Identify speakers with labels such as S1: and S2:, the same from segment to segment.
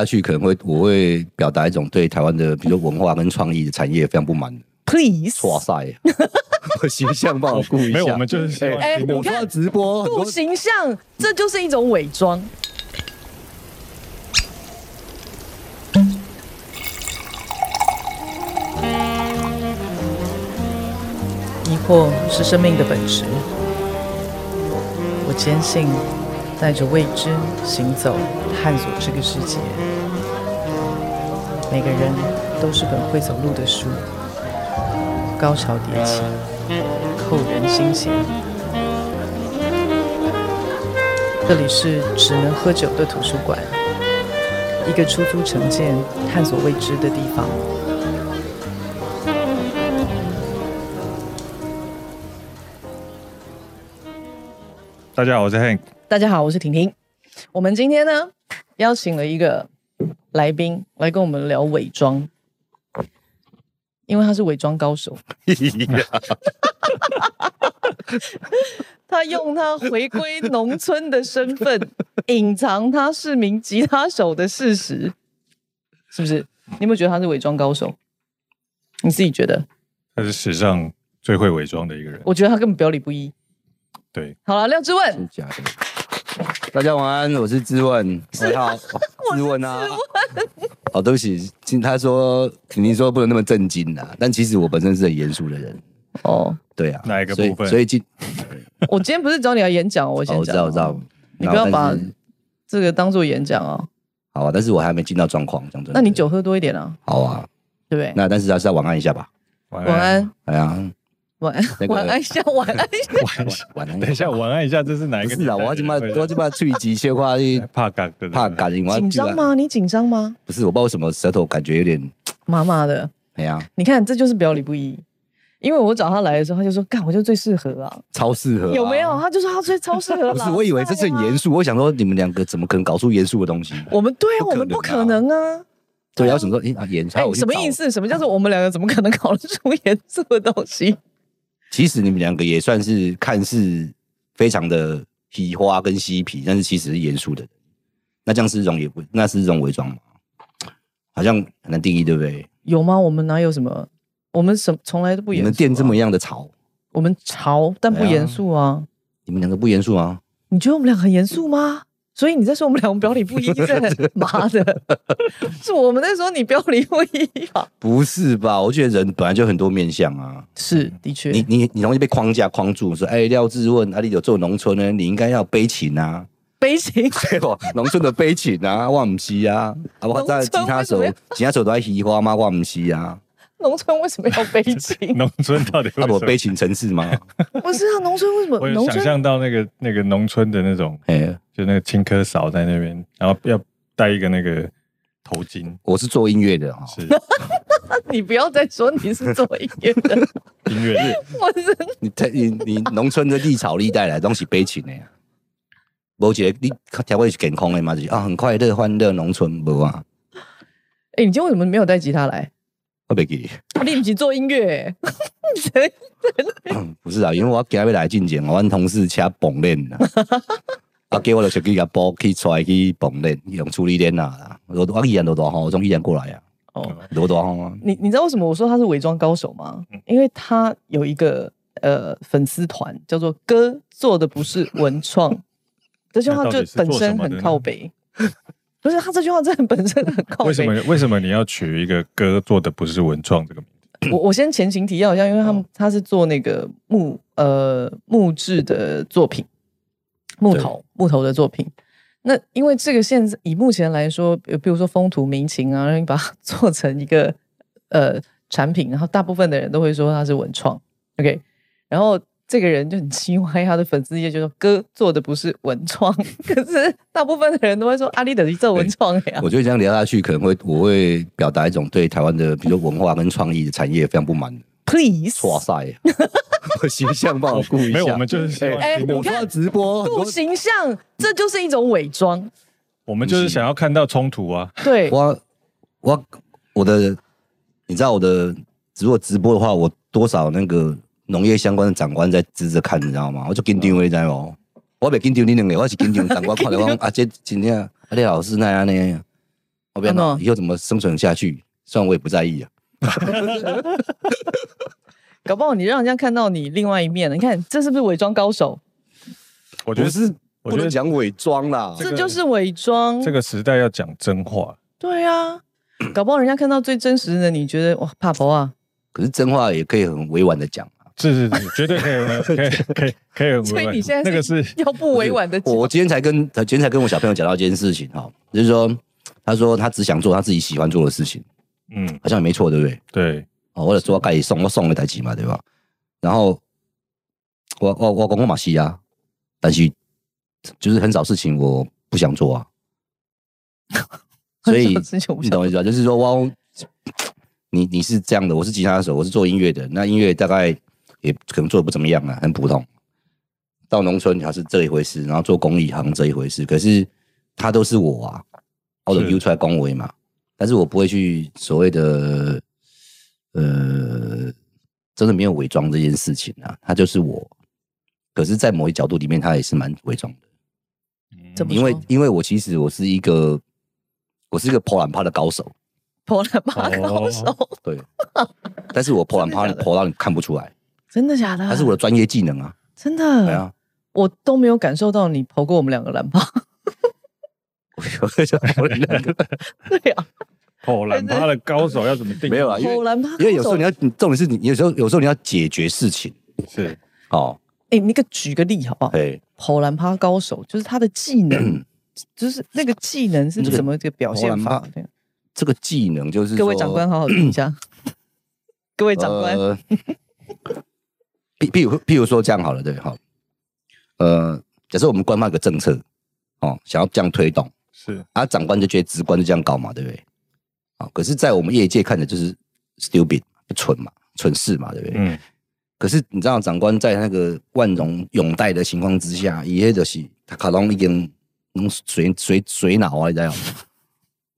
S1: 下去可能会我会表达一种对台湾的，比如说文化跟创意产业非常不满的。
S2: Please，
S1: 哇 塞，我形象帮我顾一下。
S3: 没有，我们就是希望
S2: 哎
S3: 听
S1: 我
S3: 众
S2: 看
S1: 要直播，很
S2: 顾
S1: 多
S2: 形象，这就是一种伪装。疑惑是生命的本质。我坚信，带着未知行走，探索这个世界。每个人都是本会走路的书，高潮迭起，扣人心弦。这里是只能喝酒的图书馆，一个出租城建探索未知的地方。
S3: 大家好，我是 Hank。
S2: 大家好，我是婷婷。我们今天呢，邀请了一个来宾来跟我们聊伪装，因为他是伪装高手，
S1: 啊
S2: 他用他回归农村的身 份，隐藏他是名吉他手的事实，是不是？你有没有觉得他是伪装高手？你自己觉得？
S3: 他是史上最会伪装的一个人。
S2: 我觉得他根本表里不一。
S3: 对，
S2: 好了，廖之问，
S1: 真假的。大家晚安，我是知问，我 好，知问啊，哦，对不起，听他说，你说不能那么震惊啊，但其实我本身是很严肃的人，
S2: 哦，
S1: 对啊，
S3: 哪一个
S1: 所以
S3: 部分
S1: 所以今
S2: 我今天不是找你来演讲哦，我
S1: 哦
S2: 先
S1: 我知
S2: 讲、
S1: 道，我知道，
S2: 你不要
S1: 然后但
S2: 把
S1: 是
S2: 这个当做演讲哦。
S1: 好啊，但是我还没进到状况，讲真的。
S2: 那你酒喝多一点啊，
S1: 好啊，
S2: 对不对？
S1: 那但是还是要晚安一下吧。
S3: 晚
S2: 晚，安，
S1: 哎呀，
S2: 晚安，
S1: 那个
S2: 晚安 一下，晚安一下。
S3: 晚安。
S1: 晚安。
S3: 等一下，晚安一下，这是哪一
S1: 不
S3: 个
S1: 是
S3: 年代
S1: 啊，
S3: 的人会？
S1: 我他妈我他妈脆极切话去
S3: 怕感的人
S1: 怕。感情，我要
S2: 紧张？吗？你紧张吗？
S1: 不是，我不知道为什么舌头感觉有点
S2: 麻麻的，
S1: 哎呀，
S2: 你看这就是表里不一。因为我找他来的时候，他就说：“干，我就最适合啊，
S1: 超适合啊。
S2: 有没有？”他就说他最超适 合。
S1: 不是，我以为这是很
S2: 严。
S1: 严肃，我想说你们两个怎么可能搞出严肃的东西？
S2: 我们对啊，
S1: 不可
S2: 我
S1: 能啊
S2: 们不可能啊。
S1: 对，然后想说，哎，啊严，还
S2: 哎
S1: 有，我去
S2: 什么
S1: 找
S2: 意？思？什么叫做我们两个怎么可能搞得出严肃的东西？
S1: 其实你们两个也算是看似非常的皮花跟嬉皮，但是其实是严肃的人。那这样是一种也不，那是一种伪装吗？好像很难定义，对不对？
S2: 有吗？我们哪有什么？我们什从来都不
S1: 你
S2: 严肃、啊。
S1: 们店这么样的吵，
S2: 我们潮，但不严肃啊。
S1: 你们两个不严肃吗？
S2: 你觉得我们俩很严肃吗？所以你在说我们俩我们表里不一，这妈的，是我们在说你表里不一吧？
S1: 不是吧？我觉得人本来就很多面相啊。
S2: 是，的确，
S1: 你你你容易被框架框住，说哎廖志问啊，你有做农村呢，你应该要悲情啊，
S2: 悲情。
S1: 对哦，农村的悲情啊， 我唔是啊，啊我在吉他手
S2: 农村为什么要，
S1: 吉他手都在喜欢吗？我唔是啊，
S2: 农村为什么要悲 情？
S3: 农村到底
S1: 啊
S3: 为
S1: 我
S3: 什么
S1: 悲？情城市吗？
S2: 不是啊，农村为什么
S3: 我？有
S2: 农
S3: 想
S2: 村
S3: 象到那个那个农村的那种，
S1: 哎，
S3: 就那个青稞嫂在那边，然后要戴一个那个头巾，
S1: 我是做音乐的哦哈、
S3: 是
S2: 你不要再说你是做音乐的，
S3: 音乐日。
S2: 我真的
S1: 你太你你农村的历朝历代来都是悲情的呀、啊。无一个你条会是健康的嘛，就是啊很快乐欢乐农村无啊，
S2: 哎、你今天为什么没有带吉他来？
S1: 我袂记。
S2: 你不是做音乐、欸？
S1: 不是啊，因为我今日来进前，我阮同事车崩链 啦，啊，叫我就手机甲包去出去崩链，用处理链啦。我我依然落大雨，我从依然过来啊，
S2: 哦，
S1: 落大雨啊。
S2: 你你知道为什么我说他是伪装高手吗？
S3: 嗯
S2: 因为他有一个呃粉丝团叫做“哥做的不是文创”， 这句话
S3: 那到
S2: 就
S3: 底是
S2: 本
S3: 做什
S2: 身
S3: 么的
S2: 很
S3: 呢
S2: 靠北。 不是他这句话真的本身很靠
S3: 为什
S2: 北。
S3: 么为什么你要取一个歌做的不是文创这个名字？
S2: 我我先前情提要一下，因为
S1: 嗯
S2: 他们他是做那个木呃木质的作品，木头木头的作品。那因为这个现在以目前来说，呃比比如说风土民情啊，然后你把它 做成一个呃产品，然后大部分的人都会说它是文创，OK。然后这个人就很奇怪，他的粉丝也就说哥做的不是文创， 可是大部分的人都会说啊阿里等于做文创呀、
S1: 哎我觉得这样聊下去，可能会我会表达一种对台湾的，比如说文化跟创意的产业非常不满。
S2: ，Please，
S1: 哇 塞，啊我形象帮我顾一下。
S3: 没有，我们就是希望
S2: 哎
S3: 听
S2: 我
S3: 众
S1: 我要直播，很
S2: 不
S1: 多
S2: 形象，这就是一种伪装，
S3: 我们就是想要看到冲突啊。
S2: 对。
S1: 我我我的，你知道我的，如果直播的话，我多少那个农业相关的长官在支着看，你知道吗？我就紧张的，你知道吗？ 啊我袂紧张你两个，我是紧张长官看到我啊，这真正啊，你老师那样呢？我不要
S2: 安
S1: 闹，
S2: 诺
S1: 以后怎么生存下去？虽然我也不在意啊，
S2: 搞不好你让人家看到你另外一面了。你看这是不是伪装高手？
S3: 我觉得
S1: 不是不
S3: 我觉得
S1: 能讲伪装啦。
S3: 这个
S2: 这就是伪装。
S3: 这个时代要讲真话，
S2: 对啊，搞不好人家看到最真实的你，觉得哇，怕婆啊，
S1: 可是真话也可以很委婉的讲啊。
S3: 是是是，绝对可以，可以可以可以很委 婉。
S2: 所以你现在
S3: 那个是
S2: 要不委婉的
S1: 我 我今天才跟才今天才跟我小朋友讲到一件事情哈，就是说，他说他只想做他自己喜欢做的事情，
S3: 嗯，
S1: 好像也没错，对不对？
S3: 对，
S1: 哦，我就做家己爽，我爽的代志嘛，对吧？然后我我我讲我嘛是啊，但是就是很少事情我不想做啊，所以
S2: 之前我不
S1: 你
S2: 想
S1: 懂我意思吧？就是说，哇，你你是这样的，我是吉他手，我是做音乐的，那音乐大概也可能做的不怎么样啊，很普通。到农村还是这一回事，然后做公益行这一回事，可是他都是我啊，我都
S3: 是
S1: 丢出来恭维嘛，但是我不会去所谓的呃，真的没有伪装这件事情啊，他就是我。可是，在某一角度里面，他也是蛮伪装的。
S2: 怎么
S1: 因为
S2: 说
S1: 因为我其实我是一个我是一个破烂趴的高手，
S2: 婆来骂高手，
S1: 对，但是我破烂趴
S2: 真的假的
S1: 破到你看不出来，
S2: 真的假的？
S1: 它是我的专业技能啊，
S2: 真的，
S1: 对啊，
S2: 我都没有感受到你跑过我们两个蓝趴。对啊，
S3: 哦，懒趴的高手要怎么定义？
S1: 没有啊，因
S2: 跑
S1: 为
S2: 蓝趴高手，
S1: 因为有时候你要你重点是你有时候有时候你要解决事情，
S3: 是
S1: 哦，
S2: 哎，你给举个例好不好？
S1: 对，
S2: 跑蓝趴高手就是他的 技能，就是那个技能是
S1: 这个
S2: 怎么一个表现
S1: 跑
S2: 法
S1: 男？
S2: 对啊
S1: 这个技能就是
S2: 各位
S1: 说
S2: 长官，好好听一下。 各位长官，
S1: 呃， 譬譬如譬如说这样好了，对哈，呃，假设我们官方有个政策，哦，想要这样推动，
S3: 是，
S1: 啊，长官就觉得直观就这样搞嘛，对不对？啊、可是，在我们业界看的就是 stupid 蠢嘛，蠢事嘛，对不对？
S3: 嗯，
S1: 可是你知道，长官在那个万荣拥戴的情况之下，伊迄就是他卡拢已经拢水水水脑啊，你知道吗？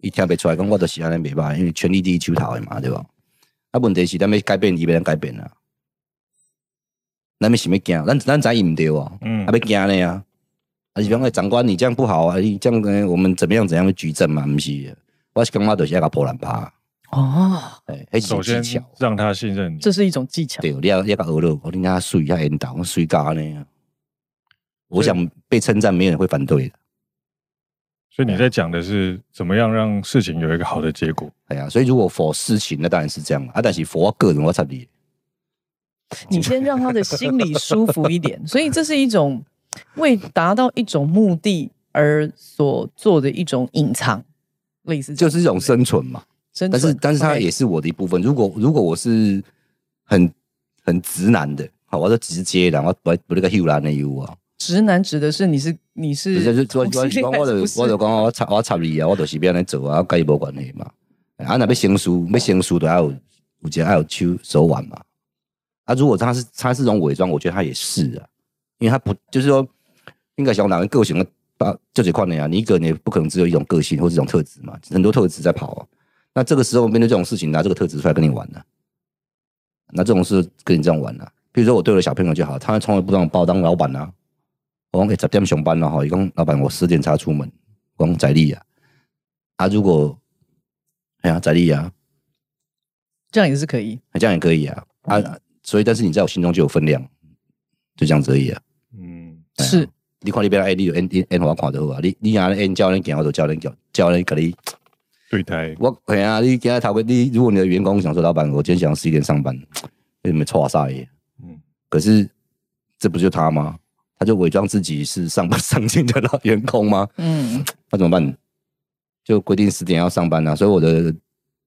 S1: 伊听不出来，讲我就是安尼袂歹，因为权力第一手头的嘛，对吧？啊，问题是咱要改变，伊要咱改变啊。咱要想要惊，咱咱知伊毋对哦，
S3: 嗯
S1: 啊要惊呢啊。啊是讲，哎，长官你这样不好啊，你这样呃我们怎么样怎样的举证嘛？毋是的，我是感觉就是要甲破烂拍，
S2: 哦，
S1: 哎，迄
S3: 首
S1: 是
S3: 先
S1: 技巧。
S3: 让他信任你，
S2: 这是一种技巧。
S1: 对，你要你要甲学了，我你要水下引导，我水加呢。啊我
S3: 所以
S1: 想被称赞，没有人会反对的。
S3: 所以你在讲的是怎么样让事情有一个好的结果。
S1: 哎呀，所以如果否事情，那当然是这样啊。但是否我个人，我插你，
S2: 你先让他的心里舒服 一点。所以这是一种为达到一种目的而所做的一种隐藏，类似这
S1: 就
S2: 样
S1: 是一种生存嘛。
S2: 生存。
S1: 但是但是它
S2: OK
S1: 也是我的一部分。如果如果我是很很直男的，好，我就直接然后我我那个 h u l 的 u 啊，
S2: 直男指的是你是你是
S1: 就是我
S2: 同
S1: 我
S2: 性
S1: 是讲
S2: 恋还
S1: 我
S2: 是
S1: 就
S2: 不是
S1: 我就讲我插我插你啊，我就是要安尼做啊，跟伊无关系嘛。啊，若要成事，要成事就要有有一个要有手手腕嘛。啊，如果他是他是种伪装，我觉得他也是啊，因为他不就是说，应该想哪个个性啊，就这块的啊，你一个人也不可能只有一种个性或这种特质嘛，很多特质在跑、啊。那这个时候面对这种事情，拿这个特质出来跟你玩呢、那这种事跟你这样玩呢、比如说我对我的小朋友就好，他从来不让我把我当老板啊。我讲诶，十点上班了哈，伊讲老板我十点才出门，我讲在你啊。啊，如果哎呀在你啊，
S2: 这样也是可以。
S1: 这样也可以啊啊，所以但是你在我心中就有分量，就这样子而已啊。
S3: 嗯，
S1: 啊
S2: 是
S1: 你看你边哎，你有 N N N 我看就好啊。你你安尼 N 教练行，我就教练教教练给你。
S3: 对待
S1: 我哎啊，你今天头个你，如果你的员工想说老板，我今天想十一点上班，你们错啥耶？
S3: 嗯，
S1: 可是这不就他吗？他就伪装自己是上班上进的老员工吗？
S2: 嗯，
S1: 那怎么办？就规定十点要上班啊。所以我的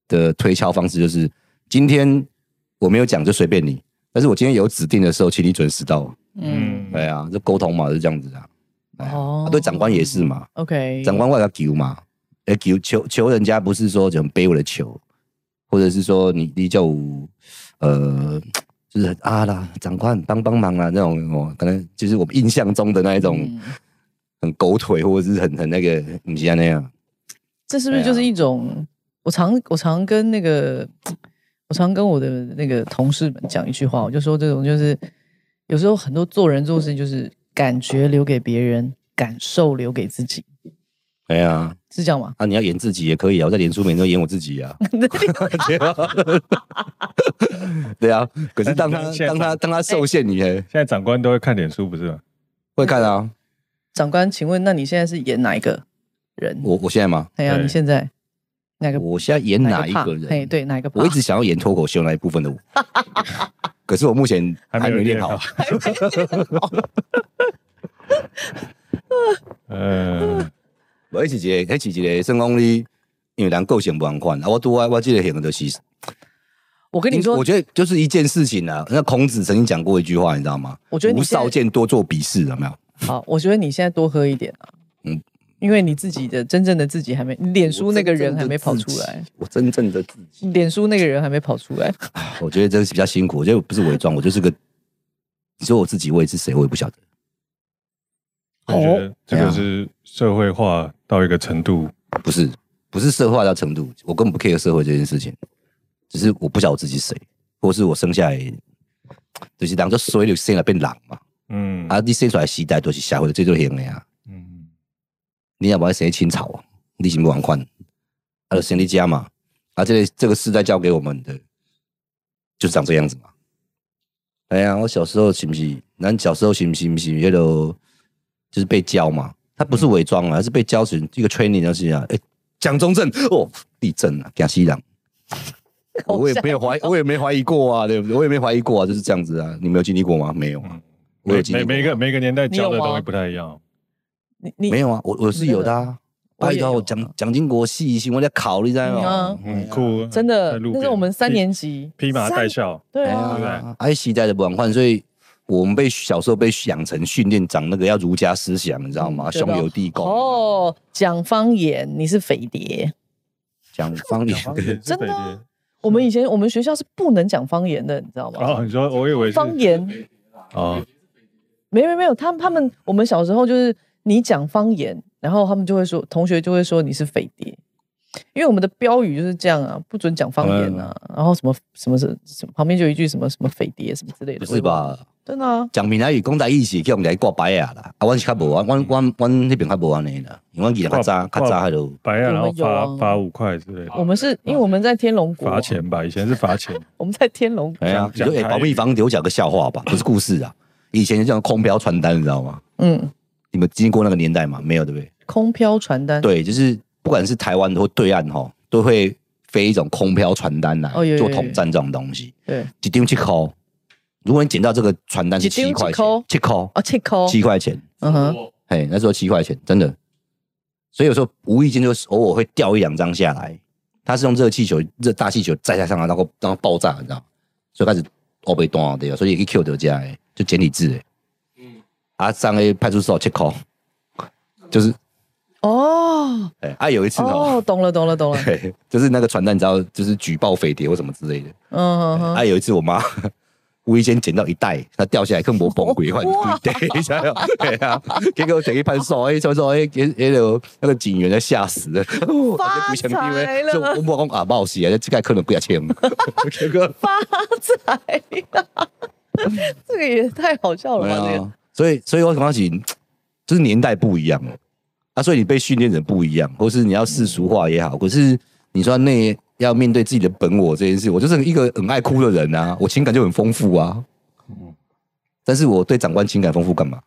S1: 的推敲方式就是，今天我没有讲就随便你，但是我今天有指定的时候，请你准时到。
S2: 嗯
S1: 对啊，就沟通嘛，就这样子啊。哎呀
S2: 哦
S1: 啊对长官也是嘛，
S2: ，OK，
S1: 长官外要求嘛，哎求求求人家不是说很卑微的求，或者是说你你叫我呃，就是很啊啦，长官帮帮忙啦那种哦，可能就是我们印象中的那一种
S2: 嗯
S1: 很狗腿或者是很很那个，不是那样。啊
S2: 这是不是
S1: 对啊
S2: 就是一种？我常我常跟那个，我常跟我的那个同事们讲一句话，我就说这种就是有时候很多做人做事就是感觉留给别人，感受留给自己。
S1: 哎呀，
S2: 是这样吗？
S1: 啊，你要演自己也可以啊，我在脸书每天都演我自己 啊。对啊对啊，可是当他
S3: 现在
S1: 当他当他受限你，哎
S3: 现在长官都会看脸书，不是吗？
S1: 会看啊。
S2: 长官，请问，那你现在是演哪一个人？
S1: 我我现在吗？
S2: 哎呀，
S3: 对
S2: 你现在哪个
S1: 我现在演哪一
S2: 怕
S1: 个
S2: 哎，
S1: 人？
S2: 对，哪一个怕？
S1: 我一直想要演脱口秀那一部 分的我，可是我目前
S3: 还没
S1: 还
S3: 有
S1: 没练
S3: 练
S1: 好
S3: 好。呃，
S1: 嗯我是一个，迄是一个算讲你，因为人个性不同款啊。我拄啊，我这个型就是，
S2: 我跟你说，
S1: 我觉得就是一件事情啊。那孔子曾经讲过一句话，你知道吗？
S2: 我觉得你
S1: 无
S2: 现在
S1: 少见，多做鄙视，有没有？
S2: 好，我觉得你现在多喝一点啊，嗯
S1: 嗯，
S2: 因为你自己的真正的自己还没，你脸书那个人还没跑出来，
S1: 我真正的自己。我真正的自己，
S2: 你脸书那个人还没跑出来，
S1: 我觉得这是比较辛苦。我觉得不是伪装，我就是个。你说我自己我也是谁，我也不晓得。
S3: 我觉
S1: 哦
S3: 得这
S1: 啊
S3: 个是社会化到一个程度，
S1: 不是，不是社会化到程度，我根本不 care 社会这件事情，只是我不晓得我自己是谁，或是我生下来就是当做所有生来变狼嘛。
S3: 嗯
S1: 啊，你生出来的时代都是社会的最最型的啊。
S3: 嗯，
S1: 你也不爱生清朝啊，你是不玩款，啊，就生你家嘛，啊，这个这个世代教给我们的，就是长这样子嘛。哎呀，我小时候是不是？咱小时候是不是？是不是那个就是被教嘛？他不是伪装啊，他是被教成一个 training 就是啊，哎，蒋中正哦，地震啊，江西人，我也没有怀，我也没怀疑过啊，对不对？我也没怀疑过啊，就是这样子啊。你没有经历过吗？没有啊，我有
S3: 每
S1: 经历
S3: 每
S1: 过啊
S3: 每个每个年代
S2: 你有
S3: 教的
S2: 吗
S3: 东西不太一样，
S2: 你你
S1: 没有啊，我我是有的啊。
S2: 我
S1: 拜
S2: 也有
S1: 托，蒋蒋经国戏行我在考虑在
S2: 嗯
S1: 吗
S2: 啊？
S3: 嗯，酷，
S2: 真
S3: 在
S2: 的，
S3: 路
S2: 那是
S3: 边
S2: 我们三
S3: 披
S2: 年级
S3: 披马带
S2: 三
S3: 孝，
S2: 对
S1: 啊，
S2: 啊
S3: 对不，对
S1: 哎，时代的转换，所以我们被小时候被养成训练长那个要儒家思想，你知道吗？
S2: 嗯对
S1: 兄
S2: 吧
S1: 友弟恭，
S2: 哦，讲方言，你是匪谍。
S1: 讲方言，
S2: 真的啊我们以前我们学校是不能讲方言的，你知道吗？
S3: 哦，你说我以为是
S2: 方言
S3: 哦，
S2: 没有没有没有，他们他们我们小时候就是你讲方言，然后他们就会说，同学就会说你是匪谍，因为我们的标语就是这样啊，不准讲方言啊，
S3: 嗯
S2: 然后什么什么什什么旁边就有一句什么什么匪谍什么之类的，
S1: 不
S2: 我
S1: 是
S2: 也忘了？
S1: 吧？
S2: 真的啊，
S1: 讲闽南语、讲台语是叫我们来挂白啊啦，啊，我是较无啊，我我我那边较无安尼啦，因为我记得较早
S3: 挂
S1: 较早迄度，
S3: 白
S2: 我
S3: 啊，
S2: 们
S3: 然后
S2: 有啊
S3: 罚罚五块之类的，
S2: 我们是因为我们在天龙国，
S3: 啊罚钱吧，以前是罚钱，
S2: 我们在天龙国，
S1: 哎呀，
S3: 讲
S1: 就哎，
S3: 台
S1: 保密
S3: 语
S1: 房有讲个笑话吧，不是故事啊，以前叫空飘传单，你知道吗？
S2: 嗯，
S1: 你们经过那个年代吗？没有，对不对？
S2: 空飘传单，
S1: 对，就是不管是台湾或对岸哈，都会飞一种空飘传单来、
S2: 哦有有
S1: 做
S2: 有
S1: 统战这种东西，
S2: 对，
S1: 一张七块。如果你捡到这个传单是
S2: 一张
S1: 七块
S2: 七块
S1: 钱，七块，
S2: 哦，切口，
S1: 七块钱，
S2: 嗯哼，
S1: 嘿，那时候七块钱，真的。所以有时候无意间就是偶尔会掉一两张下来，它是用热气球、热大气球载在上来，然后然后爆炸，你知道吗？所以开始哦被断对吧？所以一 Q 得加哎，就简体字哎，嗯，啊上 A 派出所七块，就是
S2: 哦
S1: 哎啊有一次哦
S2: 哦，懂了懂了懂 了，
S1: 对，就是那个传单，你知道，就是举报匪谍或什么之类的。
S2: 嗯哼哼。
S1: 啊，有一次我妈无意间捡到一袋，它掉下来，更我崩溃，换
S2: 哇
S1: 对一下，对啊，结果等一判说，哎，说说，哎，给那个那个警员在吓死了， 我
S2: 发
S1: 就不想因
S2: 财
S1: 为
S2: 了
S1: 就我母讲啊，冒险，这个可能不要签， 结果
S2: 发财、这个也太好笑了
S1: 对
S2: 吧！这
S1: 啊
S2: 个，
S1: 所以所以我想起，就是年代不一样了啊，所以你被训练的不一样，或是你要世俗化也好，可是你说那要面对自己的本我这件事，我就是一个很爱哭的人啊，我情感就很丰富啊，但是我对长官情感丰富干嘛？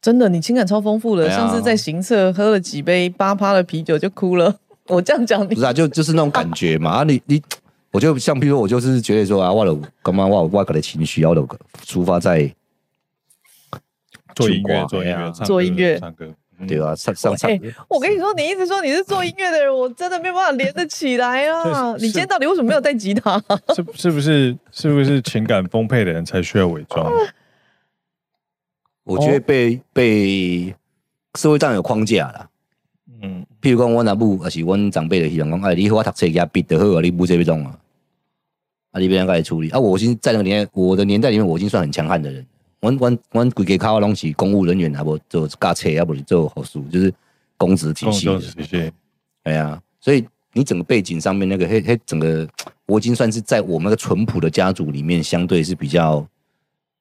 S2: 真的，你情感超丰富的。
S3: 啊
S1: 哎呀
S2: 上次在行测喝了几杯八趴的啤酒就哭了。 我这样讲你
S1: 不是啊，就就是那种感觉嘛，啊，你你。我就像，譬如说我就是觉得说啊，我的干嘛，我有我个的情绪，我的抒发在
S3: 做音乐，
S1: 就
S3: 做
S1: 挂
S3: 音
S1: 哎
S3: 乐
S1: 呀，
S3: 唱歌
S2: 做音乐
S3: 唱歌，嗯
S1: 对吧？上上上
S2: 哎、我跟你说，你一直说你是做音乐的人，我真的没有办法连得起来啊！
S3: 是
S2: 你
S3: 是
S2: 今天到底为什么没有带吉 他？
S3: 是是不是是不是情感丰沛的人才需要伪装？
S1: 我觉得被、被社会上有框架啦。
S3: 嗯，
S1: 譬如讲，阮阿母也是阮长辈的希望讲，哎，你好我读册也毕得好啊，你不这边种啊，啊，你别人来处理啊。我已经在那个年代，我的年代里面，我已经算很强悍的人。阮阮阮规个卡拢是公务人员，啊，无做驾车，啊，不是做护士，就是公职体
S3: 共
S1: 系的
S3: 同。体系，
S1: 哎呀、所以你整个背景上面那个，嘿嘿，整个我已经算是在我们那个淳朴的家族里面，相对是比较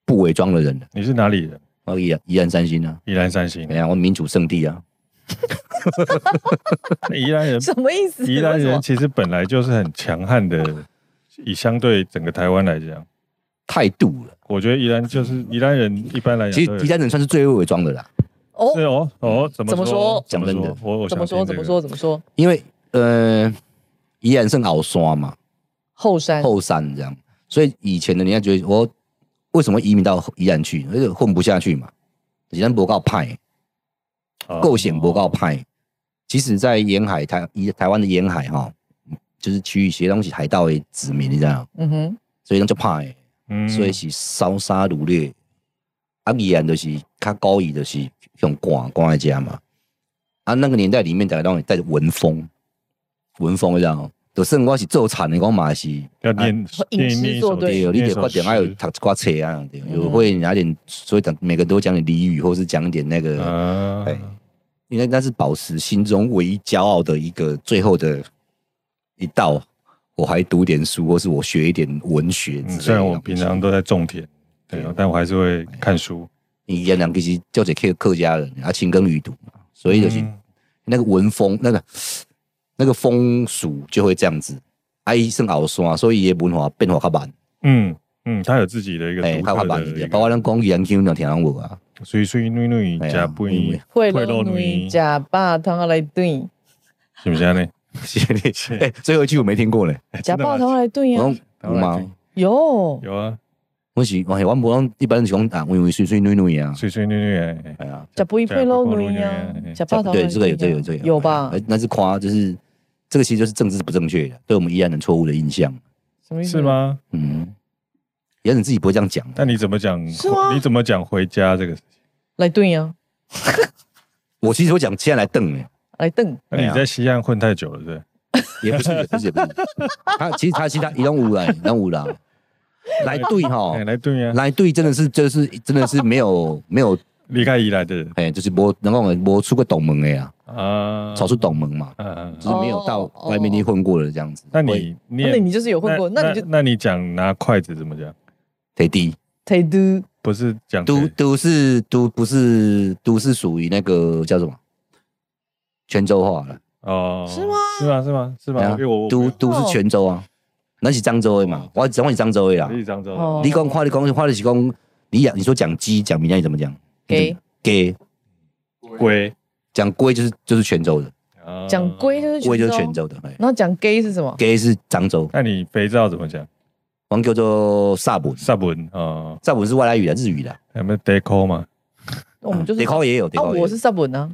S1: 不伪装的人了。
S3: 你是哪里人？
S1: 啊，宜宜兰三星啊，
S3: 宜兰三星
S1: 哎，呀，我们民主圣地啊，
S3: 宜兰人
S2: 什么意思？
S3: 宜兰
S2: 为什
S3: 人
S2: 么
S3: 其实本来就是很强悍的，以相对整个台湾来讲，
S1: 态度了。
S3: 我觉得宜兰就是宜兰人一般来
S1: 其
S3: 讲都
S1: 实
S3: 有，
S1: 第三人算是最会伪装的啦，
S2: 哦
S3: 是，哦哦，怎
S2: 怎么
S3: 么
S2: 说
S3: 怎么
S1: 讲真
S3: 说
S1: 的？
S3: 我我
S2: 怎么
S3: 想
S2: 说？
S3: 听
S2: 怎
S3: 这
S2: 么
S3: 个
S2: 说？怎么说？
S1: 因为呃，宜兰是鳌山嘛，
S2: 后山
S1: 后山这样，所以以前的人家觉得我为什么移民到宜兰去，而且混不下去嘛，宜兰不够派，
S3: 啊
S1: 够险不够派。其实，在沿海台宜台湾的沿海哈，就是区域些东西海盗的殖民，你知道吗，
S2: 嗯哼，
S1: 所以人就派，
S3: 嗯
S1: 所以是烧杀掳掠。啊，宜兰就是较高义，就是用赶赶在家嘛。啊，那个年代里面，大家都会带着文风，文风这样，就算我是做产的，我嘛是
S3: 要念
S2: 吟
S3: 念
S2: 诗
S3: 念一
S2: 作
S3: 首
S2: 对
S1: 对，哦
S3: 诗
S1: 你
S3: 念一
S1: 得
S3: 首
S1: 快点，还有
S3: 诗
S1: 读一挂册啊，对，
S2: 嗯
S1: 有会拿点，所以讲每个都讲点俚语，或是讲点那个，
S3: 啊
S1: 哎因为那是宝石心中唯一骄傲的一个最后的一道。我还读点书，或是我学一点文学之类的东
S3: 嗯
S1: 西。
S3: 虽然我平常都在种田，对
S1: 对，
S3: 但我还是会看书。
S1: 你原来其实叫做客客家人，啊，勤耕于读嘛，所以就是
S3: 嗯
S1: 那个文风，那个那个风俗就会这样子。啊，伊算后山，所以伊文化变化较慢，
S3: 嗯嗯，他有自己的一个
S1: 哎，
S3: 独
S1: 较较
S3: 特
S1: 慢
S3: 的
S1: 一
S3: 一
S1: 点。包
S3: 个，
S1: 括咱讲语言腔，你有听讲过啊？
S3: 所以所以女女
S1: 哎呀
S3: 加不
S1: 因
S3: 一
S1: 为，
S2: 会
S3: 贿
S2: 龙
S3: 赂
S2: 女
S3: 女
S2: 假霸汤阿来对，
S3: 是不是这样呢？
S1: 谢谢谢 谢。哎，最后一句我没听过嘞。
S2: 假
S3: 哎真的吗
S2: 霸汤阿来对呀
S1: 我，讲有吗？
S2: 有
S3: 有啊，
S1: 我是我是我无讲，一般人是讲啊，微微碎碎软软啊，
S3: 所以所以女女哎，
S1: 哎呀，
S2: 假不一会龙女呀
S3: 假不一，
S2: 假霸汤
S1: 对，这个有，这个有，这个
S2: 有吧
S1: 哎？那是夸，就是这个其实就是政治不正确的，对我们宜兰人错误的印象。
S2: 什么意思？
S3: 哎是？吗？
S1: 嗯，宜兰人自己不会这样讲，啊
S3: 但你怎么讲？
S2: 是吗
S3: 你怎么讲回家这个事情？
S2: 来对呀，
S1: 我其实会讲现在来瞪哎，
S2: 来瞪，
S3: 那
S1: 哎
S3: 你
S1: 呀
S3: 在西岸混太久了，是不是？
S1: 也不是，也不是，也不是。他其实他其实他伊拢有来，拢有啦。来对哈
S3: 哎，，来对啊，
S1: 来对真的是就是真的是没有没有
S3: 离开宜来的人
S1: 哎，就是无能讲无出过董门的呀，
S3: 啊，
S1: 走出董门嘛，
S3: 嗯嗯
S1: 就
S3: 嗯
S1: 是没有到外面去混过的这样子。
S3: 那你
S2: 那
S3: 念
S2: 你就是有混过，那你就
S3: 那你讲拿筷子怎么讲？
S1: 得低。
S2: 忒嘟
S3: 不是讲
S1: 都都是都不是都是属于那个叫什么泉州话了，
S3: 哦，
S2: 是吗
S3: 是吗？是吗？是吗？
S1: 对啊
S3: 因为我
S1: 都都
S2: 哦
S1: 是泉州啊，那是漳州的嘛，我讲我是漳州的啦
S3: 我。是漳州的
S2: 哦
S1: 你讲话你讲话你是讲你讲你说讲鸡讲闽南语怎么讲？
S2: 给
S1: 给
S3: 龟，
S1: 讲龟就是就是泉州的，
S3: 啊
S2: 讲龟就是
S1: 龟就是
S2: 泉
S1: 泉州
S2: 州，
S1: 的，哎，
S2: 然后讲 gay 是什么？
S1: 给是漳州，
S3: 那你肥皂怎么讲？
S1: 我们叫做萨本，
S3: 萨文啊，
S1: 萨本是外来语的日语的，
S3: 有没有 deco 嘛？
S2: 我们就是
S1: 得考也有，得
S2: 啊，
S1: 考也有
S2: 我是，萨本啊，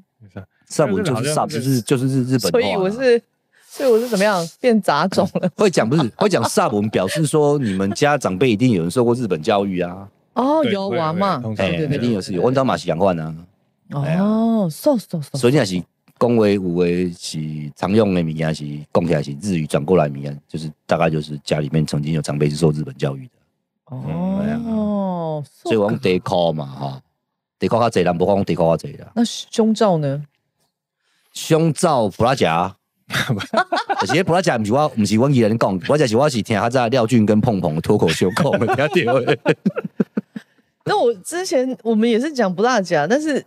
S1: 萨本就
S3: 好
S1: 是
S3: 像
S1: 萨
S3: 是
S1: 就是就是日日本话
S2: 所
S1: 啦，
S2: 以我是，所以我是怎么样变杂种了？
S1: 会讲不是会讲萨本，表示说你们家长辈一定有人受过日本教育啊。
S2: 哦，
S3: 对
S2: 有
S3: 会
S2: 娃
S3: 会
S2: 嘛，
S3: 通常
S1: 哎，
S2: 对对
S1: 一定
S2: 对，
S1: 有是有，阮兜嘛是共款啊，哎呀
S2: 哦，瘦瘦瘦，
S1: 所以你若是讲话有诶是常用的物件是讲起来是日语转过来的物件，就是大概就是家里面曾经有长辈是受日本教育的，哎呀
S2: 哦，
S1: 所以我
S2: 瘦
S1: 讲地靠嘛哈，地靠较济，人无讲地靠较济啦。
S2: 那胸罩呢？
S1: 胸罩布拉夹，而且布拉夹毋是我毋是阮伊人讲，布拉夹是我是听较早廖俊跟碰碰的脱口秀讲的，听到的。
S2: 那我之前我们也是讲不大假，但是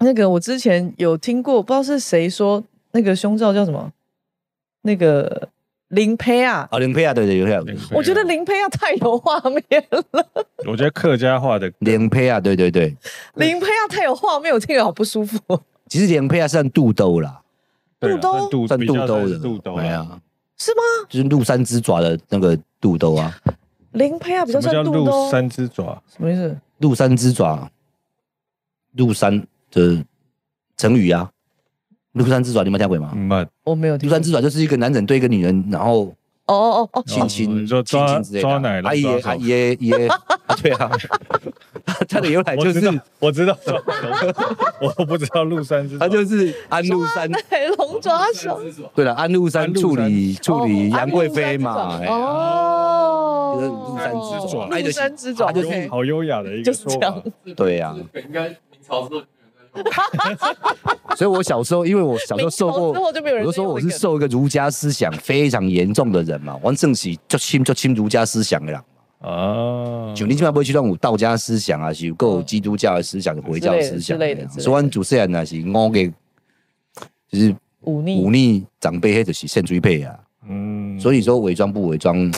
S2: 那个我之前有听过，不知道是谁说那个胸罩叫什么，那个林胚啊，
S1: 啊，林佩啊，对对对对
S3: 林，佩
S2: 我觉得林胚啊太有画面 了，
S3: 我觉得客家话的
S1: 林佩啊，对对对，
S2: 林胚啊太有画面，我听了好不舒服。哦
S1: 其实林佩啊算肚兜啦，
S3: 对啊
S2: 兜
S3: 算肚
S1: 算
S3: 比
S1: 肚
S3: 较
S1: 兜
S3: 算
S1: 的，
S3: 是肚兜
S1: 哎
S3: 啊。
S1: 呀，
S2: 是吗？
S1: 就是鹿三只爪的那个肚兜啊，
S2: 林胚啊比
S3: 什
S2: 较
S3: 么叫
S2: 像肚
S3: 鹿
S2: 兜，
S3: 三只爪？
S2: 什么意思？
S1: 鹿三只爪，鹿三的成语啊，鹿三只爪，你们听过吗？
S3: 嗯嘛，
S2: 我没有
S1: 鹿
S2: 听过。
S1: 三只爪就是一个男人对一个女人，然后
S2: 哦哦哦，
S1: 亲
S3: 哦
S1: 亲，
S3: 你说抓
S1: 亲亲之类的
S3: 抓奶了
S1: 啊也
S3: 抓手
S1: 啊也也，啊 对啊，它的由来
S3: 我
S1: 哎就
S3: 知
S1: 是
S3: 道，我知道， 我不知道鹿三只爪
S1: 它。就是安禄山，
S2: 对，
S1: 哦
S2: 龙哦爪手。
S1: 对了，安禄山
S3: 安禄
S1: 处理处理
S2: 哦
S1: 杨贵妃嘛，哎呀
S2: 哦，
S1: 就是鹿山之爪
S2: 鹿山之
S1: 它
S2: 爪
S3: 好
S1: 就
S3: 优
S1: 是
S2: ，OK
S3: 好优雅的一
S2: 就
S3: 个
S2: 是
S3: 说
S2: 这
S3: 法
S2: 样。。
S1: 哎对啊呀，
S4: 应该明朝之后就没有在用。
S1: 所以我小时候，因为我小时候受过
S2: 明朝之后就没有人
S1: 我就说我是
S2: 再用这个
S1: 受一个儒家思想非常严重的人嘛，王正喜就亲就亲儒家思想的啦，
S3: 啊，
S1: 就你起码不会去乱有道家思想啊，是有够基督教的思想、回教的思
S2: 嗯之
S1: 想
S2: 类的
S1: 啊
S2: 之类的
S1: 所以阮主持人啊是五个就是
S2: 忤逆
S1: 忤逆长辈或者是献追配啊。
S3: 嗯，
S1: 所以说伪装不伪装，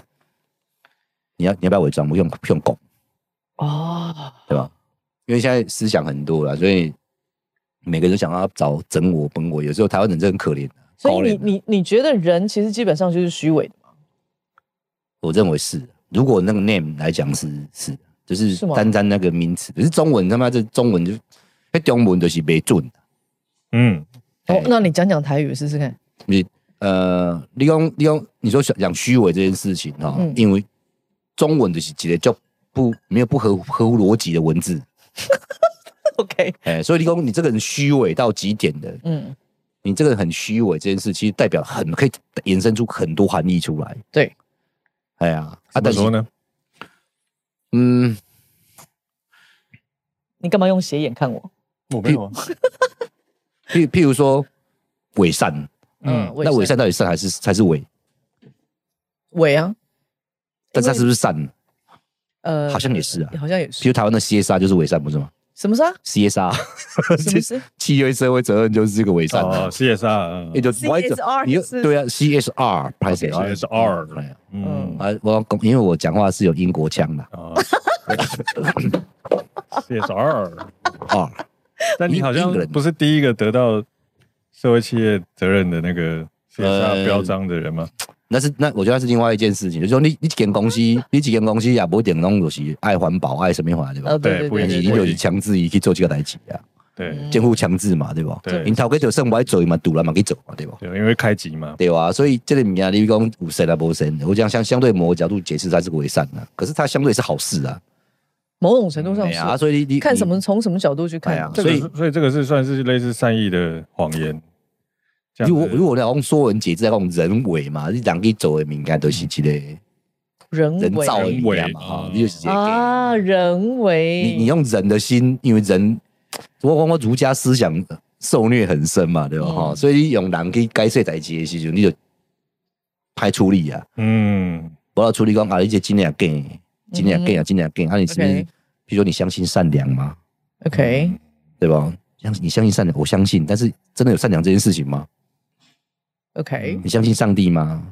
S1: 你要你要不要伪装？不用不用拱，
S2: 哦，
S1: 对吧？因为现在思想很多了，所以每个人都想要找整我崩我。有时候台湾人真的很可怜、啊，
S2: 所
S1: 高
S2: 以你
S1: 龄啊
S2: 你你觉得人其实基本上就是虚伪的嘛？
S1: 我认为是。啊如果那个 name 来讲是是，就是
S2: 是吗
S1: 单单那个名词，可是中文他妈这中文就，那中文就是没准啊的。
S3: 嗯，
S1: 哎
S2: 哦，那你讲讲台语试 试看。
S1: 你呃，利用利用你说想讲虚伪这件事情哈、
S2: 嗯
S1: 因为中文就是几个叫不没有不合合乎逻辑的文字，
S2: OK，
S1: 哎、所以立功，你这个人虚伪到极点的，
S2: 嗯，
S1: 你这个人很虚伪这件事，其实代表很可以衍生出很多含义出来。
S2: 对，
S1: 哎呀，啊，
S3: 怎么
S1: 但是
S3: 说，呢？
S1: 嗯，
S2: 你干嘛用斜眼看我？
S3: 我没有啊，
S1: 譬譬如说伪善，
S2: 嗯，
S3: 嗯
S1: 那伪善到底善还是啊还是伪？
S2: 伪啊，
S1: 但是它是不是善？
S2: 呃，
S1: 好像也是啊
S2: 好像也
S1: 譬
S2: 是。
S1: 如台湾的 CSR 就是伪善，不是吗
S2: 什么事啊？
S1: ？CSR
S2: 什么事？
S1: 契约社会责任就是这个伪善啊
S3: 哦，，，CSR，
S1: 也
S3: 嗯
S1: 就
S2: CSR
S1: 你
S2: 是
S1: 对啊，CSR 拍谁
S2: 哦
S3: CSR
S1: 哎呀
S3: 嗯，
S1: 啊，我要讲因为我讲话是有英国腔的
S3: 哦，CSR，
S1: 啊，
S3: 但你好像
S1: 英格兰
S3: 不是第一个得到社会企业责任的那个 CSR
S1: 呃
S3: 标章的人吗？
S1: 那是那我觉得那是另外一件事情，就是说你你几间公司，你几间公司也不一定拢就是爱环保爱什么环对吧
S2: 哦，？对
S3: 对不
S2: 对
S3: 一
S1: 但是
S2: 对
S1: 你
S3: 定
S2: 对，
S1: 就是强制伊去做这个代志啊，
S2: 嗯
S3: 对
S1: 政府强制嘛对吧？
S3: 对
S1: 因头家就算不爱做嘛，堵了嘛去做嘛对吧？
S3: 对，因为开集嘛，
S1: 对吧？所以这个物件你讲有神啊无神，我讲相相对某个角度解释它是伪善啊，可是它相对是好事啊，
S2: 某种程度上
S1: 对啊，
S2: 是。
S1: 所以你你
S2: 看什么？从什么角度去
S1: 哎
S2: 看
S1: 呀
S2: 嘛？
S3: 这个
S1: 所以
S3: 是所以这个是算是类似善意的谎言。这
S1: 你
S3: 样
S1: 如果
S3: 子
S1: 如果你讲说文解字，在讲人为嘛，你人去做的物件都是一个
S2: 人
S1: 人
S2: 为
S1: 造的物件
S3: 人为
S1: 嘛，哈
S3: 哦，
S1: 你就是一个
S2: 啊，人为
S1: 你你用人的心，因为人，我我我儒家思想受虐很深嘛，对吧？哈、
S2: 嗯
S1: 所以你用人去解释代志的时候，你就派处理啊，
S3: 嗯，
S1: 我要处理讲啊，你这真俩假的，真俩假啊，真俩假啊，你是不是
S2: 嗯 OK
S1: 比如说你相信善良吗？
S2: OK，
S3: 嗯
S1: 嗯对吧？相信你相信善良，我相信，但是真的有善良这件事情吗？
S2: OK，
S1: 你相信上帝吗？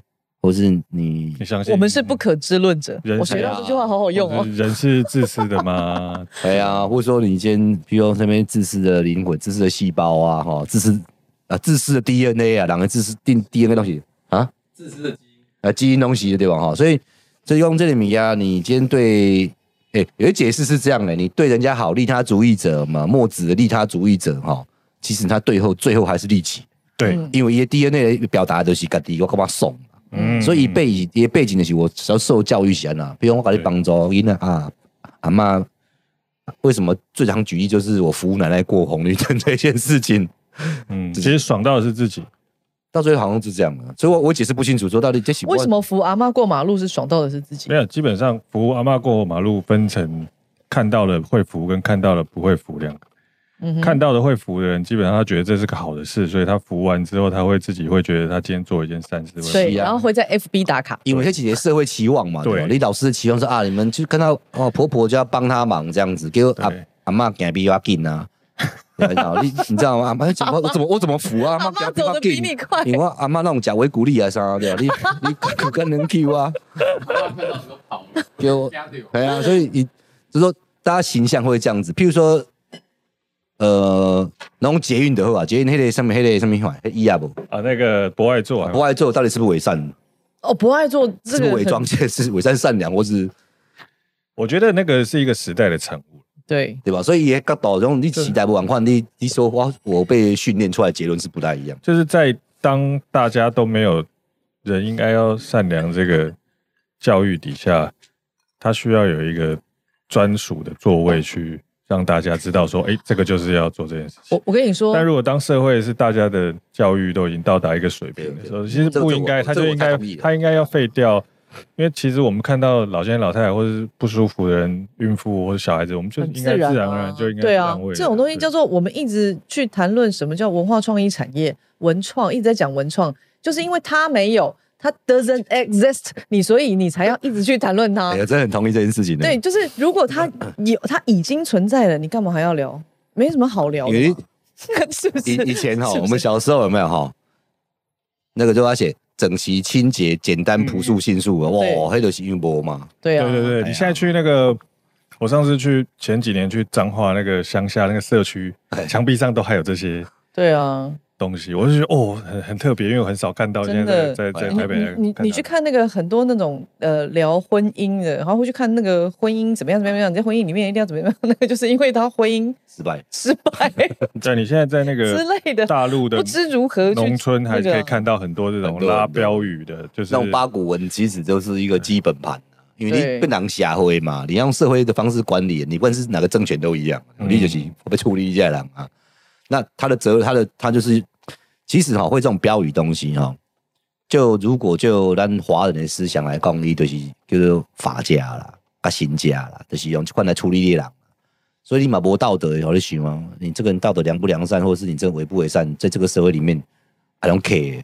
S1: 或是你
S3: 你相信
S2: 我们是不可知论者。
S3: 人
S2: 我学
S3: 谁
S1: 啊
S2: 到这句话好好用哦
S3: 我。是人是自私的吗？
S1: 哎呀，或者说你今天，比如说那边自私的灵魂、自私的细胞啊，哈，自私啊，自私的 DNA 啊，两个自私定 DNA 东西啊，
S4: 自私的基因，
S1: 呃，基因东西对吧？哈，所以所以用这里米啊，你今天对，哎、有一解释是这样的、你对人家好，利他主义者嘛，墨子的利他主义者哈，其实他最后最后还是利己，
S3: 对，
S2: 嗯
S1: 因为伊 DNA 的表达的就是家己我干嘛送。
S3: 嗯，
S1: 所以背景伊背景就是我小受教育型啊，比如我给你帮助囡仔啊，阿妈为什么最常举例就是我服务奶奶过红绿灯这件事情，
S3: 嗯，其实爽到的是自己，
S1: 到最后好像是这样的，所以我我解释不清楚，说到底这喜欢
S2: 为什么扶阿妈过马路是爽到的是自己
S3: 没？有，基本上服务阿嬷过马路分成看到了会服跟看到了不会服两个。
S2: 嗯哼
S3: 看到的会服的人，基本上他觉得这是个好的事，所以他服完之后，他会自己会觉得他今天做一件善事。会
S1: 是
S2: 对，
S1: 啊
S2: 然后会在 FB 打卡。
S1: 因为这几年社会期望嘛，对吧，
S3: 对
S1: 李老师的期望是啊，你们就看到哦婆婆就要帮她忙这样子，给我阿
S3: 对
S1: 阿妈给比我紧啊。 对啊你你知道吗？阿妈怎么我怎么我怎么服啊？
S2: 阿妈走的比你快。
S1: 因为我阿妈那种假维鼓励啊啥的，你你骨干能 Q 啊，
S4: 然后看到你都跑 了，
S1: 叫我
S4: 加油！
S1: 对啊，所以你就是说大家形象会这样子，譬如说，呃，那种捷运的话，捷运那类上面那类上面款，伊啊不，
S3: 啊，那个博爱啊做
S1: 不爱做到底是不是伪善，
S2: 哦，不爱做这
S1: 是不
S2: 个
S1: 是伪
S2: 很
S1: 装，这是伪善善良，或是
S3: 我觉得那个是一个时代的产物。
S2: 对，
S1: 对吧？所以也搞到这种你期待不完换，你你说我我被训练出来的结论是不太一样。
S3: 就是在当大家都没有人应该要善良这个教育底下，他需要有一个专属的座位去让大家知道说，哎、这个就是要做这件事情
S2: 我。我跟你说
S3: 但，如果当社会是大家的教育都已经到达一个水平的时候，其实不应该，
S1: 这
S3: 他
S1: 个
S3: 就
S1: 我
S3: 应该
S1: 这个我太
S2: 啊
S1: 同意了
S3: 他应该要废掉，因为其实我们看到老先生、老太太或者是不舒服的人、孕妇或者小孩子，我们就
S2: 很
S3: 应该自然而
S2: 啊
S3: 然就应该
S2: 对啊
S3: 让位，
S2: 这种东西叫做我们一直去谈论什么叫文化创意产业、文创，一直在讲文创，就是因为它没有，它 doesn't exist，你 所以你才要一直去谈论它
S1: 哎、。呀，真的很同意这件事情的。
S2: 啊对，，就是如果它有，它已经存在了，你干嘛还要聊？没什么好聊
S1: 因为
S2: 的嘛。 是不是？
S1: 以以前哈，
S2: 是不是
S1: 我们小时候有没有哈？那个就要写整齐、清洁、简单、朴素、迅速啊！哇
S2: 嗯对，
S1: 黑的是运波嘛，
S2: 对啊，
S3: 对对对，你现在去那个，我上次去前几年去彰化那个乡下那个社区
S1: 哎，
S3: 墙壁上都还有这些
S2: 对啊，
S3: 东西，我就觉得哦，很很特别，因为我很少看到现
S2: 真
S3: 在
S2: 的哎
S3: 在在在
S2: 你
S3: 台北
S2: 你你你去看那个很多那种呃聊婚姻的，然后会去看那个婚姻怎么样怎么样怎么样，你在婚姻里面一定要怎么样，那个就是因为他婚姻
S1: 失败。
S2: 失败
S3: 到，对，你现在在那
S2: 之
S3: 个
S2: 类 的，
S3: 大陆的
S2: 不知如何去
S3: 农村还
S2: 那个
S3: 可以
S2: 啊
S3: 看到很多这种
S1: 很多
S3: 拉
S1: 很多
S3: 标语的，就是
S1: 那种八股文其实就是一个基本盘啊因为
S2: 对
S1: 你不能瞎挥嘛，你用社会的方式管理，你不管是哪个政权都一样，
S3: 嗯
S1: 你就是被处理一下人啊。那他的责，他的他就是，其实哈会这种标语东西哈，就如果就咱华人的思想来讲，你就是叫做法家啦，啊新家啦，就是用这款来处理你人。啊所以你嘛无道德，好你想啊，你这个人道德良不良善，或者是你这个为不为善，在这个社会里面，I don't care，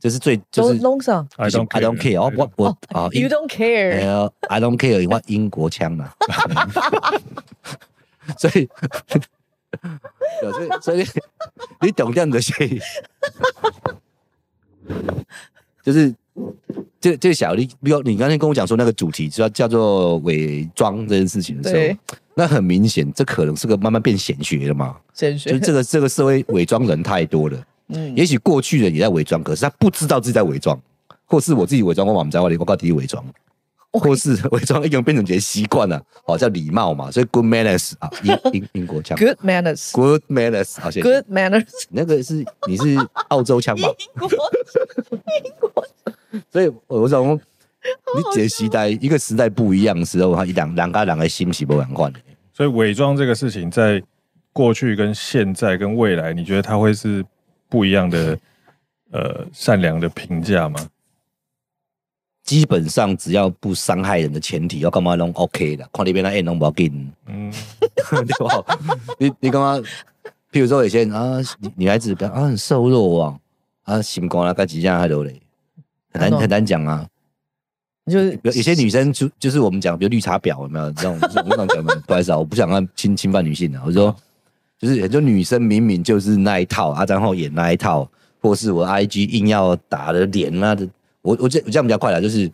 S1: 这是最就
S2: 都
S1: 是
S2: 弄上
S3: I don't
S1: I don't care，哦我我啊英
S2: ，You don't care，
S1: 呃 I don't care，我英国腔啦， 所以， 对所以所以你懂这样的是，就是这这个小丽，比如你刚才跟我讲说那个主题叫叫做伪装这件事情的时
S2: 对
S1: 候，那很明显，这可能是个慢慢变显学了嘛，
S2: 先
S1: 就是
S2: 学，
S1: 这个这个社会伪装人太多了。
S2: 嗯，
S1: 也许过去人也在伪装，可是他不知道自己在伪装，或是我自己伪装，我们在外里我告自己伪装，或是 伪装已经变成一个习惯了，哦，叫礼貌嘛，所以 good manners 啊，英英英国腔
S2: Good manners，Good
S1: good manners 好，谢谢。
S2: manners，
S1: 那个是你是澳洲腔吧？
S2: 英国英国
S1: 所以我我想说，你这个时代一个时代不一样的时候，他一两两个两个心是不两换的。
S3: 所以伪装这个事情，在过去、跟现在、跟未来，你觉得它会是不一样的呃善良的评价吗？
S1: 基本上只要不伤害人的前提，要干嘛拢 OK 的，看你边那演拢不要紧。
S3: 嗯，
S1: 对吧？你你干嘛？譬如说有些人啊，女女孩子比较啊很瘦弱啊，啊心肝啊，该几样还流泪，很难
S2: 懂
S1: 很难讲啊。
S2: 就是
S1: 有有些女生就就是我们讲，比如绿茶婊有没有？这种这种这种讲的，不好意思啊，我不想让侵侵犯女性啊。我说，就是很多女生明明就是那一套，啊，然后演那一套，或是我 IG 硬要打的脸啊的，我我这我这样比较快啦，就是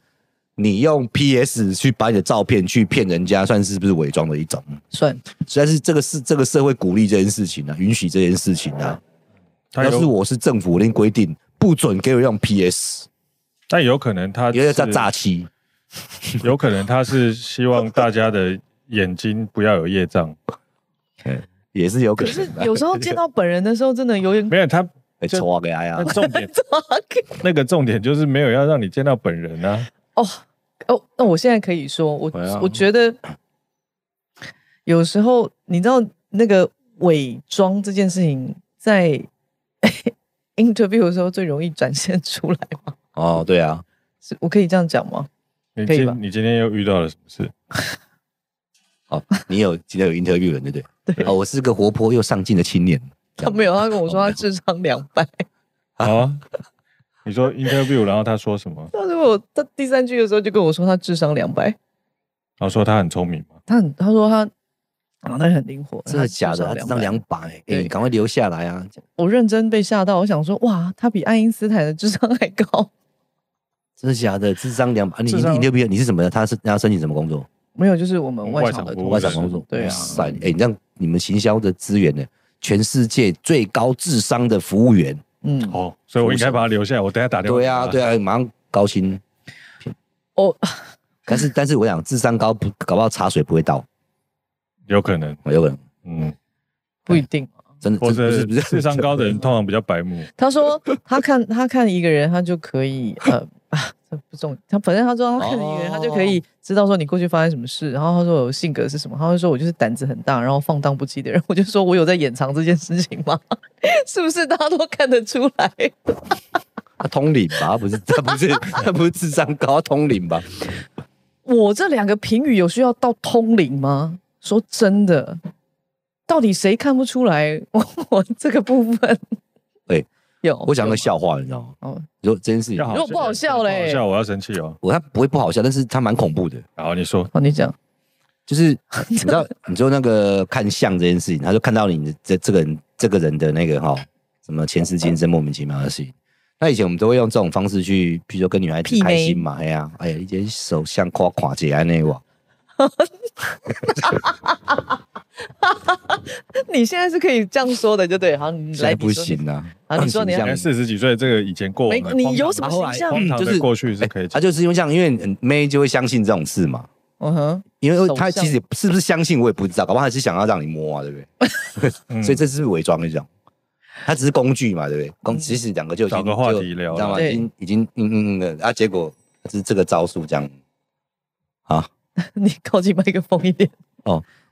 S1: 你用 PS 去把你的照片去骗人家，算是不是伪装的一种？
S2: 算
S1: 但是这个是这个社会鼓励这件事情啊，允许这件事情啊。
S3: 它
S1: 要是
S3: 有
S1: 我是政府，我一定规定不准给我用 PS，
S3: 但有可能它
S1: 因为
S3: 啊是
S1: 叫诈欺。
S3: 有可能他是希望大家的眼睛不要有业障，
S1: 也是有可
S2: 可
S1: 能
S2: 是
S1: 的、
S2: 有时候见到本人的时候，真的有点
S3: 没 有他
S1: 被戳给哎呀
S3: 那，重点那个重点就是没有要让你见到本人啊，
S2: 哦哦，那我现在可以说，我、
S1: 哎呀
S2: 我觉得有时候你知道那个伪装这件事情，在 interview 的时候最容易展现出来吗？
S1: 哦，对啊，
S2: 是我可以这样讲吗？
S3: 你
S2: 可以
S3: 今
S2: 吧
S3: 你今天又遇到了什么事？
S1: 哦，你有今天有 interview 人对不对？对，哦，我是个活泼又上进的青年。这
S2: 他
S1: 样
S2: 没有，他跟我说他智商两百。
S3: 好啊，你说 interview，然后他说什么？
S2: 他如果他第三句的时候就跟我说他智商两百，
S3: 然后说他很聪明嘛？
S2: 他很他说他脑袋很灵活，
S1: 真的假的？
S2: 他
S1: 他
S2: 智
S1: 只
S2: 商
S1: 上
S2: 200
S1: 两百，哎、
S2: 对
S1: 你赶快留下来啊！
S2: 我认真被吓到，我想说哇，他比爱因斯坦的智商还高。
S1: 真的假的？智商两百，你
S3: 智商
S1: interview 你是什么？他是他申请什么工作？
S2: 没有，就是我们外
S3: 外
S2: 场
S3: 场
S2: 的
S3: 服务
S1: 外
S2: 同
S1: 场
S2: 事
S1: 工作，
S2: 对
S1: 哇
S2: 啊，
S1: 塞，哎、你让你们行销的资源呢？全世界最高智商的服务员，
S2: 嗯，
S3: 哦，所以我应该把他留下来，我等下打电话。
S1: 对啊，对啊，马上高薪。
S2: 哦，
S1: 但 是，但是我想，智商高不搞不好茶水不会到，
S3: 有可能，
S1: 有可能
S3: 嗯，
S2: 不一定。哦
S1: 真的，
S3: 或
S1: 真的不
S3: 者
S1: 是不是
S3: 智商高的人通常比较白
S1: 嗯
S3: 目，
S2: 他说他看他看一个人，他就可 以呃啊，这不重他反正他说他看一个人，他就可以知道说你过去发生什么事。然后他说我性格是什么，他会说我就是胆子很大，然后放荡不羁的人。我就说我有在掩藏这件事情吗？ 是不是大家都看得出来？
S1: 他通灵吧？他不是， 他不是，他不是智商高，他通灵吧？
S2: 我这两个评语有需要到通灵吗？说真的，到底谁看不出来我这个部分？
S1: 哎
S2: 有
S1: 我讲
S2: 有
S1: 个笑话，你知道吗？
S2: 哦
S1: 你说这件事情
S3: 要，好
S2: 如果不好笑嘞
S3: 不好笑我要生气哦。
S1: 我他不会不好笑，但是他蛮恐怖的。
S3: 然后你说
S2: 哦，你讲
S1: 就是你知 道，你说那个看相这件事情，他就看到你这这个人这个人的那个哈、什么前世今生莫名其妙的事情。那以前我们都会用这种方式去，比如说跟女孩子
S2: 媲
S1: 开
S2: 美
S1: 心嘛，哎呀，哎呀，一些手相夸垮起来那哇，
S2: 你现在是可以这样说的，就对。好，你
S1: 现
S2: 来
S1: 在
S2: 你说
S1: 不行啊。
S2: 好你说你要
S1: 形
S3: 你
S1: 象
S3: 看四十几岁这个以前过往的
S2: 没你
S3: 荒唐
S2: 有什么
S3: 的后来
S2: 形象
S3: 荒唐
S1: 就
S3: 的
S1: 是哎
S3: 过去是可以
S1: 他、
S3: 讲，
S1: 就是因为这样，因为嗯妹就会相信这种事嘛，
S2: 嗯哼，
S1: 因为
S2: 手
S1: 他
S2: 相
S1: 其实也是不是相信我也不知道，搞不好他是想要让你摸啊，对不对？
S3: 嗯
S1: 所以这是伪装的一种，它只是工具嘛，对不对？工其实两个就已经
S3: 找个话
S1: 就
S3: 题聊
S1: 你知道吗？
S2: 嗯对
S1: 已经已经嗯嗯嗯的啊，结果是这个招数这样。啊
S2: 你靠近麦克风一点。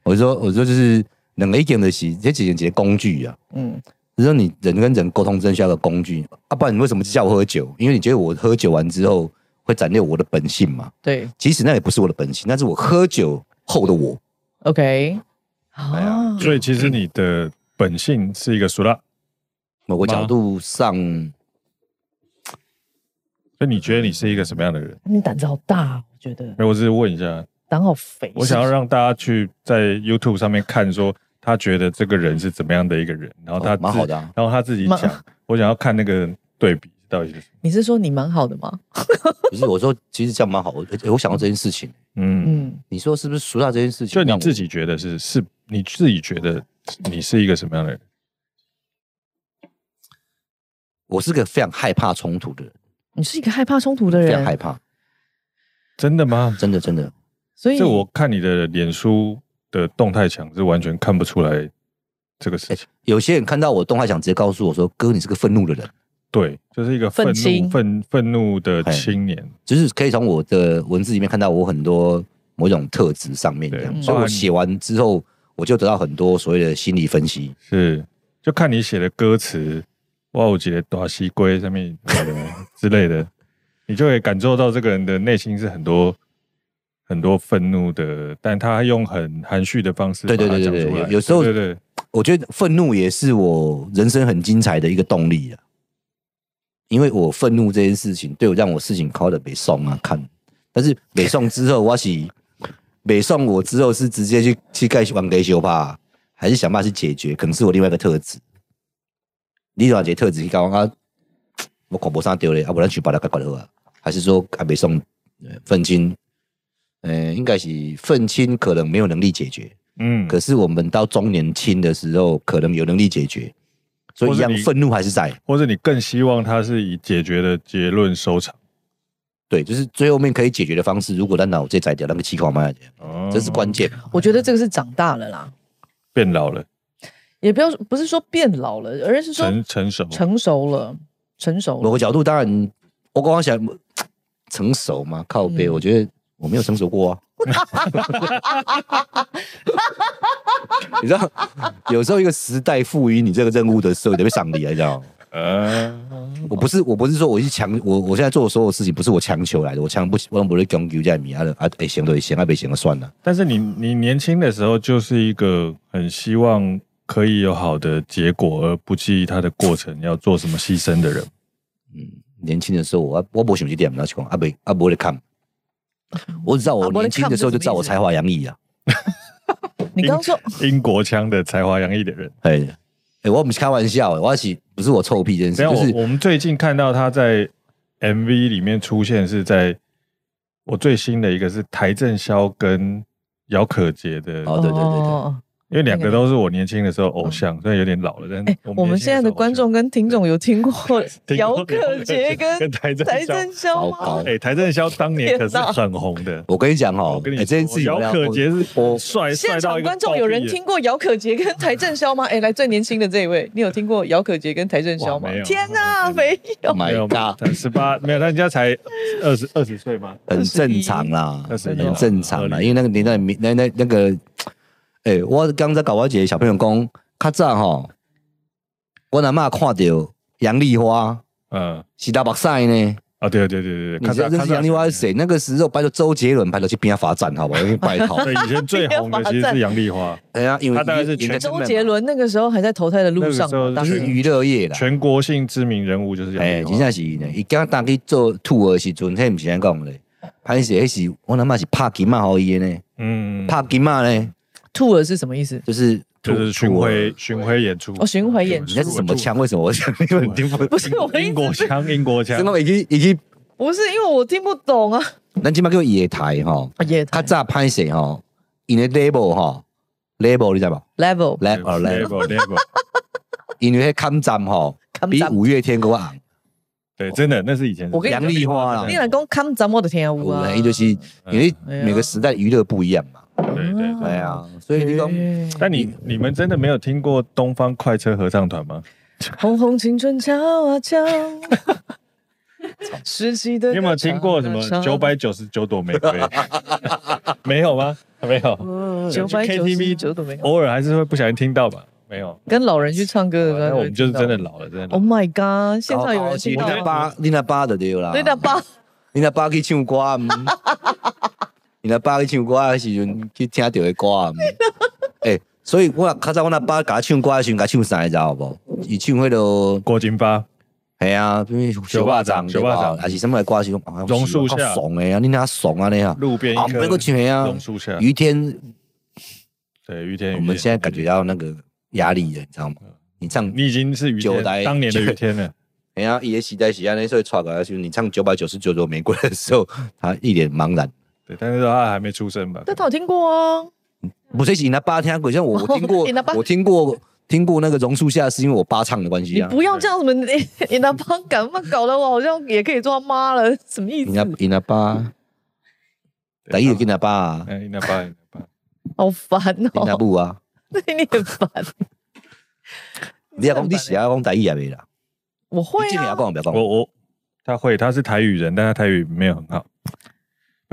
S1: 我说我说就是两个一点的是这几节工具啊，
S2: 嗯，
S1: 就是说你人跟人沟通真的需要个工具啊，不然你为什么叫我喝酒？因为你觉得我喝酒完之后会展露我的本性嘛？
S2: 对
S1: 其实那也不是我的本性，那是我喝酒后的我。
S2: ，OK。
S1: 呀
S2: 啊，
S3: 所以其实你的本性是一个俗辣，
S1: 某个角
S3: 吗
S1: 度上，
S3: 嗯所以你觉得你是一个什么样的人？
S2: 你胆子好大哦，我觉得
S3: 没有，我只是问一下，
S2: 胆好肥。
S3: 我想要让大家去在 YouTube 上面看，说他觉得这个人是怎么样的一个人，然后他
S1: 哦蛮
S3: 自
S1: 好的啊
S3: 然后他自己
S2: 蛮
S3: 讲，我想要看那个对比到底是什么。
S2: 你是说你蛮好的吗？
S1: 不是我说其实这样蛮好。我我想到这件事情，
S3: 嗯，
S2: 嗯，
S1: 你说是不是熟到这件事情？
S3: 就你
S1: 让我
S3: 自己觉得是是，你自己觉得你是一个什么样的人？
S1: 我是个非常害怕冲突的人，
S2: 你是一个害怕冲突的
S1: 非常害
S2: 人，
S1: 怕，
S3: 真的吗？
S1: 真的真的。
S2: 所以
S3: 这我看你的脸书的动态墙是完全看不出来这个事情。
S1: 有些人看到我动画，想直接告诉我说：“哥，你是个愤怒的人。
S3: 对，就是一个
S2: 愤
S3: 愤怒、
S2: 青
S3: 愤愤怒的
S1: 哎
S3: 青年。”
S1: 就是可以从我的文字里面看到我很多某种特质上面这
S3: 对，
S1: 样。
S2: 嗯
S1: 所以我写完之后，我就得到很多所谓的心理分析。
S3: 是，就看你写的歌词，哇，我觉得大西龟上面之类的， 你就可以感受到这个人的内心是很多很多愤怒的，但他用很含蓄的方式
S1: 对对
S3: 把它
S1: 对对
S3: 讲出
S1: 对
S3: 来
S1: 有有时候
S3: 对对对
S1: 我觉得愤怒也是我人生很精彩的一个动力啊，因为我愤怒这件事情，对我让我事情考的北宋啊看，但是北宋之后，我是 北宋我之后是直接去去盖玩给修吧，还是想办法去解决，可能是我另外一个特质。你怎么解特质？你讲啊，我恐怖上丢嘞，啊，不然去把它改管好啊，还是说啊，北宋呃愤青，呃，应该是愤青可能没有能力解决。
S3: 嗯，
S1: 可是我们到中年轻的时候，可能有能力解决，所以一样
S3: 或是你
S1: 愤怒还是在。
S3: 或者你更希望他是以解决的结论收场。
S1: 对，就是最后面可以解决的方式。如果咱脑这宰掉那个气矿嘛，
S3: 哦
S1: 这是关键。
S2: 我觉得这个是长大了啦，
S3: 变老了，
S2: 也不要不是说变老了，而是说
S3: 成成熟，
S2: 成熟了，成熟
S1: 某
S2: 了。
S1: 个角度，当然，我刚刚想嗯成熟嘛，靠背，
S2: 嗯
S1: 我觉得我没有成熟过 啊。你知道，有时候一个时代赋予你这个任务的时候，你得被赏你啊，你知道吗？
S3: 呃，
S1: 我不是，我不是说我去强，我我现在做的所有事情不是我强求来的，我强不，我不是强求在米啊的啊，哎行对行，啊不行就算了。
S3: 但是你你年轻的时候就是一个很希望可以有好的结果，而不介意他的过程要做什么牺牲 的人。
S1: 年轻的时候，我我不想去点，然后就讲啊不啊不会 看。我只知道
S2: 啊
S1: 我
S2: 没咧
S1: 年轻的时候就知道我才华洋溢啊，
S2: 你刚刚说
S3: 英国腔的才华洋溢的人。
S1: 哎哎、我不是开玩笑、我是不是我臭屁这件事，
S3: 然后
S1: 就
S3: 我
S1: 是
S3: 我们最近看到他在 MV 里面出现是在我最新的一个是邰正宵跟姚可杰的，
S1: 哦对对对对
S2: 哦
S3: 因为两个都是我年轻的时候偶像，虽然有点老了，但
S2: 嗯哎，我们现在的 观众跟听众有听过
S3: 听过
S2: 姚可杰
S3: 跟
S2: 跟
S3: 邰正
S2: 邰
S3: 宵
S2: 正宵
S1: 糟糕
S2: 吗？
S3: 哎，邰正宵当年可是
S2: 天哪
S3: 很红 的。
S1: 我跟你讲哈、
S3: 我跟你
S1: 哎这件事情
S3: 姚
S1: 我要
S3: 可杰是
S1: 我
S3: 帅帅
S2: 现
S3: 到
S2: 场
S3: 一个
S2: 观众
S3: 爆
S2: 有人
S3: 毙的
S2: 听过姚可杰 跟邰正宵吗？哎，来最年轻的这一位，你有听过姚可杰跟邰正宵吗
S3: 哇没？有
S2: 天哪，没有
S1: Oh，my God，
S3: 十八没有，他人家才二十 二十岁吗？
S1: 很正常啦，
S3: 21
S1: 很正常
S3: 合
S1: 啦，
S3: 理
S1: 因为那个年代没那那那个，哎、我刚才搞我一个小朋友讲，较早吼，我阿嬷看到杨丽花
S3: 嗯，
S1: 是大目屎呢。
S3: 啊，对对对对对，
S1: 你
S3: 看
S1: 知道
S3: 上
S1: 认识杨丽花是？谁？那个时候拜托周杰伦，拜托去边罚站，好不好？因为拜托
S3: 看，上 对，以前最 红的其实是杨丽花，
S1: 哎呀，因为
S3: 他大概是
S1: 因为
S3: 全
S2: 周杰伦那个时候还在投胎的路上
S3: 那个时候
S2: 嘛，
S3: 就
S2: 当
S1: 是
S2: 时
S1: 娱乐业啦。
S3: 全国性知名人物就是杨
S1: 哎，
S3: 丽
S1: 真
S3: 花。
S1: 正是呢，伊刚当去做兔儿的时阵，迄毋是安讲咧，歹势，迄是我阿妈是拍金仔互伊的呢，
S3: 嗯，
S1: 帕吉玛呢，
S2: 兔儿是什么意思？
S1: 就是
S3: 就是巡回巡回演出，
S2: 哦巡回演
S1: 你
S2: 出
S1: 那是什么腔？为什么我想你们听不？
S2: 不是我的意
S3: 英国
S2: 思，
S3: 腔，英国腔
S1: 真，的已经已经，
S2: 不是因为我听不懂啊。
S1: 咱起码叫野台吼，
S2: 啊也
S1: 较早拍摄吼，因为 label 吼，label 你知道吧
S2: level
S1: ？label label，
S3: level level，
S1: 因为看站吼
S2: 看，
S1: 比
S2: 站
S1: 五月天更红。
S3: 对，真的那是以前
S2: 我跟你
S1: 杨丽花啦
S2: 你，若讲看怎么的听有啊？
S1: 啊伊就是因为
S2: 哎
S1: 每个时代娱乐不一样嘛，
S2: 嗯
S3: 对对。
S1: 哎呀，所以你讲
S2: 哎
S3: 但你你们真的没有听过东方快车合唱团吗？
S2: 红红青春敲啊 敲，时期的
S3: 你有没有听过什么
S2: 啊
S3: 九百九十九朵玫 瑰？ 没有吗？没有，
S2: 啊九百九十
S3: KTV
S2: 九朵玫瑰？
S3: 偶尔还是会不小心听到吧？没有，
S2: 跟老人去唱歌的时
S3: 那
S2: 候，
S3: 我们就是真的。老了，真的老
S2: Oh
S3: 了。
S2: my god！现场有人
S1: 你
S2: 听到
S1: 那
S2: 吗？
S1: 爸，你那爸就对啦，
S2: 对的 吧？
S1: 你那爸去唱歌， 嗯你那爸去唱歌的时阵去听到的歌，嗯 诶，所以我较早我那爸甲唱歌的时阵，甲唱啥你知道无？伊唱迄个，
S3: 郭金发，
S1: 系啊，因为小巴掌
S3: 小
S1: 对
S3: 巴掌
S1: 吧？还是什么的歌是讲，啊
S3: 榕树下
S1: 是啊好爽诶啊，你那爽啊你啊，
S3: 路边
S1: 啊，
S3: 一
S1: 别个
S3: 棵
S1: 唱的啊
S3: 榕，树下，
S1: 于天，
S3: 对于天，
S1: 我们
S3: 于天
S1: 现在感觉到那个压力了，你知道吗？你唱
S3: 你已经是于
S1: 九
S3: 天
S1: 代
S3: 当年的于天了，
S1: 哎呀，伊的时代是安尼，所以传过来就是你唱九百九十九朵玫瑰的时候，他一脸茫
S2: 嗯
S1: 然。
S3: 对，但是他还没出生吧？
S2: 但他有听过啊，
S1: 不是你那爸听过，像我我听过
S2: 你那爸，
S1: 我听过听过那个榕树下，是因为我爸唱的关系
S2: 你
S1: 啊。
S2: 不要这样什么， 你你那帮敢嘛搞得我好像也可以做他妈了， 什么意
S1: 你那
S2: 思？
S1: 你那爸，
S3: 对
S1: 大一跟他爸啊，
S3: 哎，那爸，那爸，
S2: 好烦
S1: 跟他
S2: 哦，
S1: 母啊，
S2: 对 你很烦。
S1: 你要讲你喜欢讲大一也没啦，
S2: 我会
S1: 你要
S2: 啊，
S1: 讲不要讲，
S3: 我我他会，他是台语人，但他台语没有很好。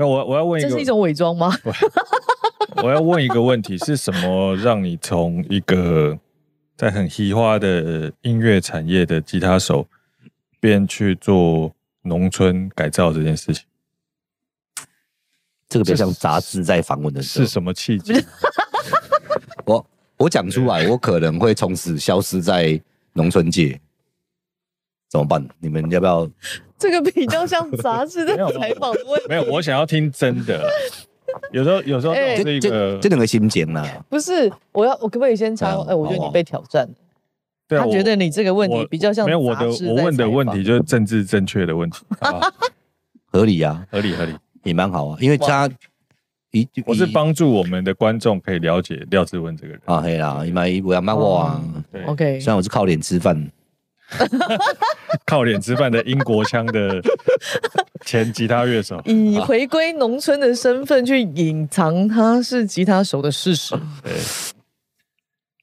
S3: 那我我要问一
S2: 这
S3: 个
S2: 是一，种伪装吗？
S3: 我要问一个问题，是什么让你从一个在很嘻哈的音乐产业的吉他手，变去做农村改造这件事情？
S1: 这个比较像杂志在访问的时
S3: 是
S1: 候，
S3: 什么契机？
S1: 我我讲出来，我可能会从此消失在农村界，怎么办？你们要不要？
S2: 这个比较像杂志的
S3: 没有
S2: 采访的问题，
S3: 没有，我想要听真的啦。有时候，有时候
S2: 哎
S3: 这种是
S1: 这
S3: 一
S1: 这
S3: 个，
S1: 这两个心情啊啦、
S2: 不是我要我可不可以先插
S1: 嗯
S2: 话？哎，我觉得
S1: 好
S2: 你
S1: 啊
S2: 被挑战了，
S3: 对啊
S2: 他觉得你这个问题
S3: 我
S2: 比较像
S3: 没有我的
S2: 杂志在
S3: 我问的
S2: 采访
S3: 问题就是政治正确的问题，好不好
S1: 合理啊，
S3: 合理合理。
S1: 也蛮好啊，因为他一
S3: 我是
S1: 一
S3: 帮助我们的观众可以了解廖志文这个人。
S1: 啊，嘿啦，伊嘛伊不要骂我啊，
S3: 对
S2: OK，
S1: 虽然我是靠脸吃饭，
S3: 靠脸吃饭的英国腔的前吉他乐手，
S2: 以回归农村的身份去隐藏他是吉他手的事 实。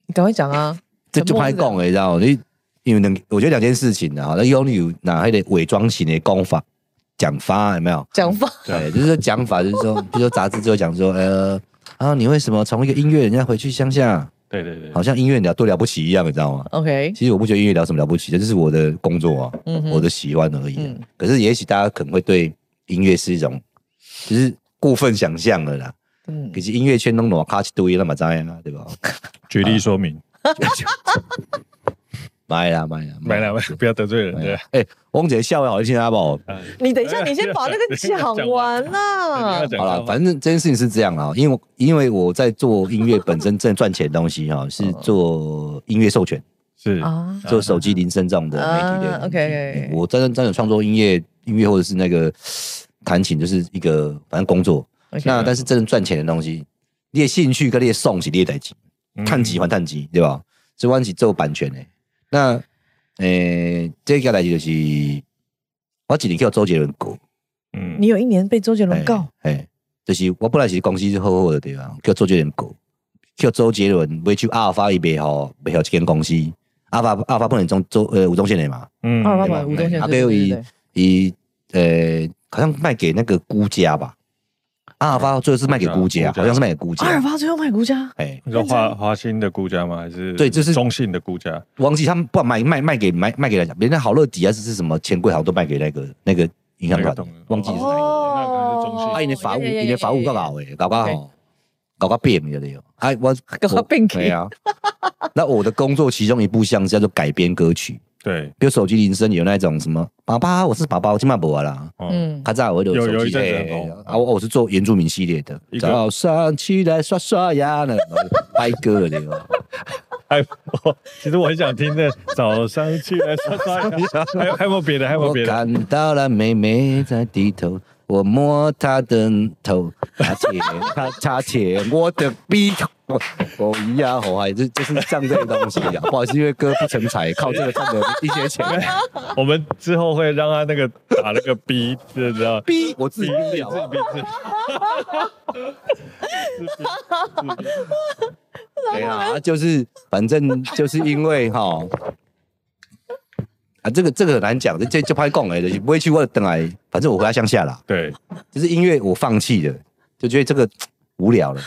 S2: 你赶快讲啊！
S1: 这就拍讲的，你知道吗？你因为两，我觉得两件事情啊，那有你有哪还得伪装型的讲法讲法有没有？
S2: 讲 法
S3: 啊
S1: 对，就是说讲法，就是说， 比如说杂志就会讲说，呃，啊，你为什么从一个音乐人家回去乡下，
S3: 对对对，
S1: 好像音乐了多了不起一样，你知道吗？
S3: 嗯
S2: OK，
S1: 其实我不觉得音乐聊什么了不起，这就是我的工作啊，
S2: 嗯哼
S1: 我的喜欢而已啊、
S2: 嗯
S1: 可是也许大家可能会对音乐是一种，就是过分想象了啦。
S2: 嗯
S1: 可，是音乐圈弄挪卡一堆，那么怎样啊，对吧？
S3: 举例说
S1: 啊
S3: 明，
S1: 买啦买啦
S3: 没了，没了不要得罪人，对
S1: 哎、。欸，我讲一个笑话好听啊不？
S2: 你等一下，你先把那个讲完
S3: 你
S2: 啦
S3: 要。讲
S2: 嗯
S1: 好
S3: 话
S1: 了，反正这件事情是这样啊，因为我因为我在做音乐本身挣赚钱的东西哈、
S2: 嗯
S1: 是做音乐授权，
S3: 是
S2: 啊，
S1: 做手机铃声这种的媒体的
S2: 啊
S1: 东西。
S2: ，OK，OK，OK
S1: 我真的真的创作音乐音乐或者是那个弹琴，就是一个反正工作。
S2: OK
S1: 那但是真正赚钱的东西，你的兴趣跟你的送是你的代志，
S3: 嗯
S1: 趁钱还趁钱，对吧？所以我是做版权的。那诶、呃这个代志就是我一年叫周杰伦告，
S3: 嗯
S2: 你有一年被周杰伦
S1: 哎
S2: 告，
S1: 哎、就是我本来是公司是好好的对吧？叫周杰伦告，叫周杰伦买去阿尔法伊卖好卖好一间公司，阿尔法阿尔法不能中周呃吴宗宪的嘛，
S3: 嗯
S2: 二八
S1: 对
S2: 百
S1: 吧
S2: 吴宗宪
S1: 阿
S2: 对
S1: 贝
S2: 对
S1: 伊
S2: 对，
S1: 伊呃好像卖给那个孤家吧，阿尔法最后是卖给孤家，
S3: 孤家
S1: 好像是卖给孤
S2: 阿
S1: 家，
S2: 尔巴最后卖国家，
S1: 哎、
S3: 你说华华兴的估价吗？还是
S1: 对就是
S3: 中信的估价？
S1: 忘记他们不买卖卖给卖卖给人家，人家好乐迪啊，是是什么钱柜好像都卖给那个那个银行
S3: 那
S1: 团
S3: 个懂了，
S1: 忘记是
S2: 哦
S1: 哪一个。
S3: 那可能是中信
S1: 哦啊，因的法务，
S2: 呀呀呀
S1: 因的法务
S2: 呀
S1: 够
S2: 呀
S1: 搞诶，搞搞好，搞搞变的了。哎，我
S2: 搞到变 去
S1: 对啊。那我的工作其中一部项是叫做改编歌曲，
S3: 对，
S1: 比如手机铃声有那种什么“爸爸，我是爸爸”，我今晚不玩啦。
S3: 嗯，
S2: 嗯，
S1: 他在我的
S3: 有
S1: 手
S3: 有一
S1: 机，
S3: 阵子
S1: 哎
S3: 很红
S1: 啊，我我是做原住民系列的
S3: 一，个
S1: 早上起来刷刷牙呢， 然后就拍歌了哟。
S3: 还哎我其实我很想听的，早上起来刷刷 牙，还有还有没有别的？还有没有
S1: 我
S3: 别的？
S1: 看到了妹妹在低头，我摸她的头，她舔她她舔我的鼻 头，我我一样好爱，就就是像这个东西啊。不好意思，因为歌不成才，靠这个赚的一些 钱。
S3: 我们之后会让他那个打那个 B，知不知道？
S1: 逼我自己
S3: 逼
S1: 逼了
S3: 自己逼自己。
S1: 对啊，就是反正就是因为哈，啊，这个这个很难讲，这这就拍供来的，不会去我等来，反正我回到乡下啦，
S3: 对，
S1: 就是音乐我放弃了，就觉得这个无聊了。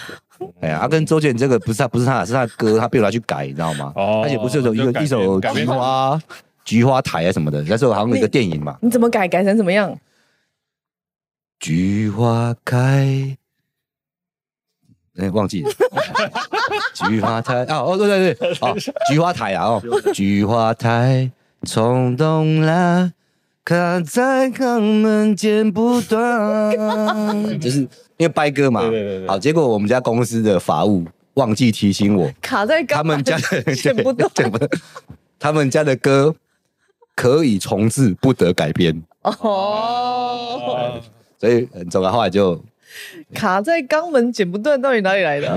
S1: 哎呀，他、跟周杰伦这个不是他，不是他，是他的歌，他被我拿去改，你知道吗？
S3: 哦
S1: 而且不是有一
S3: 就
S1: 首
S3: 改
S1: 一首
S3: 改
S1: 菊
S3: 编成
S1: 花菊花台啊什么的，那时候好像有一个电影嘛，
S2: 你怎么改？改成怎么样？
S1: 菊花开，哎、忘记 了。菊花台啊，哦，对对对，哦，菊花台啊， 哦，菊花台冲动啦，卡在肛门剪不断， 就是因为掰歌嘛。
S3: 对对对对
S1: 好，结果我们家公司的法务忘记提醒 我，
S2: 卡在
S1: 他
S2: 肛
S1: 们
S2: 门
S1: 家的
S2: 剪不 断
S1: 对不他们家的歌可以重置，不得改编，
S2: 哦，
S3: 哦
S1: 所以很重要。后来就
S2: 卡在肛门剪不断，到底哪里来的？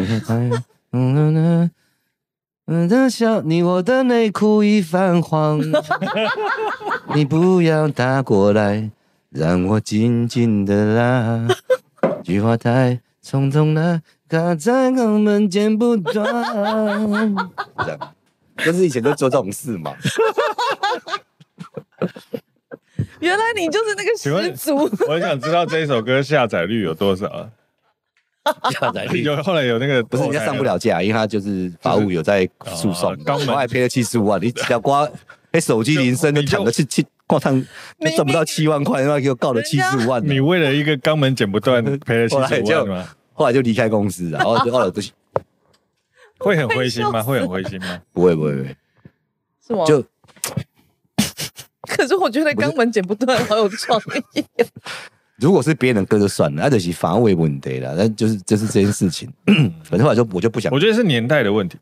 S1: 嗯嗯的笑，你我的内裤已泛 黄，你不要打过来，让我紧紧的拉。菊花台匆匆的卡在肛门剪不断。 这样，就是以前都做这种事嘛。
S2: 原来你就是那个
S3: 请问
S2: 始祖。
S3: 我很想知道这一首歌下载率有多少啊？有后啊来有那个
S1: 不是人家上不了架，因为他就是法务有在诉讼
S3: 哦，肛门
S1: 我还赔了七十五万，你只要刮那手机铃声就躺了去去挂烫，
S2: 明
S1: 就
S2: 明
S1: 赚不到七万块，然后给我告了七十五万
S3: 你
S1: 呢。
S3: 为了一个肛门剪不 断赔了七
S1: 后来
S3: 十
S1: 就
S3: 五万吗？
S1: 后来就离开公司了，然后就哦后来就
S3: 会很灰心吗？会很灰心吗？
S1: 不会不会不会，
S2: 是吗？
S1: 就
S2: 可是我觉得肛门剪不断好有创意。
S1: 如果是别人的歌就算了，那就是法务的问题了，那就是就是这件事情。 反正后来就我就不想
S3: 我觉得是年代的问题，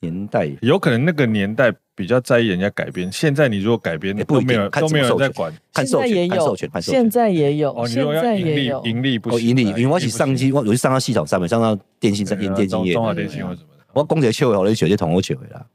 S1: 年代
S3: 有可能那个年代比较在意人家改编，现在你如果改编
S1: 也不
S3: 都
S1: 一定
S3: 没有人
S1: 看
S3: 都没有
S1: 怎么授
S3: 人在
S1: 权
S3: 管。
S1: 看授
S2: 现在也
S1: 权看
S2: 有
S1: 授权看授权
S2: 现。在也有，
S3: 哦，你如
S2: 现
S3: 果要
S2: 在
S3: 盈
S2: 也
S3: 利
S2: 有，
S3: 盈利不
S1: 哦，
S3: 行，
S1: 盈利，因为我
S3: 盈
S1: 是上
S3: 不行
S1: 机，我我是上到系统上面，上到电信上
S3: 对啊
S1: 电电信业，嗯
S3: 中华电信或什么的。
S1: 我公姐笑我，你笑这同我笑的啦。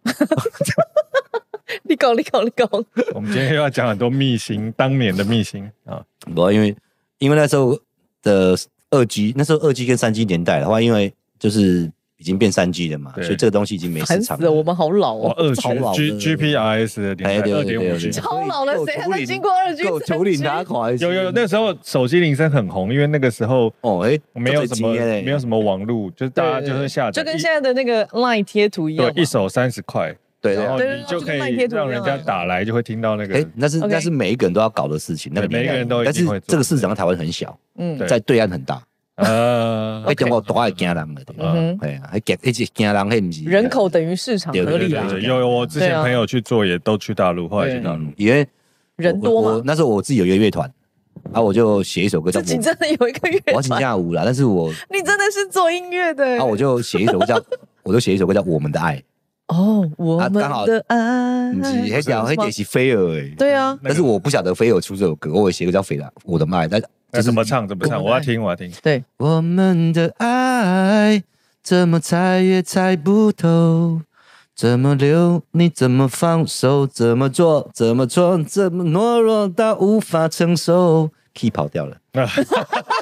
S2: 你搞你搞你搞，
S3: 我们今天又要讲很多秘辛，当年的秘辛啊，
S1: 我因为因为那时候的二 G，那时候二 G 跟三 G 年代的话，因为就是已经变三 G 了嘛，
S3: 对
S1: 所以这个东西已经没市
S2: 烦
S1: 场
S2: 死了，我们好老
S3: 哇，
S2: 哦，
S3: 二
S1: 超老的
S3: G G G P R S 的
S1: 哎
S3: 年代，
S1: 对
S3: 二
S1: 对
S3: 点
S1: 对
S3: 五
S1: 对
S3: G，
S2: 超老了，谁还能经过二 G？
S1: 够头领打
S2: 3G
S1: 垮。
S3: 有有有，那时候手机铃声很红，因为那个时候
S1: 哦哎，
S3: 没有什么没有
S1: 么
S3: 什么网络，就是大家就是下载
S2: 就
S3: 一，
S2: 跟现在的那个 LINE 贴图一样
S3: 对
S2: 嘛，
S3: 一手三十块，
S1: 对
S3: 然后
S1: 对。
S2: 对对
S3: 你就可
S2: 就跟卖
S3: 以
S2: 贴图一样啊
S3: 让人家打来就会听到那个
S1: 哎，，那是
S2: OK
S1: 那是每一个人都要搞的事情，那个
S3: 对每一个人都一
S1: 但
S3: 定
S1: 是
S3: 会做
S1: 这个市场在台湾很小，
S2: 嗯
S3: 对
S1: 在对岸很大。
S3: 呃
S1: 哎，中国大爱惊人的，
S2: 嗯哼，
S1: 哎呀，还惊，一直惊人，还不是
S2: 人口等于市场
S1: 对对
S2: 合理
S1: 对
S2: 啊
S1: 对，
S3: 对有有，我之
S2: 对
S3: 前
S2: 啊
S3: 朋友去做也都去大陆，后来去大陆，
S1: 嗯因为
S2: 人
S1: 我
S2: 多
S1: 我
S2: 嘛，
S1: 那时候我自己有一个乐团，啊，我就写一首歌叫
S2: 自
S1: 《
S2: 己
S1: 我
S2: 真的有一个乐
S1: 我要请
S2: 团，
S1: 假舞》啦，但是我
S2: 你真的是做音乐的欸
S1: 啊，我就写一首歌叫，我就写一首歌叫《我们的爱
S2: 哦，我们
S1: 啊刚好
S2: 的爱，》，
S1: 不是黑条黑
S2: 是吗
S1: 也是菲儿哎，
S2: 嗯对啊，
S1: 但是我不晓得菲儿出这首歌，我有写一个叫《菲的我的爱》，但
S3: 那
S1: 就是
S3: 哎怎么唱怎么唱，我要听我要听，
S1: 我们的爱怎么猜也猜不透，怎么留你怎么放手，怎么做怎么错，怎么懦弱到无法承受，key 跑掉了。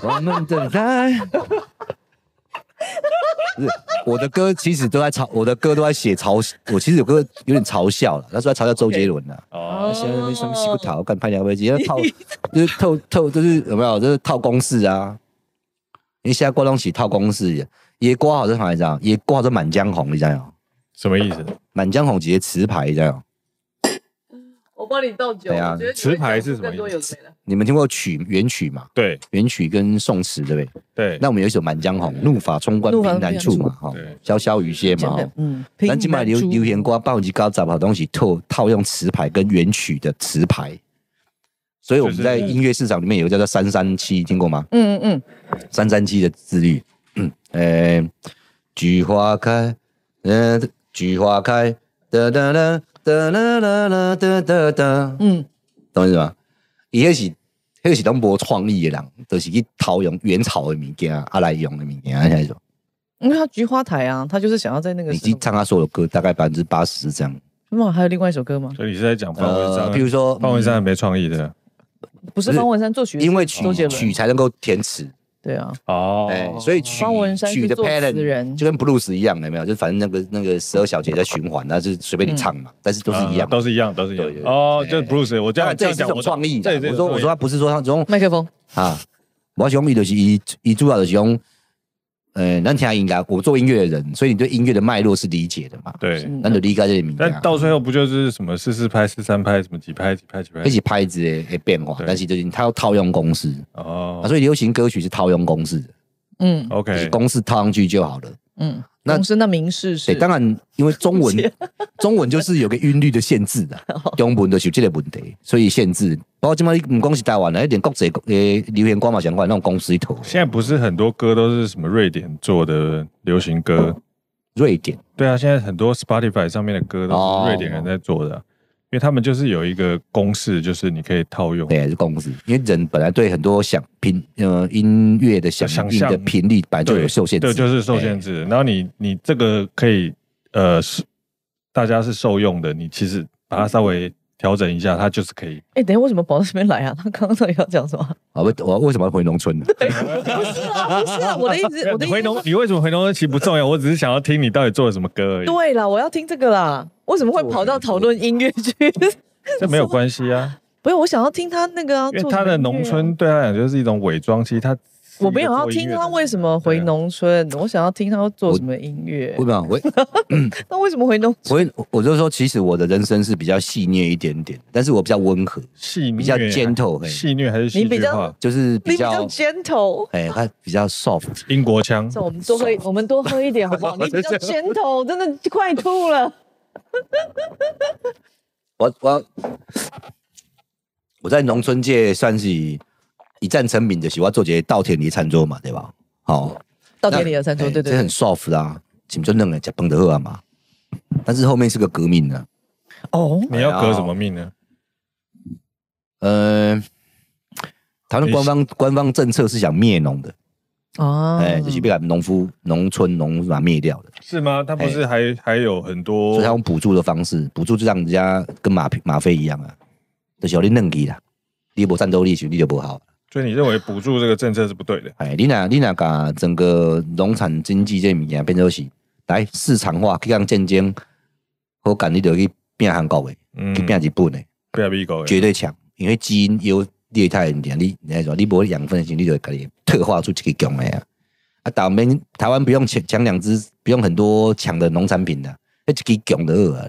S1: 我们的爱，不是我的歌，其实都在嘲，我的歌都在写嘲，我其实有歌有点嘲笑了，那时候在嘲笑周杰伦的、啊
S3: 哦，
S1: 现在那什么西骨桃干拍两杯鸡，要套就是透透就是有没有就是套公式啊？因为现在挂东西套公式，也挂好这牌子啊，也挂这《满江红》，你知道吗？
S3: 什么意思？
S1: 满江红》直接词牌，你知道吗？
S2: 我帮你倒酒，
S1: 对啊啊
S2: 我觉得你会
S3: 持牌
S2: 讲
S3: 是
S2: 出
S3: 什么
S2: 更多
S3: 意
S2: 有的没的
S1: 你们听过曲元曲嘛？
S3: 对
S1: 元曲跟宋词对不对？
S3: 对，
S1: 那我们有一首《满江红》，怒发冲冠
S2: 怒发
S1: 凭栏处嘛，哦哈
S3: 对，
S1: 潇潇雨歇嘛，哈。
S2: 嗯，
S1: 咱今麦流流行歌百分之九十的东西套套用词牌跟原曲的词牌，所以我们
S3: 就是
S1: 在音乐市场里面有一个叫做三三七，听过吗？
S2: 嗯嗯
S1: 三三七的自律， 嗯，呃，菊花开，呃，菊花开，哒哒哒哒哒哒哒哒哒哒，
S2: 嗯
S1: 懂我意思吗？伊迄是迄是拢无创意的人，就是去套用元朝的物件，啊来用的物件，啊那种。
S2: 嗯，因为他菊花台啊，他就是想要在那个
S1: 你
S2: 时
S1: 去
S2: 候。
S1: 唱他所有歌，大概百分之八十是这样。
S2: 那还有另外一首歌吗？
S3: 所以你是在讲方文
S1: 呃，
S3: 山，
S1: 比如说，嗯
S3: 方文山很没创意的
S2: 不是方文山作曲的是
S1: 因为曲
S2: 周杰
S1: 曲
S2: 伦，
S1: 才能够填词，
S2: 对啊，
S3: 哦
S1: 哎、所以曲
S2: 方文山是
S1: 曲的
S2: 作词
S1: pattern
S2: 人
S1: 就跟 blues 一样，有没有？就反正那个那个十二小节在循环，那就是随
S2: 嗯
S1: 便你唱嘛，但是都是一样。
S3: 呃嗯都是一样，都是一样。哦，就是 Bruce，我这
S1: 当然
S3: 样
S1: 这也
S3: 这样
S1: 是一
S3: 讲，
S1: 种创意啦。
S3: 这
S1: 我说我说他不是说他用
S2: 麦克风，
S1: 啊，我用意就是一一主要就是用，呃，咱听音乐，我做音乐的人，所以你对音乐的脉络是理解的嘛？，
S3: 对，
S2: 嗯
S1: 咱就理解这个名。
S3: 但到最后不就是什么四四拍、四三拍、什么几拍、几拍、几拍
S1: 一？起拍子的的变化，
S3: 对
S1: 但是就是他要套用公式、啊，
S3: 哦
S1: 所以流行歌曲是套用公式的，
S2: 嗯
S1: 就是
S3: ，OK，
S1: 公式套上去就好了。
S2: 嗯，
S1: 那
S2: 同时那名士是
S1: 对，当然，因为中文 中文就是有个韵律的限制的，中文就是有这个问题，所以限制。包括今麦唔讲是台湾的，一呃点国际诶流行歌嘛相关那种公司头，
S3: 现在不是很多歌都是什么瑞典做的流行
S1: 哦
S3: 歌？
S1: 瑞典
S3: 对啊，现在很多 Spotify 上面的歌都
S1: 哦
S3: 是瑞典人在做的啊，因为他们就是有一个公式，就是你可以套用。
S1: 对是公司，因为人本来对很多想频呃音乐的响
S3: 想
S1: 应
S3: 象
S1: 的频率本来就有受限制，哎
S3: 对，就是受限
S1: 制。
S3: 制。然后你你这个可以呃是大家是受用的，你其实把它稍微调整一下，它就是可以。
S2: 哎、等一下为什么跑到这边来啊？ 他刚刚到底要讲什么？
S1: 好，我我啊为什么要回农村呢？
S2: 不是 啊，不是啊，我的意思，我的
S3: 你
S2: 意
S3: 回
S2: 思
S3: 农，你为什么回农村其实不重要，我只是想要听你到底做了什么歌而已，
S2: 对啦，我要听这个啦。为什么会跑到讨论音乐去？
S3: 这没有关系啊，
S2: 不是，我想要听他那个啊，
S3: 因为
S2: 做
S3: 他的
S2: 什么音乐
S3: 农
S2: 啊
S3: 村对他来讲就是一种伪装，其实他
S2: 我没有要听他为什么
S3: 啊
S2: 回农村，我想要听他做什么音乐
S1: 为。什么回
S2: 那为什么回农村？
S1: 回？我就说，其实我的人生是比较细腻一点点，但是我比较温和，
S3: 戏
S1: 比较 gentle，嘿
S3: 戏虐还是戏
S2: 你比
S3: 剧
S2: 较
S3: 化？
S1: 就是
S2: 你
S1: 比
S2: 比较
S1: 较
S2: gentle。
S1: 哎，他比较 soft。
S3: 英国腔，
S2: 这我们多喝一，我们多喝一点好 不好？你比较 gentle，真的快吐了。
S1: 我我我在农村界算是一战成名的，喜欢做些稻田里餐桌嘛，对吧？好、
S2: 稻田里的餐桌，
S1: 哎
S2: 对
S1: 这
S2: 对
S1: 很
S2: 对，
S1: soft 的啊，请就弄了加崩的喝嘛。但是后面是个革命啊呢，
S2: 哦，
S3: 你
S1: 哎
S3: 要革什么命呢？
S1: 呃，台湾的官方官方政策是想灭农的，
S2: 啊，
S1: 哎、就是被农夫、农村、农夫把它灭掉的，
S3: 是吗？他不是还还有很
S1: 哎所
S3: 多
S1: 以他用补助的方式，补助就让人家跟马匹马费一样啊，就是让你弄去啦，你无战斗力，就你就不好。
S3: 所以你认为补助这个政策是不对的？
S1: 哎，你若你若把整个农产经济这物件变做是来市场化，去让竞争，好干你就去拼韩国的，
S3: 嗯
S1: 去，拼日本的，
S3: 不要逼狗，
S1: 绝对强，因为基因优劣态的物件，你你说你无养分的时候，你就会给己特化出一个强的啊。啊，台湾台湾不用抢抢两只，不用很多抢的农产品的，迄一支强的好啊。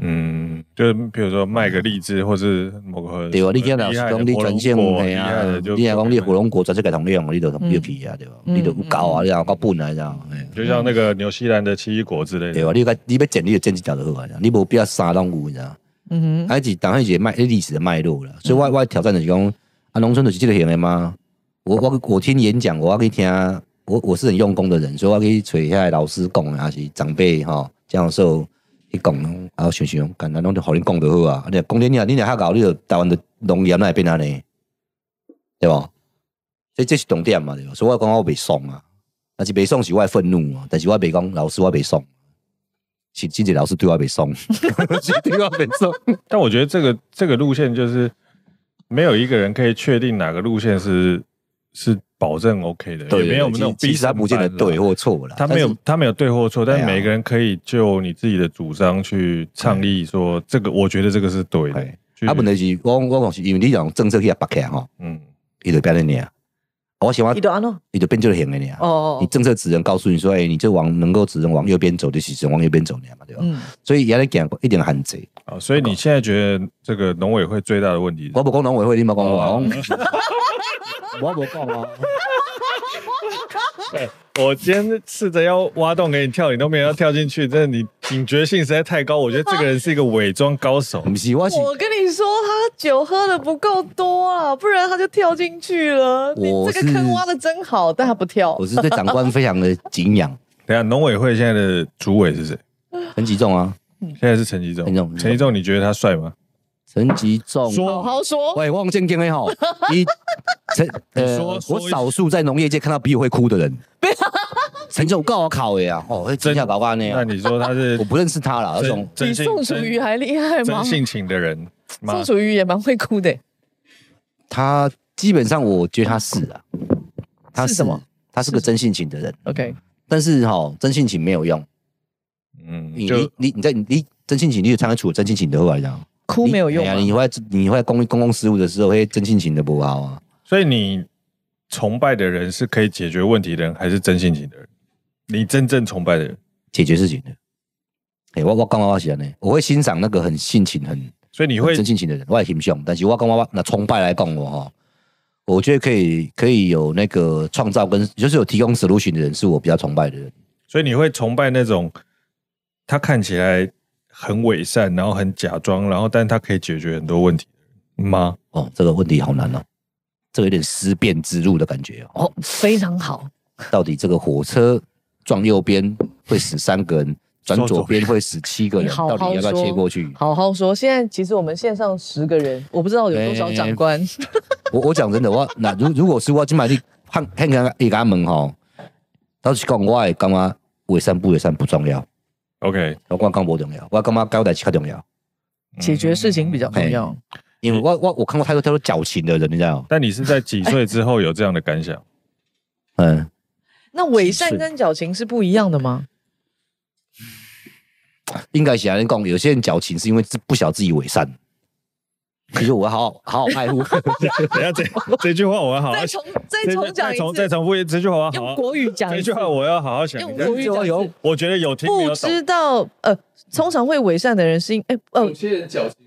S3: 嗯，就是比如说卖个荔枝，或是某个
S1: 对啊，你今
S3: 很
S1: 老
S3: 厉
S1: 是
S3: 害的
S1: 讲你
S3: 火龙
S1: 全省
S3: 果
S1: 哎
S3: 厉害
S1: 啊
S3: 的，就
S1: 你若讲你火龙果全世界同你用，你就同
S2: 嗯
S1: 你去啊，对吧？
S2: 嗯
S1: 你就有够啊，你若够本啊，这样。哎
S3: 就像那个纽西兰的奇异果之类
S1: 对啊
S3: 的，
S1: 吧？你该你要整你就整一条就好啊，你无必要三拢有，你知道？
S2: 嗯哼，嗯
S1: 还是当然是脉历史的脉络啦。所以我我的挑战就是讲，啊，农村就是这个型的吗？我我我听演讲，我要去听，我我是很用功的人，所以我去找遐的老师讲，啊还是长辈吼教授去讲，啊，我想想，简单拢就互你讲就好啊。啊你若讲你若你若较搞，你就台湾的农业哪会变安尼，对无？这这是重点嘛，对吧？所以我讲我袂爽啊，但是袂爽是我的愤怒啊，但是我袂讲老师我袂爽，是真正老师对我袂爽，是对我袂爽。
S3: 但我觉得这个这个路线就是没有一个人可以确定哪个路线是是保证 OK 的，
S1: 对，
S3: 也没有那种
S1: 其
S3: 逼
S1: 其实他不见得对或错啦，
S3: 啊他没有他没有对或错，
S1: 对啊
S3: 但每个人可以就你自己的主张去倡议说这个，我觉得这个是对的
S1: 对。
S3: 去
S1: 他本来是我我讲是因为你讲政策去也白起来吼，
S3: 嗯，
S1: 伊就变成你啊，我喜欢
S2: 伊，都安诺
S1: 你就变就很了呀。
S2: 哦
S1: 你，政策指人告诉你说，哎、你这往能够只能往右边走，就是只能往右边走那样嘛，对吧？
S2: 嗯，
S1: 所以原来讲一点限制。
S3: 啊，所以你现在觉得这个农委会最大的问题是
S1: 我不讲农委会，你冇讲我啊，
S3: 哦
S1: 我冇讲啊。
S3: 我今天试着要挖洞给你跳，你都没有要跳进去，真的你警觉性实在太高。我觉得这个人是一个伪装高手。
S1: 不是，我是
S2: 我跟你说，他酒喝的不够多啊，不然他就跳进去了。你
S1: 我
S2: 这个
S1: 是
S2: 坑挖的真好，但他不跳
S1: 我。是对长官非常的敬仰，
S3: 等一下，农委会现在的主委是谁？
S1: 陈吉仲啊，
S3: 现在是陈吉仲。
S1: 陈吉仲
S3: 陈吉仲，你觉得他帅吗？
S1: 陈吉仲，
S2: 好好说，
S1: 喂，望见今天 吼，你陈
S3: 你
S1: 呃
S3: 说，说
S1: 我
S3: 一
S1: 少数在农业界看到比我会哭的 人，陈总够好考的呀，哦，会真下搞干
S3: 那
S1: 呢，
S3: 你说他是
S1: 我不认识他啦，而且
S3: 真
S2: 比
S3: 真性
S2: 宋楚瑜还厉害
S3: 真
S2: 吗
S3: 真？性情的人吗
S2: 宋？楚瑜也蛮会哭的欸，
S1: 他基本上我觉得他是啊，他
S2: 是什么？
S1: 他是个真性情的人，
S2: ？OK，
S1: 但是哈，真性情没有用，
S3: 嗯，
S1: 你
S3: 就
S1: 你你你在你你真性情，你就参加处真性情的话，这样
S2: 哭没有用
S1: 哎
S2: 啊
S1: 呀，。你会你会公公共事务的时候，会真性情的不好啊。
S3: 所以你崇拜的人是可以解决问题的人，还是真性情的人？你真正崇拜的人，
S1: 解决事情的。哎、我我干嘛我喜欢呢？我会欣赏那个很性情、很
S3: 所以你
S1: 很
S3: 会
S1: 真性情的人，我也欣赏。但是我干嘛我那崇拜来讲我哈，我觉得可以可以有那个创造跟就是有提供 solution 的人，是我比较崇拜的人。
S3: 所以你会崇拜那种他看起来很伪善，然后很假装，然后但他可以解决很多问题吗？
S1: 哦，这个问题好难哦，这个有点思辨之路的感觉哦。
S2: 哦，非常好，
S1: 到底这个火车撞右边会死三个人，转左边会死七个
S2: 你
S1: 人，
S2: 好
S1: 到
S2: 好
S1: 底要不要
S2: 说
S1: 切过去？
S2: 好好说。现在其实我们线上十个人，我不知道有多
S3: 哎
S2: 少长官。
S3: 嗯
S1: 我我讲真的，我那如如果是我今买你看看看一家门吼，倒是讲我会感觉为善不为善不重要，
S3: OK，嗯
S1: 我感觉讲无重要，我感觉交代是较重要。
S2: 解决事情比较
S3: 哎
S2: 重要。
S1: 因为
S2: 嗯
S1: 我我我看过太多太多矫情的人，你知道吗？
S3: 但你是在几岁之后有这样的 感想？
S1: 嗯，
S2: 那伪善跟矫情是不一样的吗？
S1: 应该是安尼讲，有些人矫情是因为自不晓自己为善。其实我要好好好好爱 护，
S3: 等一下这这句话我要好好
S2: 再重再重讲
S3: 再
S2: 一
S3: 重再
S2: 次，
S3: 重复一这句话我要好
S2: 用
S3: 好
S2: 国语讲
S3: 这
S2: 一
S3: 句
S2: 次。
S3: 话我要好好想
S2: 用
S3: 一下
S2: 国。语讲一次。
S3: 我觉得有听没
S2: 不
S3: 有懂
S2: 知，道呃，通常会伪善的人是因哎呃
S4: 有，些人矫情是因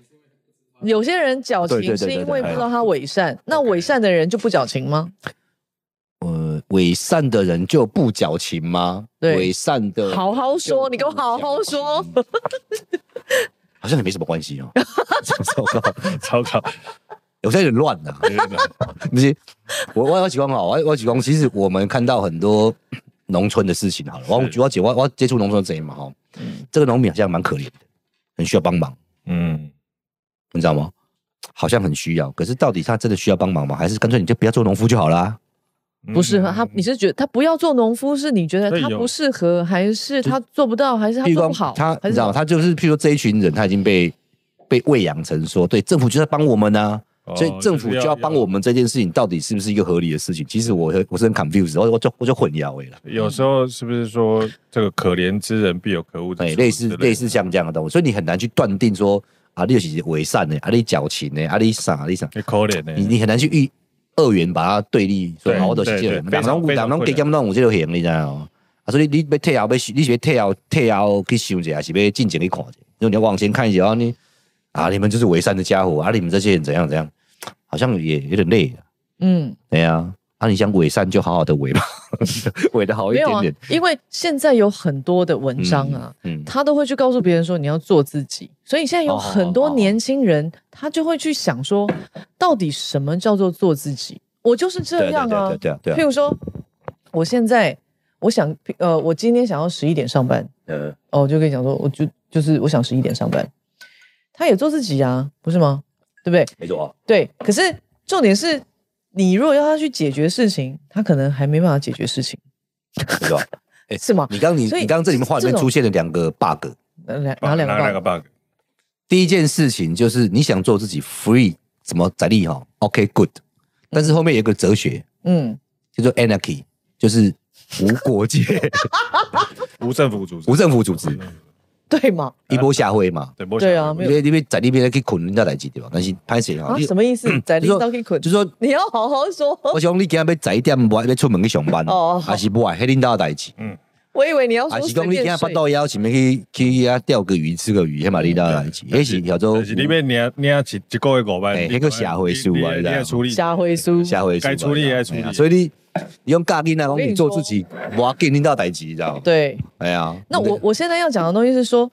S4: 为
S2: 有些人矫
S1: 对对
S2: 情
S1: 对
S2: 是
S1: 对对
S2: 因
S1: 哎
S2: 为不知道他伪善，那伪善的人就不矫情吗？
S1: 呃，伪善的人就不矫情吗？
S2: 对
S1: 伪善的
S2: 好好说，
S1: 呃就
S2: 你给我好好说。
S1: 好像也没什么关系哦。糟糕，
S3: 糟糕，
S1: 有些有点乱 呐、不是，我我我只讲哦，我我只讲，其实我们看到很多农村的事情好了，我
S3: 是
S1: 我姐我我接触农村的贼嘛哈，
S2: 嗯
S1: 这个农民好像蛮可怜的，很需要帮忙，
S3: 嗯，
S1: 你知道吗？好像很需要，可是到底他真的需要帮忙吗？还是干脆你就不要做农夫就好啦？
S3: 嗯
S2: 不适合他，你是觉得他不要做农夫，是你觉得
S3: 所以
S2: 他
S3: 有
S2: 不适合，还是他做不到，还是他
S1: 譬如
S2: 做不
S1: 说
S2: 好？
S1: 他
S2: 还
S1: 你
S2: 是
S1: 知道吗？他就是譬如说这一群人，他已经被被喂养成说，对政府就在帮我们啊，
S3: 哦
S1: 所以政府就要帮我们这件事情，到底是不是一个合理的事情？其实我我是很 confused，我我就我就混淆了啦。
S3: 有时候是不是说这个可怜之人必有可恶之
S1: 哎，
S3: 处
S1: 类
S3: 之
S1: 似
S3: 的
S1: 类似像这样的东西，所以你很难去断定说啊，你是伪善的，啊你矫情的，啊你傻，啊你傻，
S3: 你哎可怜欸呢、
S1: 你你很难去预二元把它对立，说
S3: 对
S1: 好我都
S3: 对
S1: 是这个
S3: 对
S1: 人，
S3: 非
S1: 两
S3: 常
S1: 种有
S3: 非常
S1: 两种
S3: 困
S1: 给他们弄有这个型，你知道吗？啊，所以你你要退后，要你是要退后退后去想一下，还是要进前去看一下？因为你要往前看一下，啊你啊你们就是伪善的家伙，啊你们这些人怎样怎样，好像也有点累啊，
S2: 嗯，
S1: 对呀、啊。啊，你想伪善就好好的伪吧， 伪的好一
S2: 没有
S1: 点
S2: 啊
S1: 点。，
S2: 因为现在有很多的文章啊，
S1: 嗯，哦
S2: 他都会去告诉别人说你要做自己，所以现在有很多年轻人，他就会去想说，到底什么叫做做自己？我就是这样啊。
S1: 对对对对对对
S2: 譬如说，我现在我想，呃，我今天想要十一点上班，
S1: 呃，
S2: 哦，我就跟你讲说，我就就是我想十一点上班，他也做自己啊，不是吗？对不对？
S1: 没错啊。
S2: 对，可是重点是你如果要他去解决事情，他可能还没办法解决事情，
S1: 没错啊。哎
S2: 是吗？
S1: 你刚你
S2: 所以
S1: 你刚这里面话里面
S2: 这种
S1: 出现了两个 bug。
S2: 哪两哪两个
S3: 哪
S2: 办
S3: 啊两个 bug？
S1: 第一件事情就是你想做自己 free 怎么在利哈，OK good，但是后面有一个哲学
S2: 嗯，
S1: 叫做 anarchy，就是无国界、
S3: 无政府组织嗯
S1: 无政府组织。
S2: 对嘛？
S1: 一波下会嘛。
S3: 对，
S2: 对啊没
S1: 你
S2: 有
S1: 别你别在那边去捆人家来几对吧？但是拍谁
S2: 啊，什么意思？在
S1: 就嗯
S2: 领
S1: 说
S2: 导给捆，
S1: 就说
S2: 你要好好说。
S1: 我想你今天要十一点半要出门去上班，
S2: 哦
S1: 还是不爱黑领导代志，
S2: 我以为你要
S1: 还
S2: 说
S1: 是
S2: 随
S1: 讲啊你今
S2: 便
S1: 天八
S2: 睡。嗯
S1: 到腰前面去去遐钓个鱼吃个鱼，黑嘛领导代志，迄是叫做
S3: 就是你要领领一一个月五万，
S1: 哎那个社会事啊
S3: 你
S1: 你知
S3: 你
S1: 道吗
S3: 要处理，
S2: 下回书，
S1: 下回
S3: 该处理该处理
S1: 哎所以你你用教囡仔讲你做自己，我要领导代志，你知道吗？
S2: 对。
S1: 哎呀，
S2: 那我我现在要讲的东西是说，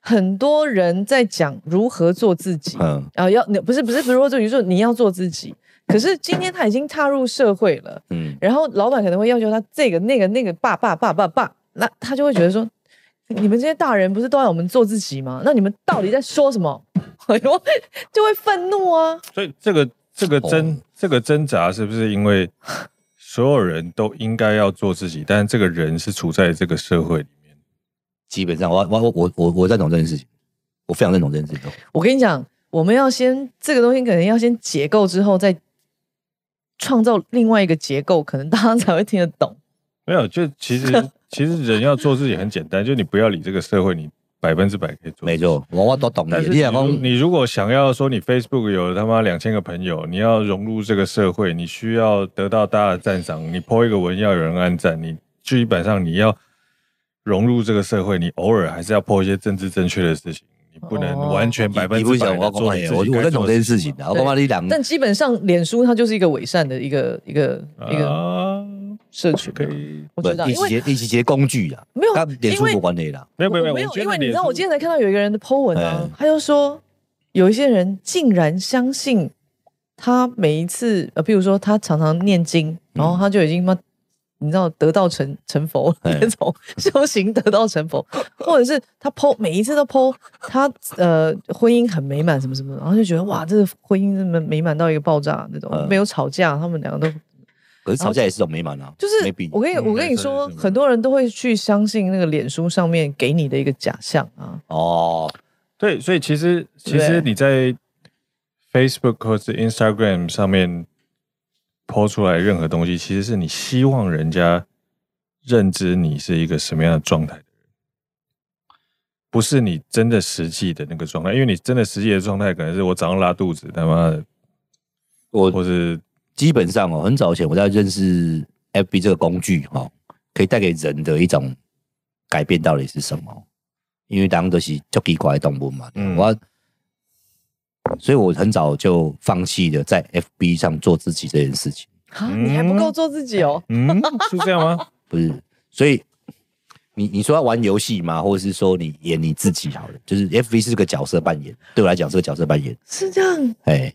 S2: 很多人在讲如何做自己，
S1: 嗯
S2: 啊，要你不是不是，比如说这宇宙，你要做自己。可是今天他已经踏入社会了，
S1: 嗯，
S2: 然后老板可能会要求他这个那个那个爸爸爸爸爸，那他就会觉得说，你们这些大人不是都要我们做自己吗？那你们到底在说什么？ 哎呦，就会愤怒啊！
S3: 所以这个这
S1: 哦
S3: 个挣、这个挣扎是不是因为所有人都应该要做自己，但是这个人是处在这个社会里面，
S1: 基本上我我我我我赞同这件事情，我非常认同这件事
S3: 哦
S1: 情。
S2: 我跟你讲，我们要先这个东西，可能要先解构之后再创造另外一个结构，可能大家才会听得懂。
S3: 没有就其实其实人要做自己很简单，就你不要理这个社会，你百分之百可以做。
S1: 没。错，我我都懂的
S3: 但。是
S1: 你
S3: 你
S1: 讲
S3: 如
S1: 讲，
S3: 你如果想要说你 Facebook 有他妈两千个朋友，你要融入这个社会，你需要得到大家的赞赏，你 po 一个文要有人按赞，你基本上你要融入这个社会，你偶尔还是要 po 一些政治正确的事情，你不能
S2: 哦
S3: 完全百分
S1: 你不
S3: 之百
S1: 想我
S3: 的
S1: 要讲
S3: 做
S1: 哎
S3: 你自己
S1: 我
S3: 该
S1: 我认同
S3: 做
S1: 这件
S3: 的
S1: 事情的。我讲你
S3: 嗯
S1: 讲，
S2: 但基本上，脸书它就是一个伪善的一个一个一个
S3: 啊，
S2: 社群，
S3: 可以，
S2: 我
S1: 不
S2: 知道，
S1: 一
S2: 因为
S1: 起节一起节工具啊，
S2: 没有
S1: 跟脸书
S2: 因为
S1: 无关系啦。
S3: 没有没有
S2: 我
S3: 没
S2: 没
S3: 有，我
S2: 有，
S3: 觉得
S2: 因为你知
S3: 脸
S2: 道，
S3: 书
S2: 我今天才看到有一个人的 po 文啊
S1: 哎，
S2: 他就说有一些人竟然相信他每一次呃，比如说他常常念经，然
S3: 嗯
S2: 后他就已经妈。你知道得道成成佛
S1: 哎
S2: 那种 修行得道成佛，或者是他剖每一次都剖他呃婚姻很美满什么什么的，然后就觉得哇，这个婚姻这么美满到一个爆炸那种，
S1: 嗯
S2: 没有吵架，他们两个都
S1: 可是吵架也是种美满啊，
S2: 就是
S1: maybe
S2: 我跟你
S3: 嗯
S2: 我跟你
S3: 类似
S2: 说，
S3: 类似
S2: 很多人都会去相信那个脸书上面给你的一个假象啊，
S1: 哦，
S3: 对，所以其实其
S2: 对
S3: 实你在 Facebook 或是 Instagram 上面抛出来任何东西，其实是你希望人家认知你是一个什么样的状态的人，不是你真的实际的那个状态。因为你真的实际的状态，可能是我早上拉肚子，他妈的，
S1: 我
S3: 或是
S1: 基本上哦，很早以前我在认识 FB 这个工具哦，可以带给人的一种改变到底是什么？因为当都是就奇怪的动物嘛，
S3: 嗯
S1: 我所以我很早就放弃了在 FB 上做自己这件事情，
S2: 啊，
S3: 嗯
S2: 你还不够做自己哦，
S3: 嗯，是这样吗？
S1: 不是？所以你你说要玩游戏嘛，或者是说你演你自己好了，就是 FB 是个角色扮演，对我来讲是个角色扮演，
S2: 是这样，
S1: 哎，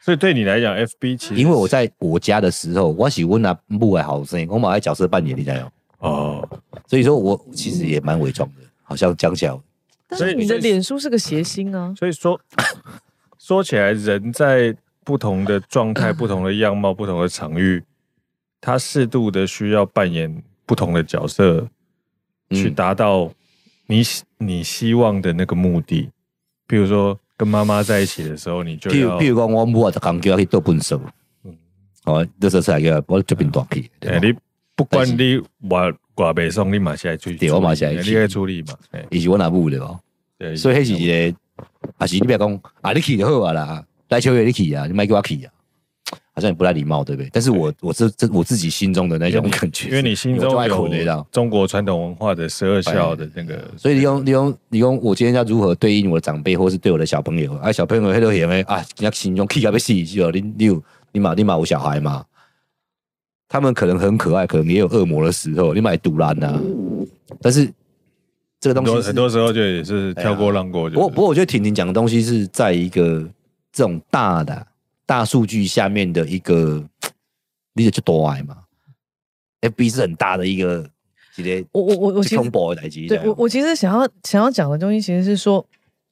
S3: 所以对你来讲，FB 其实
S1: 因为我在我家的时候，我喜欢拿木来好声音，我买来角色扮演，你知道吗
S3: 哦，
S1: 所以说我其实也蛮伪装的，好像讲起来，
S2: 但
S3: 所
S2: 是
S3: 以
S2: 你的
S3: 所以
S2: 脸书是个谐星啊，
S3: 所以说 说起来，人在不同的状 态、不同的样貌、不同的场域，他适度的需要扮演不同的角色，
S1: 嗯
S3: 去达到你希你希望的那个目的。比如说，跟妈妈在一起的时候，你就
S1: 譬如
S3: 要
S1: 譬如讲，我母啊，刚叫我去倒粪扫，哦，垃圾车来叫我我这边大去，
S3: 嗯哎、你不管你我我北送，你马下来去处理，
S1: 对我嘛是要去
S3: 你该处理嘛。哎
S1: 伊是我阿母的哦，
S3: 对，
S1: 所以迄是一个，还是你别讲啊，你去就好啊啦，来球员你去啊，你莫叫我去啊，好像也不太礼貌，对不对？但是我我这这我自己心中的那种感觉是，
S3: 因为你心中
S1: 我就爱困的
S3: 有中国传统文化的十二孝的那个，
S1: 哎所以你用你用你用我今天要如何对应我的长辈，或是对我的小朋友啊，小朋友黑头也没啊，人家心中气要被吸去哦，你你有你嘛你嘛有小孩嘛，他们可能很可爱，可能也有恶魔的时候，你买独蓝呐，啊但是这个
S3: 很
S1: 东西
S3: 多
S1: 是哎
S3: 很多时候就也是跳过浪过。就
S1: 不过不过我觉得婷婷讲的东西是在一个这种大的大数据下面的一个，你就去多爱嘛，FB 是很大的一个一个
S2: 我我我我其实
S1: 恐怖的代际，
S2: 对我我其实想要想要讲的东西，其实是说，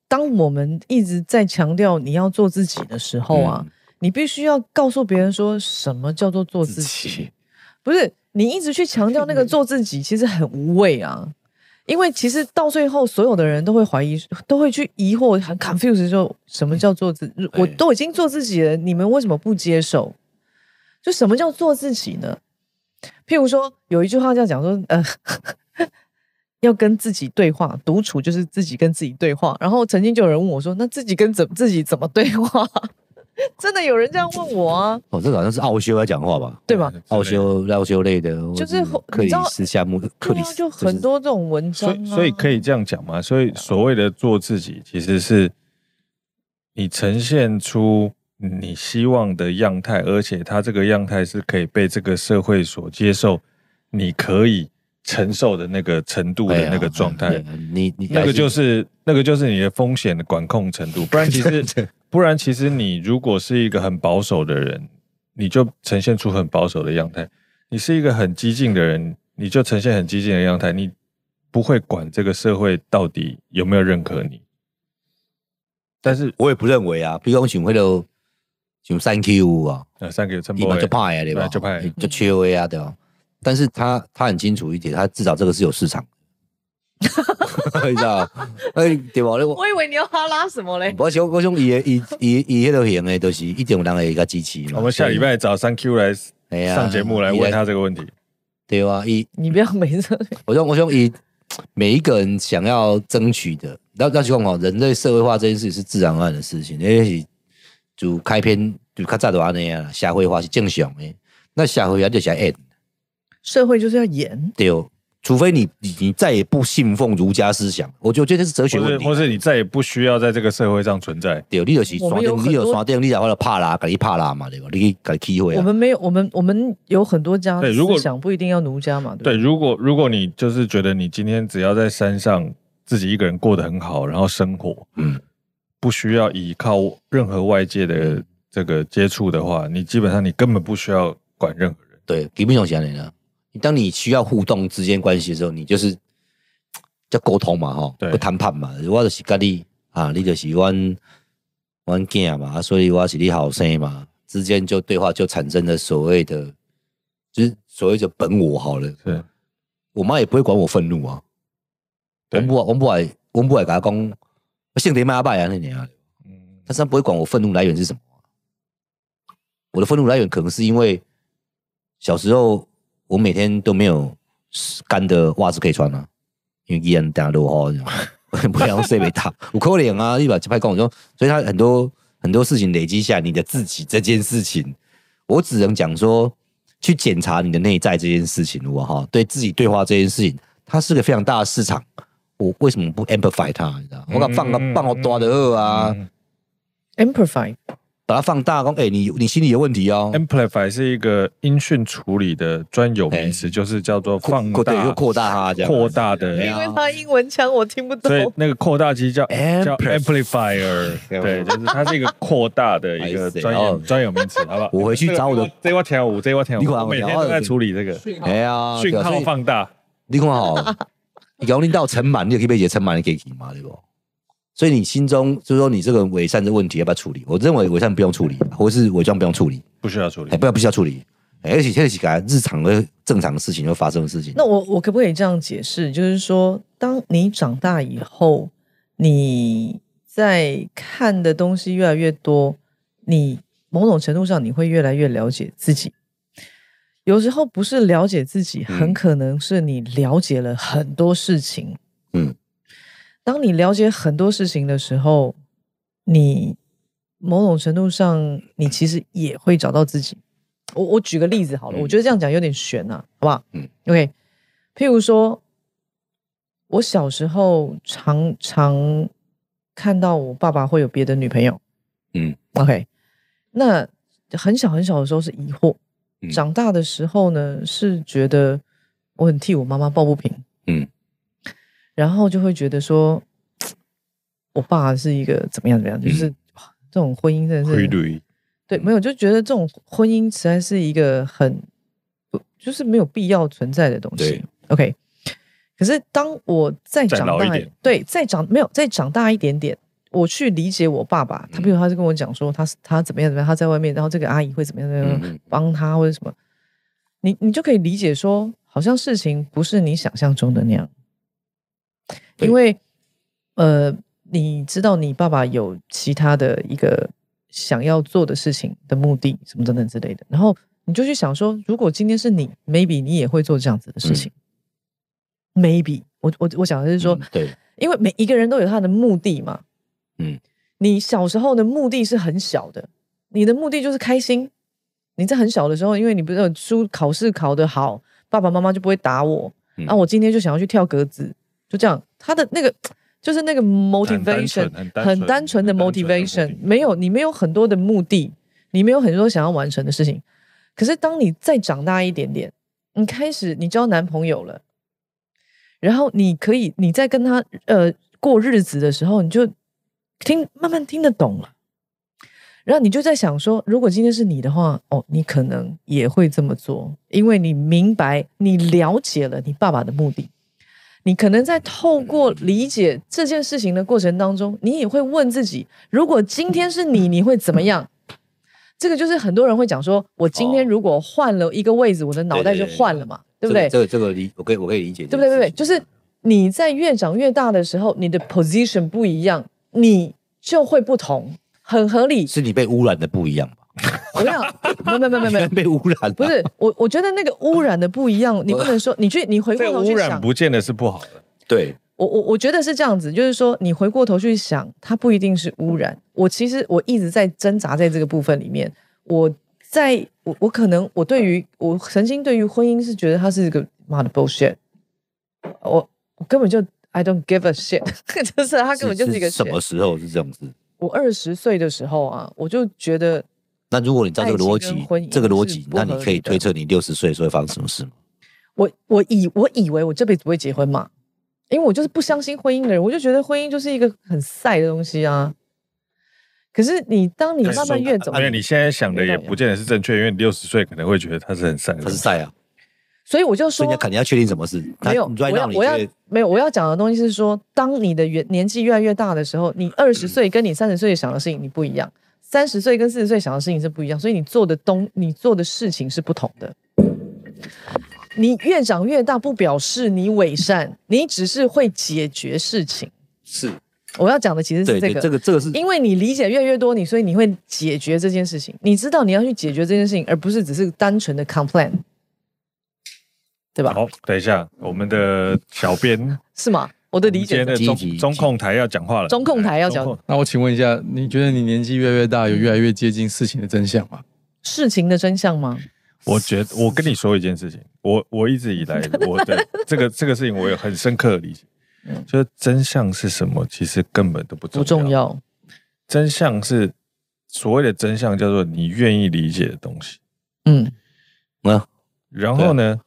S2: 当我们一直在强调你要做自己的时候啊，
S1: 嗯
S2: 你必须要告诉别人说什么叫做做自己，嗯不是你一直去强调那个做自己，其实很无谓啊。因为其实到最后，所有的人都会怀疑，都会去疑惑，很 confused，说什么叫做自？我都已经做自己了，你们为什么不接受？就什么叫做自己呢？譬如说，有一句话叫讲说，呃，要跟自己对话，独处就是自己跟自己对话。然后曾经就有人问我说：“那自己跟怎自己怎么对话？” 真的有人这样问我啊，
S1: 哦，这个好像是奥修在讲话吧？
S2: 对吧？
S1: 奥，修、奥修类的，或
S2: 就是
S1: 是
S2: 后
S1: 克
S2: 你
S1: 里
S2: 知道
S1: 斯夏目、克
S2: 对
S1: 里
S2: 啊
S1: 斯，，
S2: 就很多这种文章、
S3: 所
S2: 啊
S3: 以所以可以这样讲嘛？所以所谓的做自己，其实是你呈现出你希望的样态，而且它这个样态是可以被这个社会所接受，你可以承受的那个程度
S1: 哎
S3: 的
S1: 呀
S3: 那个状态。
S1: 对你你
S3: 那个就是那个就是你的风险的管控程度，不然其实不然其实你如果是一个很保守的人，你就呈现出很保守的样态；你是一个很激进的人，你就呈现很激进的样态，你不会管这个社会到底有没有认可你。但是
S1: 我也不认为啊，比如讲像迄落像三 Q 啊，
S3: 呃，三个陈
S1: 伊
S3: 伯
S1: 嘛
S3: 伟
S1: 就怕呀，对吧？
S3: 就派的
S1: 就缺位啊，对吧？但是他他很清楚一点，他至少这个是有市场， 你知道？哎，对吧？我
S2: 我以为你要哈拉什么嘞？
S1: 我想我想伊的伊伊伊迄落型的，就是一定有人会甲支持嘛。
S3: 我们下礼拜找三 Q 来
S1: 哎呀
S3: 上节目来问他这个问题。
S1: 对啊，伊
S2: 你不要没 事，
S1: 我想我想以每一个人想要争取的，那那去讲哦，人类社会化这件事情是自然而然的事情，因为是就开篇就较早就安尼啊，社会化是正常的。那社会化就是爱演
S2: 社会就是要演，
S1: 对哦，除非你你你再也不信奉儒家思想，我觉得这就是哲学
S3: 或
S1: 问啊
S3: 是
S1: 题。
S3: 或是你再也不需要在这个社会上存在，
S1: 对，你就是
S2: 我
S1: 山
S2: 们有
S1: 顶，你
S2: 很
S1: 有
S2: 多
S1: 山顶，你才或者怕啦，给你怕啦嘛，对吧？你给机会
S2: 我
S1: 啊。
S2: 们没有，我们我们有很多家
S3: 对如果
S2: 思想不一定要儒家嘛，对不
S3: 对，如果如果你就是觉得你今天只要在山上自己一个人过得很好，然后生活，
S1: 嗯，
S3: 不需要依靠任何外界的这个接触的话，你基本上你根本不需要管任何人。
S1: 对，基本上是安尼啦。当你需要互动之间关系的时候，你就是叫沟通嘛，吼，
S3: 对
S1: 要谈判嘛。我就是跟你啊，你就是阮阮囝嘛，啊所以我是你后生嘛，之间就对话就产生了所谓的，就是所谓的本我好了。
S3: 是，
S1: 我妈也不会管我愤怒啊，我
S3: 对
S1: 不我不会我不会跟她讲，我性格蛮歹啊那年啊，
S3: 嗯，
S1: 但是她不会管我愤怒来源是什么啊。我的愤怒来源可能是因为小时候我每天都没有干的袜子可以穿啊，因为依然打落雨，你知道吗不然我睡没打，我扣脸啊，一把就拍跟我说，所以他很多很多事情累积下来，你的自己这件事情，我只能讲说，去检查你的内在这件事情，我哈对自己对话这件事情，它是个非常大的市场。我为什么不 amplify 它？你知道吗，我
S3: 嗯
S1: 把它放个
S3: 嗯
S1: 放个大的二啊，
S3: 嗯啊
S2: amplify
S1: 把它放大，讲哎、你你心里有问题哦，
S3: amplify 是一个音讯处理的专有名词，就是叫做
S1: 扩
S3: 放
S1: 哎扩对，
S3: 大
S1: 又、扩大它这样，
S3: 扩大的
S1: 对
S2: 因
S1: 啊
S2: 为他英文腔我听不懂
S3: 所以。那个扩大机叫
S1: Ampli-
S3: 叫 amplifier，
S1: 对
S3: 对，就是它是一个扩大的一
S1: 哎
S3: 个
S1: 塞
S3: 专有
S1: 哦
S3: 专有名词，好不好？
S1: 我回去找我的
S3: 这一条舞，这一条
S1: 你管我
S3: 舞，每天都在处理这个
S4: 讯号
S1: 哎呀，
S3: 讯
S1: 对啊所
S3: 号
S1: 以
S3: 放大。
S1: 你看吼、你搞领到尘螨， 你也可以被解尘螨的给你嘛，对不？所以你心中就是说你这个伪善的问题要不要处理？我认为伪善不用处理，或是伪装不用处理，
S3: 不需要处理
S1: 哎，。不要不需要处理，哎，而且现在起来日常的正常的事情会发生的事情。
S2: 那我我可不可以这样解释？就是说，当你长大以后，你在看的东西越来越多，你某种程度上你会越来越了解自己。有时候不是了解自己，
S1: 嗯
S2: 很可能是你了解了很多事情。
S1: 嗯，
S2: 当你了解很多事情的时候，你某种程度上，你其实也会找到自己。我我举个例子好了，
S1: 嗯
S2: 我觉得这样讲有点悬啊，好不好？
S1: 嗯
S2: ，OK。譬如说，我小时候常常看到我爸爸会有别的女朋友，
S1: 嗯
S2: ，OK。那很小很小的时候是疑惑，
S1: 嗯
S2: 长大的时候呢是觉得我很替我妈妈抱不平，
S1: 嗯，
S2: 然后就会觉得说，我爸是一个怎么样怎
S1: 嗯
S2: 么样，就是哇这种婚姻真的是
S3: 律
S2: 对，没有就觉得这种婚姻实在是一个很不就是没有必要存在的东西
S1: 对。
S2: OK，可是当我再
S3: 再
S2: 长
S3: 老
S2: 大
S3: 一点
S2: 对，再长没有再长大一点点，我去理解我爸爸，他比如
S3: 嗯
S2: 他是跟我讲说他是他怎么样怎么样，他在外面，然后这个阿姨会怎么样怎么
S1: 嗯嗯
S2: 样帮他或者什么，你你就可以理解说，好像事情不是你想象中的那样，
S1: 对
S2: 因为呃，你知道你爸爸有其他的一个想要做的事情的目的什么等等之类的，然后你就去想说，如果今天是你，maybe 你也会做这样子的事情、m a y b e 我我我讲的是说，
S1: 嗯对，
S2: 因为每一个人都有他的目的嘛。
S1: 嗯，
S2: 你小时候的目的是很小的，你的目的就是开心。你在很小的时候，因为你不是有书考试考得好，爸爸妈妈就不会打我。那、
S1: 嗯
S2: 啊、我今天就想要去跳格子，就这样。他的那个 就是那个 motivation，
S3: 很单纯很单
S2: 很单纯的
S3: 纯很单纯的
S2: motivation，
S3: 目的
S2: 没有你没有很多的目的，你没有很多想要完成的事情。可是当你再长大一点点，你开始你交男朋友了，然后你可以你在跟他呃过日子的时候，你就听慢慢听得懂了，然后你就在想说，如果今天是你的话，哦，你可能也会这么做，因为你明白，你了解了你爸爸的目的。你可能在透过理解这件事情的过程当中，你也会问自己：如果今天是你，你会怎么样？这个就是很多人会讲说，我今天
S1: 哦
S2: 如果换了一个位置，我的脑袋就换了嘛，对不对？
S1: 这个这个这个理我可以我可以理解这
S2: 对
S1: 个
S2: 不对？对不对？
S1: 事情
S2: 就是你在越长越大的时候，你的 position 不一样，你就会不同，很合理。
S1: 是你被污染的不一样吧？
S2: 我想， 没有没有没有没有没有，
S1: 被污染了啊
S2: 不是我，我觉得那个污染的不一样，你不能说你去你回过
S3: 这个
S2: 头
S3: 污
S2: 去
S3: 染
S2: 想，
S3: 不见得是不好的，
S1: 对，
S2: 我我我觉得是这样子，就是说你回过头去想，它不一定是污染。我其实我一直在挣扎在这个部分里面，我在我我可能我对于我曾经对于婚姻是觉得它是一个妈的 bullshit，我我根本就 I don't give a shit，就是 它根本就是一个
S1: 什
S2: shit
S1: 么时候是这种事？
S2: 我二十岁的时候啊，我就觉得
S1: 那如果你照这个逻
S2: 爱情
S1: 辑
S2: 跟婚姻，
S1: 这个逻
S2: 是
S1: 辑，
S2: 不
S1: 那
S2: 合理的
S1: 你可以推测你六十岁的时候会发生什么事吗？
S2: 我我以我以为我这辈子不会结婚嘛，因为我就是不相信婚姻的人，我就觉得婚姻就是一个很晒的东西啊。可是你当你慢慢越
S1: 啊
S2: 走，
S3: 因为你现在想的也不见得是正确，因为你六十岁可能会觉得他是很善
S1: 他
S3: 良
S1: 是。赛啊，
S2: 所以我就
S1: 所
S2: 说
S1: 以你要肯定要确定什么事。他
S2: 没有，我
S1: right
S2: 要
S1: now 你
S2: 我要
S1: 觉得
S2: 没有我要讲的东西是说，当你的原年纪越来越大的时候，你二十
S1: 嗯
S2: 岁跟你三十岁想的事情你不一样，三十岁跟四十岁想的事情是不一样，所以你做的东你做的事情是不同的。你越长越大，不表示你伪善，你只是会解决事情。
S1: 是
S2: 我要讲的其实是
S1: 对
S2: 这
S1: 对，
S2: 个，
S1: 这个这个是
S2: 因为你理解越来越多，你所以你会解决这件事情，你知道你要去解决这件事情，而不是只是单纯的 complain，对吧？
S3: 好，等一下，我们的小编，
S2: 是吗？我的理
S3: 我
S2: 解
S3: 们今天的
S2: 是，
S1: 积极
S3: 中中控台要讲话了，
S2: 中控台要讲
S3: 中控
S5: 那我请问一下，你觉得你年纪越来越大，有越来越接近事情的真相吗？
S2: 事情的真相吗？
S3: 我觉得我跟你说一件事情，我我一直以 来我的这个这个事情，我有很深刻的理解，就是真相是什么，其实根本都不重
S2: 嗯不重要，
S3: 真相是所谓的真相，叫做你愿意理解的东西。
S2: 嗯
S1: 啊，
S3: 然后呢，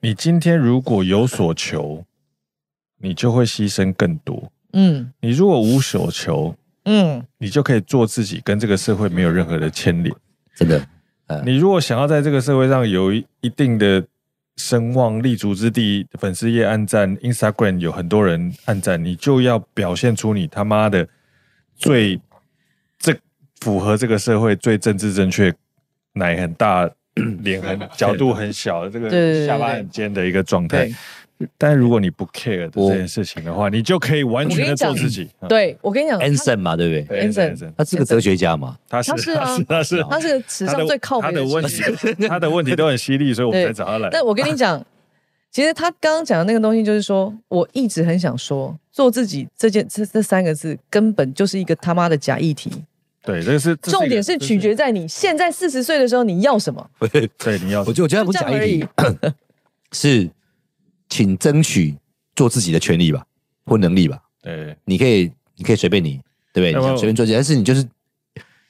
S3: 你今天如果有所求，你就会牺牲更多；
S2: 嗯
S3: 你如果无所求，
S2: 嗯，
S3: 你就可以做自己，跟这个社会没有任何的牵连。
S1: 真
S2: 嗯
S1: 的
S3: 你如果想要在这个社会上有一一定的声望、立足之地，粉丝页暗赞，Instagram 有很多人暗赞，你就要表现出你他妈的最这符合这个社会最政治正确、奶很大、脸很角度很小、这
S2: 对对对
S3: 个
S2: 对
S3: 下巴很尖的一个状态
S2: 对。
S3: 但如果你不 care 这
S1: 我
S3: 件事情的话，你就可以完全的做自己。啊
S2: 对我跟你讲，他
S1: Anson 嘛，对不对？
S3: 对
S2: Anson
S3: 对
S1: 他是个哲学家嘛，
S3: 他是
S2: 他是啊
S3: 他是
S2: 他是个史上最靠
S3: 他
S2: 北
S3: 的问
S2: 人
S3: 题，他的问题都很犀利，所以我们
S2: 对
S3: 才找他来。
S2: 但我跟你讲，其实他刚刚讲的那个东西，就是说我一直很想说，做自己这件这这三个字根本就是一个他妈的假议题。
S3: 对，这个是这
S2: 重点
S3: 一个
S2: 是取决在你现在四十岁的时候你要什么。
S3: 对你要
S1: 我觉得我觉得他不是
S2: 就这
S1: 假
S2: 样
S1: 议题， 是请争取做自己的权利吧，或能力吧。
S3: 对
S1: 你可以，你可以随便你，对不对？
S3: 要
S1: 你
S3: 不
S1: 想随便做，但是你就是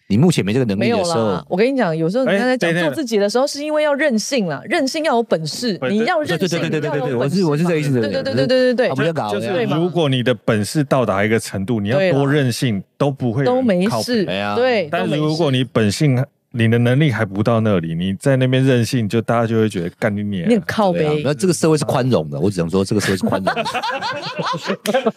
S1: 你目前没这个能
S2: 没
S1: 力
S2: 有
S1: 的时
S2: 啦
S1: 候，，
S2: 我跟你讲，有时候人家在
S3: 哎
S2: 讲
S3: 对对
S2: 做自己的时候，是因为要任性啦，任性要有本事，
S3: 对
S2: 你
S3: 对
S2: 要
S1: 对
S2: 任
S1: 对
S2: 性，
S1: 对对对对
S2: 要有
S1: 对，
S2: 本
S1: 我是我是
S2: 事
S1: 这
S2: 嘛
S1: 个意思。
S2: 对对对对对对
S1: 啊不
S2: 对，
S1: 要搞
S3: 就
S1: 这
S3: 是
S1: 样
S2: 嘛
S3: 如果你的本事到达一个程度，你要
S2: 对啦
S3: 多任性都不会有
S2: 都
S3: 人
S2: 没
S3: 靠
S2: 事
S3: 北
S1: 哎呀，
S2: 对，
S3: 但
S2: 都没
S3: 如
S2: 事
S3: 果你本性、你的能力还不到那里，你在那边任性，就大家就会觉得干你娘
S2: 你很靠
S1: 对啊
S2: 背，
S1: 那这个社会是宽容的，我只能说这个社会是宽容的。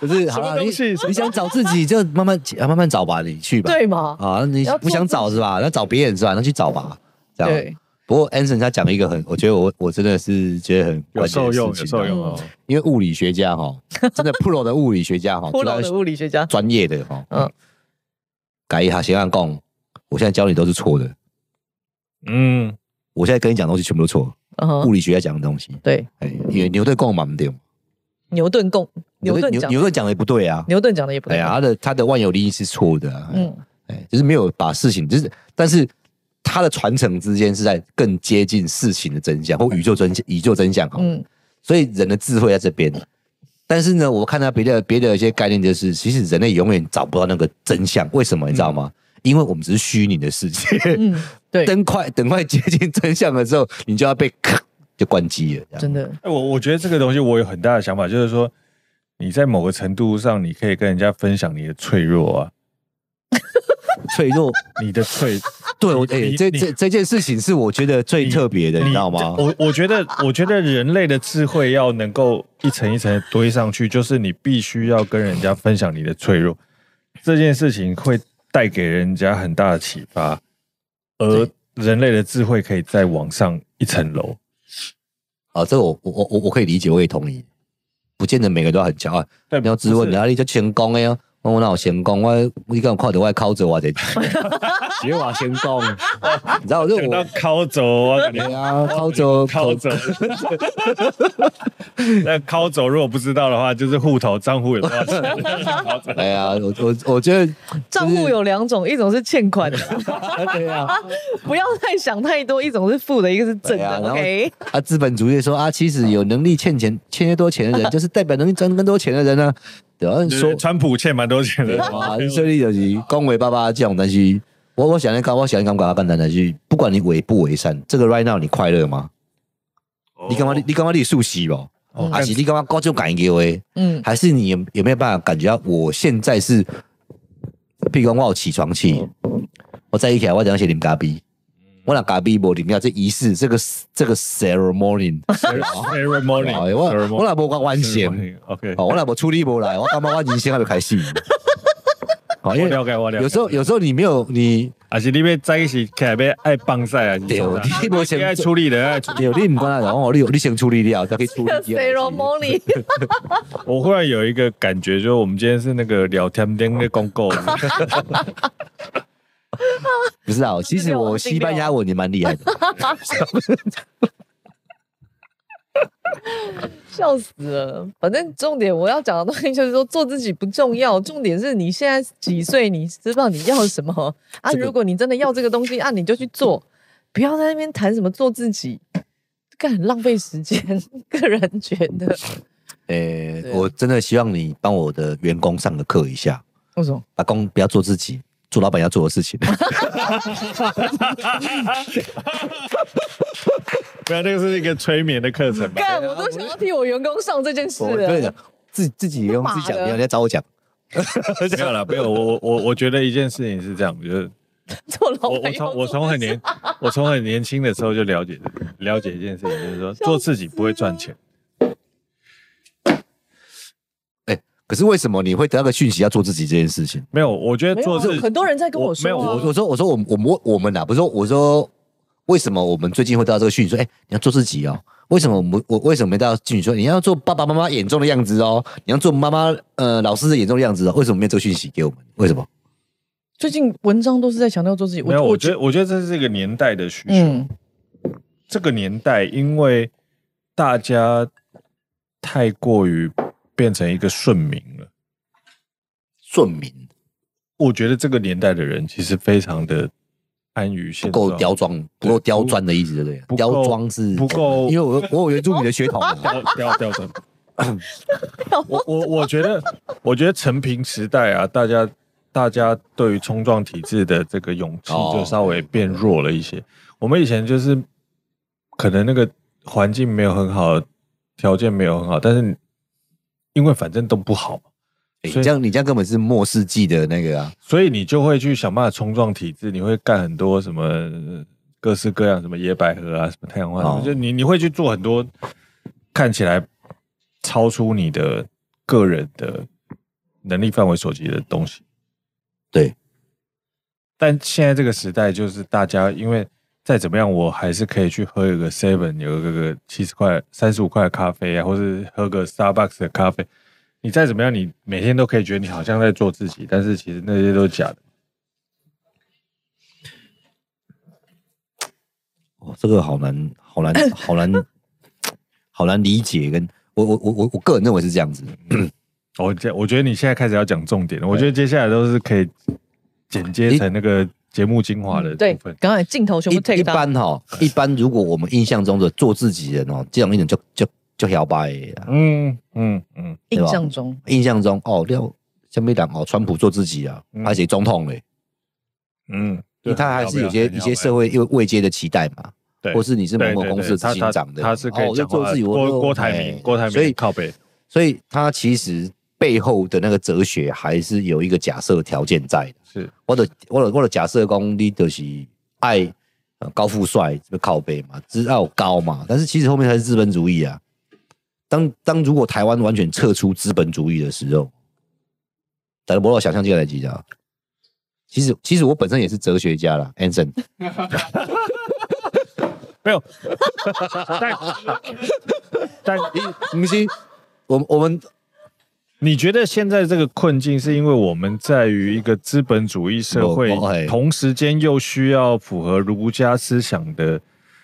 S1: 可是
S2: 啊
S1: 好了，
S3: 什么
S1: 你
S3: 东西什么
S1: 你想找自己就慢慢啊慢慢找吧，你去吧。
S2: 对吗？
S1: 啊，你
S2: 要
S1: 不
S2: 做
S1: 想找是吧？那找别人是吧？那去找吧，这样。
S2: 对，
S1: 不过 Anson 他讲了一个很，我觉得我我真的是觉得很
S3: 有
S1: 关键
S3: 受
S1: 的事
S3: 用，
S1: 情
S3: 有受
S1: 啊
S3: 用哦。
S1: 因为物理学家哈，真的 pro 的物理学家 哈，
S2: 骷髅的物理学家，
S1: 专业的哈，
S2: 嗯
S1: 嗯，改一下先按供，我现在教你都是错的，
S3: 嗯，
S1: 我现在跟你讲的东西全部都错，
S2: 嗯哼
S1: 物，理学在讲的东西。
S2: 对，
S1: 哎，也牛顿共嘛不对嘛，
S2: 牛顿共牛顿
S1: 牛
S2: 讲
S1: 牛顿讲的也不对啊。
S2: 牛顿讲的也不
S1: 哎
S2: 对
S1: 呀，，他的他的万有引力是错误的啊。嗯，
S2: 嗯，
S1: 哎，就是没有把事情，就是但是他的传承之间是在更接近事情的真相或宇宙真相，宇宙真相好了。
S2: 嗯
S1: 所以人的智慧在这边。但是呢，我看到别的别的一些概念，就是其实人类永远找不到那个真相，为什么你知道吗？因为我们只是虚拟的世界。
S2: 嗯，对，
S1: 等快等快接近真相的时候，你就要被咔就关机了。这样
S2: 真的，
S3: 哎，我我觉得这个东西我有很大的想法，就是说你在某个程度上，你可以跟人家分享你的脆弱啊，
S1: 脆弱，
S3: 你的脆，
S1: 对我哎、
S3: 你
S1: 这
S3: 你
S1: 这这件事情是我觉得最特别的，你知道吗？
S3: 我我觉得，我觉得人类的智慧要能够一层一层地堆上去，就是你必须要跟人家分享你的脆弱，这件事情会带给人家很大的启发，而人类的智慧可以再往上一层楼。
S1: 啊，这个我我我我我可以理解，我也同意。不见得每个都很强啊，
S3: 对
S1: 你要质
S3: 不
S1: 问
S3: 是
S1: 你啊，你就成功的啊，我哪有成功？我你敢看到我靠着我这，别话啊成功， 你知道这
S3: 讲
S1: 我
S3: 到靠走啊，感 觉
S1: 对啊，靠着
S3: 靠走。 那靠走如果不知道的话，就是户头账户 有多少钱？靠走
S1: 哎呀，我我我觉得
S2: 账户有两种，一种是 欠款的，
S1: 对啊，
S2: 不要太想太多，一种是负的，一个是正
S1: 对啊
S2: 的
S1: 然后
S2: ，OK，
S1: 啊，资本主义说啊，其实有能力欠钱欠越多钱的人，就是代表能力赚更多钱的人呢。对啊，说
S3: 说川普欠蛮多钱的，
S1: 哇，所以你就是恭维爸爸这种东西。我我想要讲，我想要讲，把它简单的去，不管你为不为善，这个 right now 你快乐吗？你干嘛？你你干嘛？你熟悉不？
S3: 哦
S1: 还是你干嘛高就感觉诶？
S2: 嗯
S1: 还是你有有没有办法感觉到我现在是，譬如讲我有起床气，
S3: 嗯
S1: 我在一起来，啊我想写啉咖啡，我那咖啡无啉掉，这仪式，这个这个 ceremony，
S3: ceremony，
S1: 哎我我那无讲完成，
S3: OK，
S1: 哦，我那无处理无来，我感觉我人生还没开始。好，因
S3: 我
S1: 为
S3: 了解，我了解。
S1: 有时候有时候你没有你
S3: 还是你要在一起，起来要爱棒赛 啊，
S1: 对
S3: 是啥
S1: 你没想
S3: 你爱处理的爱处理。
S1: 你有你唔管啊，然后你有你先处理啊掉，再去处理
S2: c e r e m o n y
S3: 我忽然有一个感觉，就是我们今天是那个聊天天的公 告，
S1: 不是啊，其实我西班牙文也蛮厉害的。
S2: 笑死了。反正重点我要讲的东西就是说，做自己不重要，重点是你现在几岁，你知道你要什 么啊？如果你真的要这个东西啊，你就去做，不要在那边谈什么做自己，干很浪费时间。个人觉得，
S1: 诶
S2: 对，啊
S1: 呃我真的希望你帮我的员工上个课一下，
S2: 为什么？
S1: 打工不要做自己，做老板要做的事情。
S3: 不然这个是一个催眠的课程吧？
S2: 干，我都想要替我员工上这件事
S1: 我跟你
S2: 了
S1: 讲。，自自己用自己讲，
S2: 干嘛的
S1: 没有人家找我讲。
S3: 没有啦，没有。 我我我我觉得一件事情是这样，就是
S2: 做老
S3: 哦我
S2: 板
S3: 我
S2: 要
S3: 从
S2: 做
S3: 我从
S2: 的
S3: 很
S2: 事
S3: 年我从很年轻的时候就了解了解一件事情，就是 说做自己不会赚钱。
S1: 可是为什么你会得到个讯息要做自己这件事情？
S3: 没有，我觉得
S2: 没
S3: 做
S2: 有
S3: 自
S2: 啊
S3: 己
S2: 很多人在跟
S3: 我
S2: 我说
S3: 没有
S2: 啊，
S1: 我我说我说我们我们我们啊哪不是说我说为什么我们最近会得到这个讯息说，哎、你要做自己哦。为什么我们我为什么没得到讯息说你要做爸爸妈妈眼中的样子哦？你要做妈妈呃老师的眼中的样子哦？为什么没有这个讯息给我们？为什么？
S2: 最近文章都是在强调做自己。
S3: 没有，我觉得我觉得这是一个年代的需求。
S2: 嗯，
S3: 这个年代，因为大家太过于变成一个顺民了，
S1: 顺民
S3: 我觉得这个年代的人其实非常的安于
S1: 不
S3: 现状，
S1: 够刁钻，不够刁钻的意思，对不对？
S3: 不够
S1: 刁钻是
S3: 不够
S1: 因为我我有原住民的血统啊 嘛。
S3: 刁刁刁钻。我我我觉得，我觉得成平时代啊，大家大家对于冲撞体制的这个勇气
S1: 哦
S3: 就稍微变弱了一些。我们以前就是可能那个环境没有很好，条件没有很好，但是因为反正都不好嘛，
S1: 哎
S3: 所以
S1: 这样你这样根本是末世纪的那个啊！
S3: 所以你就会去想办法冲撞体制，你会干很多什么呃各式各样什么野百合啊，什么太阳花，
S1: 哦
S3: 就你你会去做很多看起来超出你的个人的能力范围所及的东西。
S1: 对，
S3: 但现在这个时代，就是大家因为再怎么样，我还是可以去喝一个 Seven，有一个七十块、三十五块的咖啡啊，或是喝个 Starbucks 的咖啡。你再怎么样，你每天都可以觉得你好像在做自己，但是其实那些都是假的。
S1: 哦，这个好难，好难，好难， 好难理解。跟我我我我我个人认为是这样子，
S3: 我觉我觉得你现在开始要讲重点了，我觉得接下来都是可以剪接成那个节目精华
S1: 嗯
S3: 的
S2: 对
S3: 部分，。
S2: 刚才镜头全部
S1: 一
S2: take
S1: 一
S2: 到，
S1: 般哈，一般如果我们印象中的做自己人哦，这种人就就就摇摆啊。
S3: 嗯嗯嗯，
S1: 对吧
S2: 印象中
S1: 印象中哦，廖下面讲哦，川普做自己啊，
S3: 嗯
S1: 而且总统嘞，
S3: 嗯，啊
S1: 因为他还是有些一些社会又未接的期待嘛，
S3: 对
S1: 或是你是某
S3: 对
S1: 某
S3: 对
S1: 公
S3: 对
S1: 司的执
S3: 他
S1: 行
S3: 他
S1: 长的，
S3: 他是可
S1: 哦
S3: 以
S1: 我就
S3: 讲
S1: 做
S3: 话
S1: 自己，
S3: 的。
S1: 我
S3: 郭
S1: 就
S3: 郭台
S1: 哎
S3: 铭，郭台铭
S1: 所以
S3: 靠北，
S1: 所以他其实背后的那个哲学还是有一个假设条件在的。
S3: 是
S1: 我的我的我的假设功你就是爱、呃、高富帅这个靠背嘛，只要高嘛，但是其实后面才是资本主义啊。当当如果台湾完全撤出资本主义的时候，大家不要想象这个来记啊。其实其实我本身也是哲学家啦，Anson。
S3: 没有， 但 但
S1: 明星，我我们
S3: 你觉得现在这个困境是因为我们在于一个资本主义社会
S1: 我我哎，
S3: 同时间又需要符合儒家思想的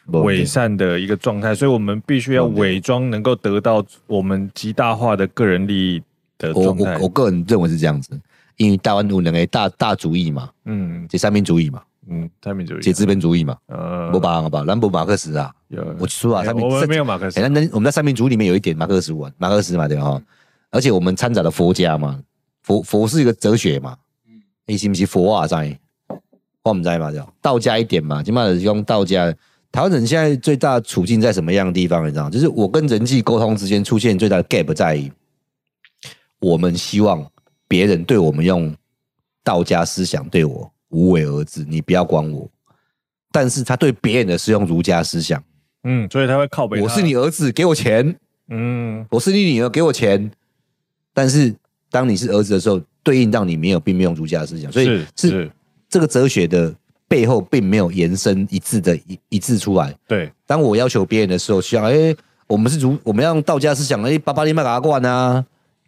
S3: 伪善的一个状态，所以我们必须要伪装能够得到我们极大化的个人利益的
S1: 我
S3: 状态
S1: 我我。个人认为是这样子，因为台湾有两个大大主义嘛，
S3: 嗯
S1: 这三民主义嘛，
S3: 嗯，太民主义
S1: 这资本主义嘛，
S3: 呃
S1: 我把吧，兰博马克思啊，
S3: 有
S1: 我说啊，
S3: 没
S1: 三民
S3: 有嗯我们
S1: 甚
S3: 没有马克思
S1: 哎那那我们在三民主义里面有一点马克思文，马克思嘛对哈，而且我们掺杂了佛家嘛，佛佛是一个哲学嘛，你是不是佛啊在？我们在嘛对吧，道家一点嘛，起码用道家。台湾人现在最大处境在什么样的地方？你知道吗，就是我跟人际沟通之间出现最大的 gap 在于，我们希望别人对我们用道家思想对我无为而治，你不要管我。但是他对别人的是用儒家思想，
S3: 嗯，所以他会靠北。
S1: 我是你，儿子，给我钱；
S3: 嗯
S1: 我是你女儿，给我钱。但是当你是儿子的时候，对应到你没有，并没有儒家的思想，所以
S3: 是
S1: 是
S3: 是
S1: 这个哲学的背后并没有延伸一致的一一致出来。
S3: 对，
S1: 当我要求别人的时候，需要哎、我们是儒，我们要用道家思想，哎、爸爸你别给他惯啊，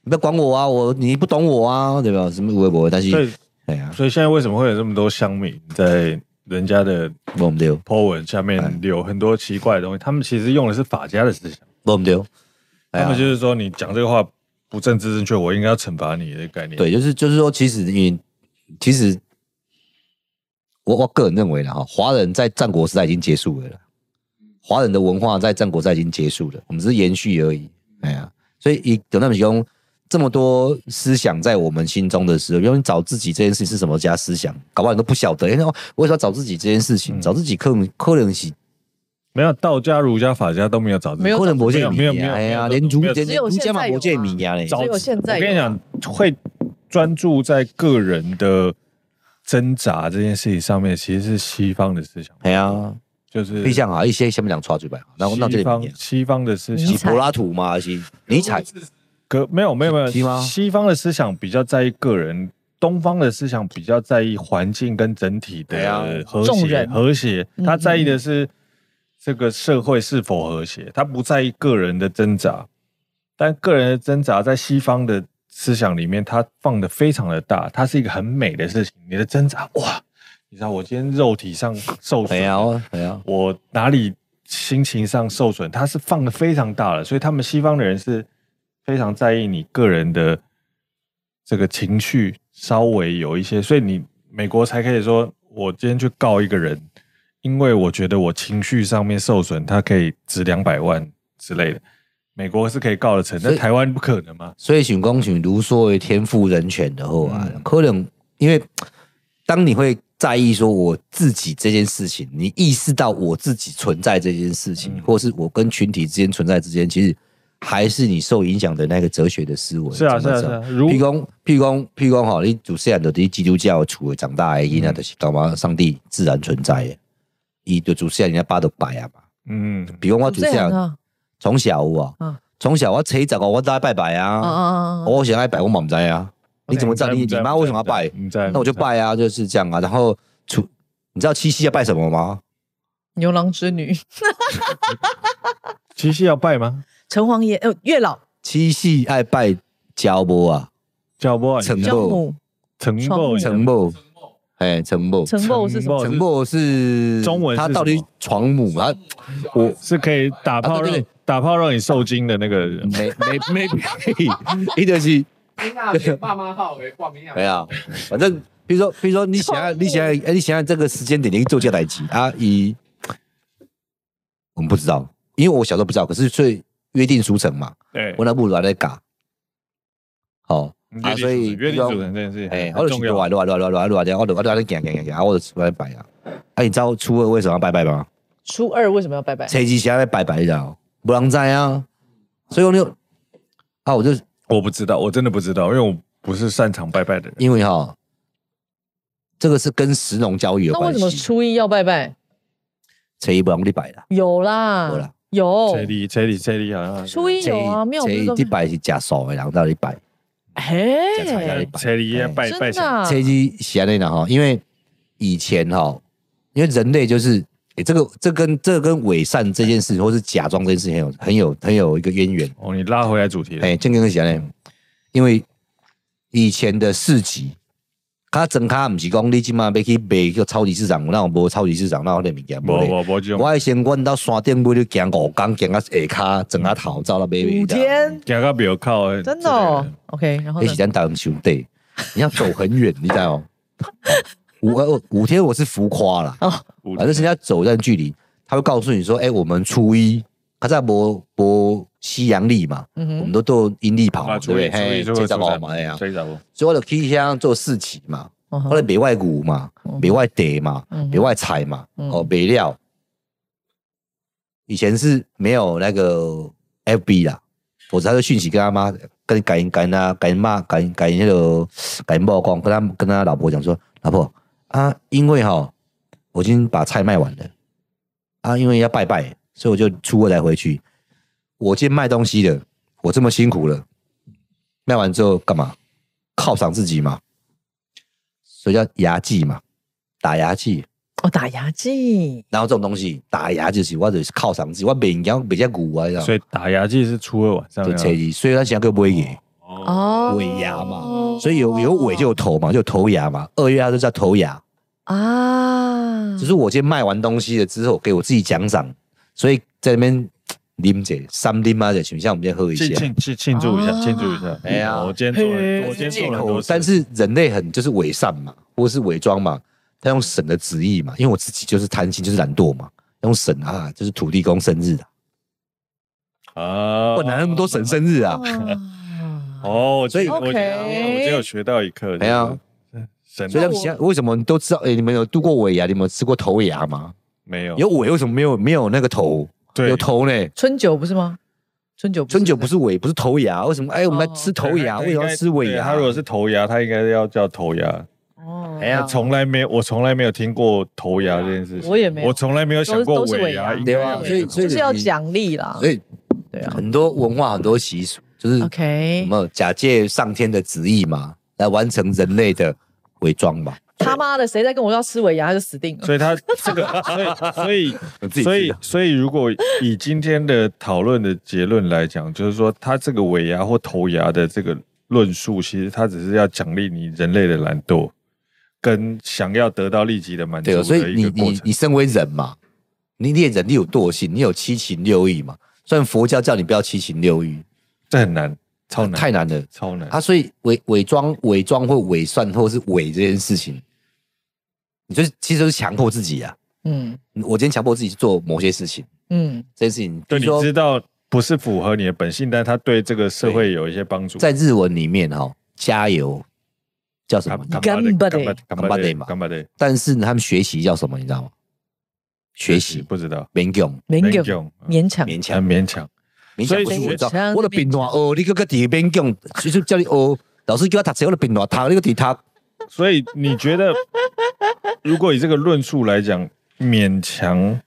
S1: 你不要管我啊，我你不懂我啊，对吧？什么无为不为，但
S3: 所
S1: 是
S3: 以
S1: 哎呀，
S3: 所以现在为什么会有这么多乡民在人家的
S1: 我们丢，
S3: po 文下
S1: 哎
S3: 面有很多奇怪的东西，他们其实用的是法家的思想，
S1: 我们丢，哎
S3: 他
S1: 呀
S3: 们就是说你讲这个话不政治正确，我应该要惩罚你的概念。，
S1: 对，就是就是说，其实你其实我我个人认为了哈，华人在战国时代已经结束了啦，华人的文化在战国时代已经结束了，我们只是延续而已。哎呀，所以以等他们提供这么多思想在我们心中的时候，因为找自己这件事情是什么加思想，搞不好你都不晓得。因为哎为什么要找自己这件事
S3: 嗯
S1: 情？找自己可能可能是
S3: 没有道家、儒家、法家都没有找这个
S2: 没有
S1: 可能不见
S3: 没有
S1: 米
S3: 没
S1: 呀，
S3: 有
S1: 哎呀，
S3: 没有
S1: 连儒
S3: 没有
S1: 连
S2: 只有
S1: 儒家
S2: 现
S1: 嘛
S2: 在
S1: 不
S2: 有
S1: 见
S2: 啊
S1: 米呀嘞。
S3: 找
S2: 只有现在
S3: 我跟你
S2: 有啊
S3: 讲，会专注在个人的挣扎这件事情上面，其实是西方的思想，
S1: 哎呀，
S3: 就是
S1: 你想啊，一些下面讲抓嘴巴，然后那这
S3: 西
S1: 里
S3: 方西方的思想
S2: 尼
S1: 是
S2: 采
S1: 柏拉图嘛，还是尼采
S3: 可没有没有没
S1: 西
S3: 有，
S1: 吗
S3: 西方的思想比较在意个人，东方的思想比较在意环境跟整体
S1: 哎呀
S3: 的和
S2: 众
S3: 谐。
S2: 人
S3: 和谐，
S2: 嗯
S3: 他在意的是这个社会是否和谐，他不在意个人的挣扎。但个人的挣扎在西方的思想里面，他放的非常的大，它是一个很美的事情。你的挣扎，哇，你知道我今天肉体上受
S1: 没
S3: 损，
S1: 有，没有，
S3: 我哪里心情上受损，他是放的非常大了，所以他们西方的人是非常在意你个人的这个情绪稍微有一些，所以你美国才可以说，我今天去告一个人，因为我觉得我情绪上面受损，他可以值两百万之类的，美国是可以告得成，
S1: 所以
S3: 但台湾不可能嘛？
S1: 所以想讲，像如说的天赋人权的后啊，可能因为当你会在意说我自己这件事情，你意识到我自己存在这件事情，
S3: 嗯
S1: 或是我跟群体之间存在之间，其实还是你受影响的那个哲学的思维。
S3: 是啊，是
S1: 怎么
S3: 啊，
S1: 走
S3: 是啊，如
S1: 譬如讲，譬如讲，譬如讲，吼，你主持人就是基督教的厝的长大的囡仔，
S3: 嗯
S1: 就是干嘛？上帝自然存在的，伊就主持人人家巴都摆啊嘛。
S3: 嗯，
S1: 比如讲，我主
S2: 这
S1: 持
S2: 样
S1: 人
S2: 啊，
S1: 从小有啊
S2: 啊，
S1: 从小我初一十五我都爱拜拜
S2: 啊啊啊啊！
S3: 哦
S1: 我想爱拜，我嘛不知啊。你怎么知道？你你妈为什么要拜？
S3: 你在，
S1: 那我就
S3: 不在。
S1: 拜啊，就是这样啊。然后除你知道七夕要拜什么吗？
S2: 牛郎织女、
S3: 七夕要拜吗？
S2: 城隍爷、呃月老、
S1: 七夕爱拜交母啊，
S3: 叫不？
S1: 承
S2: 姜母、
S3: 承
S1: 啊
S2: 床
S3: 诺
S2: 木
S1: 承母哎，陈某，
S2: 陈
S3: 陈
S2: 某是什么？
S3: 某
S1: 陈某是
S3: 中文是
S1: 他到底
S3: 什么
S1: 床母他
S4: 我
S3: 是可以打炮
S1: 啊对
S3: 让、
S1: 对
S3: 打炮让你受惊的那个人，
S1: 没没没屁，一定是
S4: 听啊，学爸妈号为挂名啊
S1: 没有，反正比如说比如说你想要你想要哎你想要这个时间点你做下来几啊一，我们不知道，因为我小时候不知道，可是所以约定俗成嘛，
S3: 对
S1: 我，那不如来嘎，好
S3: 你
S1: 啊，
S3: 约定
S1: 所以
S3: 俗成约
S1: 比如
S3: 定
S1: 说
S3: 主人这件事情
S1: 哎，
S3: 很
S1: 我就是
S3: 重
S1: 多
S3: 要。
S1: 玩多玩多玩多玩多玩，然后我我我行行行行，我就出来拜啊。啊，你知道初二为什么要拜拜吗？
S2: 初二为什么要拜拜？
S1: 车机侠在拜拜的，不让在啊。所以我就啊，我就
S3: 我不知道，我真的不知道，因为我不是擅长拜拜的人。
S1: 因为哈，这个是跟石农教育有
S2: 那为
S1: 关
S2: 什么
S1: 系，
S2: 初一要拜拜？
S1: 车一不让你拜啦。
S2: 有啦，
S1: 有啦
S2: 有
S3: 这里这里这里哦好像
S2: 初一有啊，庙不
S1: 车
S2: 是
S1: 一
S2: 都
S1: 你拜是假素的，然后到你拜。
S2: 哎
S1: 这才叫拜
S3: 这里要拜
S2: 真
S3: 拜神
S2: 的，啊
S1: 车机侠那呢哈，因为以前哈，因为人类就是。诶这个这跟这跟伪善这件事，或是假装这件事很有很有很有一个渊源。
S3: 哦，你拉回来主题了，
S1: 哎，正经是啥呢？因为以前的市集，它整卡毋是讲你即马要去卖个超级市场，那无超级市场那有点物件
S3: 无
S1: 无咧。
S3: 无无这种，
S1: 我以前阮到山顶买，你行五工，行到下骹，整下头走到尾尾
S2: 五
S1: 的。
S2: 天，
S3: 行到庙口的
S2: 真的哦。OK，然后
S1: 那
S2: 呢
S1: 是？咱台湾兄弟，你要走很远，你知道吗？ 五呃五天我是浮夸啦，
S3: 五
S1: 反正人家走一段距离，他会告诉你说：“哎、我们初一，他在博博西洋历嘛，
S2: 嗯
S1: 我
S2: 哼
S1: 们，都做阴历跑嘛，
S3: 啊，
S1: 对不
S3: 初
S1: 对？
S3: 一初
S1: 嘿，
S3: 一初
S1: 这
S3: 一
S1: 张
S3: 初
S1: 好
S3: 三
S1: 嘛，哎呀，
S3: 这一张
S1: 所以我就去乡做市集嘛，
S2: 嗯
S1: 我来
S2: 哼
S1: 卖外牛嘛，卖外地嘛，
S2: 嗯
S1: 卖外菜嘛，
S2: 嗯
S1: 哦，卖料。以前是没有那个 FB 啦，否则他就讯息跟他妈、跟跟跟他、跟妈、跟跟那个跟曝光，跟他跟他老婆讲说，老婆啊，因为哈，我已经把菜卖完了啊，因为要拜拜，所以我就初二才回去。我今天卖东西了，我这么辛苦了，卖完之后干嘛？犒赏自己嘛，所以叫牙祭嘛，打牙祭。
S2: 哦，打牙祭，
S1: 然后这种东西打牙就是我就是犒赏自己，我每年每家鼓啊，
S3: 所
S1: 所以
S3: 以打牙祭是初二晚上啊
S1: 就
S3: 要，
S1: 车机，所以他想给尾牙，
S2: 哦，
S1: 尾牙嘛，所以有有尾就有头嘛，就有头牙嘛。二月它就叫头牙，
S2: 啊，
S1: 就是我今天卖完东西了之后，给我自己奖赏，所以在那边啉者三啉啊，者，请像我们今天喝一
S3: 庆
S1: 下。
S3: 庆庆庆祝一下，
S2: 啊
S3: 庆祝一下。嗯
S1: 哎呀
S3: 我今天做了，我今天
S1: 借
S3: 做了很
S1: 口
S3: 多，
S1: 哦
S3: 事，
S1: 但是人类很就是伪善嘛，或是伪装嘛，他用神的旨意嘛，因为我自己就是贪心，就是懒惰嘛，用神啊，就是土地公生日啊，
S3: 啊，
S1: 我哪那么多神生日
S2: 哦
S1: 啊？
S2: 啊
S3: 哦，
S1: 所
S3: 所以
S1: 以
S3: 我觉
S2: OK
S3: 得我今天有学到一课，
S1: 没有
S3: 就是神
S1: 所以他们现在为什么你都知道？哎、你们有度过尾牙？你们有吃过头牙吗？
S3: 没有
S1: 有尾为什么没有没有那个头？
S3: 哦对
S1: 有头呢？
S2: 春酒不是吗？春酒不是
S1: 春酒不是尾，不是头牙，为什么？哎、我们来
S2: 哦
S1: 吃头牙，为什么要吃尾
S3: 对
S1: 牙？
S3: 他如果是头牙，他应该要叫头牙。
S2: 哦，
S1: 哎呀
S3: 从来没，我从来没有听过头牙这件事情，
S2: 我也没有
S3: 我从来没有想过
S2: 都是都是
S3: 尾
S2: 尾
S3: 牙
S2: 牙
S3: 应该
S1: 对啊
S3: 要
S1: 吧？
S3: 有
S1: 所以所以
S2: 就是要
S1: 你，
S2: 奖励啦
S1: 所，以
S2: 对啊
S1: 很多文化、很多习俗，就是什
S2: ，OK，
S1: 么假借上天的旨意嘛，来完成人类的伪装嘛。
S2: 他妈的，谁再跟我要吃尾牙他就死 定了。
S3: 所以他这个，所以
S1: 我自
S3: 所
S1: 己
S3: 以所以
S1: 知道
S3: 所以，如果以今天的讨论的结论来讲，就是说，他这个尾牙或头牙的这个论述，其实他只是要奖励你人类的懒惰，跟想要得到立即的满足
S1: 对哦，所以
S3: 的一
S1: 你
S3: 个过
S1: 你
S3: 程。
S1: 你身为人嘛，你你也人，你有惰性，你有七情六欲嘛。虽然佛教叫你不要七情六欲，
S3: 这很难，超难，
S1: 太难了。
S3: 超难。
S1: 啊，所以伪伪装、伪装或伪善或是伪这件事情，你就是其实就是强迫自己啊。
S2: 嗯
S1: 我今天强迫自己去做某些事情，
S2: 嗯，
S1: 这件事情，
S3: 对，
S1: 比
S3: 你
S1: 如
S3: 知
S1: 说
S3: 道不是符合你的本性，但他对这个社会有一些帮助。
S1: 在日文里面哈、加油叫什么？
S3: 干巴
S1: 干巴
S3: 的
S1: 爹嘛
S3: 干巴的
S1: 但是呢他们学习叫什么？你知道吗？学习
S3: 不知道，
S1: 勉强
S2: 勉
S3: 勉
S2: 强
S3: 强，
S2: 勉强，
S1: 勉
S3: 很
S1: 强
S3: 勉强。
S1: 勉
S3: 所
S1: 强
S3: 以
S1: 不是
S3: 学
S1: 伪装
S2: 强，
S1: 我的平段哦，你个个底勉强，就是叫你哦，老师叫我读册，我的平段读，你个底读，
S3: 所以你 觉得，如果以这个论述来讲，勉强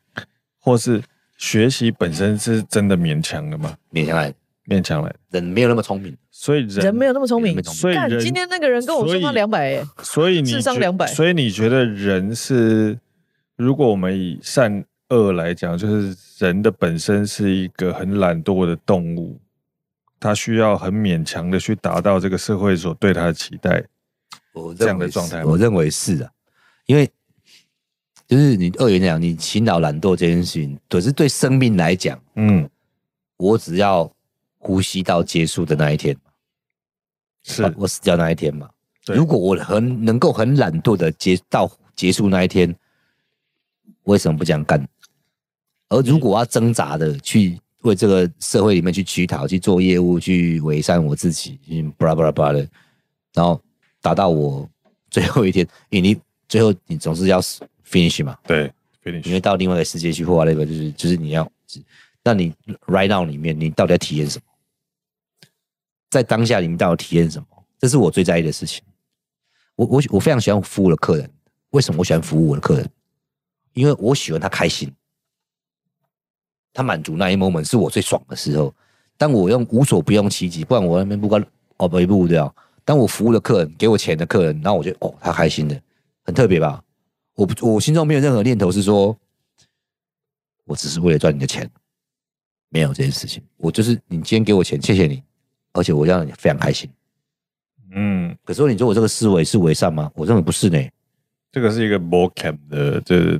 S3: 或是学习本身是真的勉强的吗？
S1: 勉强来，
S3: 勉强来的，
S1: 人没有那么聪明，
S3: 所以人
S2: 人没有那么聪明
S1: 人没。聪
S3: 所以
S2: 干，
S3: 人
S2: 今天那个人跟我说他
S3: 所以
S2: 两百，哎，
S3: 所以你
S2: 智商
S3: 觉
S2: 200
S3: 所以你觉得人是，如果我们以善恶来讲，就是人的本身是一个很懒惰的动物，它需要很勉强的去达到这个社会所对它的期待。
S1: 我
S3: 这
S1: 认
S3: 样的
S1: 为是
S3: 状态吗
S1: 我认为是啊。因为就是你二元讲，你勤劳懒惰这件事情，可是对生命来讲，
S3: 嗯，
S1: 我只要呼吸到结束的那一天，
S3: 是
S2: 啊
S1: 我我死掉那一天嘛。
S3: 对
S1: 如果我很能够很懒惰的结到结束那一天，为什么不这样干？而如果我要挣扎的去为这个社会里面去乞讨、去做业务、去伪善我自己，嗯，巴拉巴拉巴拉的，然后达到我最后一天，因为你最后你总是要 finish 嘛，
S3: 对
S1: 你会
S3: ，finish，
S1: 到另外一个世界去或 w h a t 就是就是你要，那你 right now 里面你到底在体验什么？在当下里面到底体验什么？这是我最在意的事情。我我我非常喜欢服务我的客人，为什么我喜欢服务我的客人？因为我喜欢他开心，他满足那一 moment 是我最爽的时候。当我用无所不用其极，不然我那边不管哦不不对啊。当我服务的客人给我钱的客人，然后我就哦他开心的，很特别吧？我不我心中没有任何念头是说我只是为了赚你的钱，没有这件事情。我就是你今天给我钱，谢谢你，而且我让你非常开心。
S3: 嗯，
S1: 可是你说我这个思维是为善吗？我认为不是呢。
S3: 这个是一个 more camp 的，这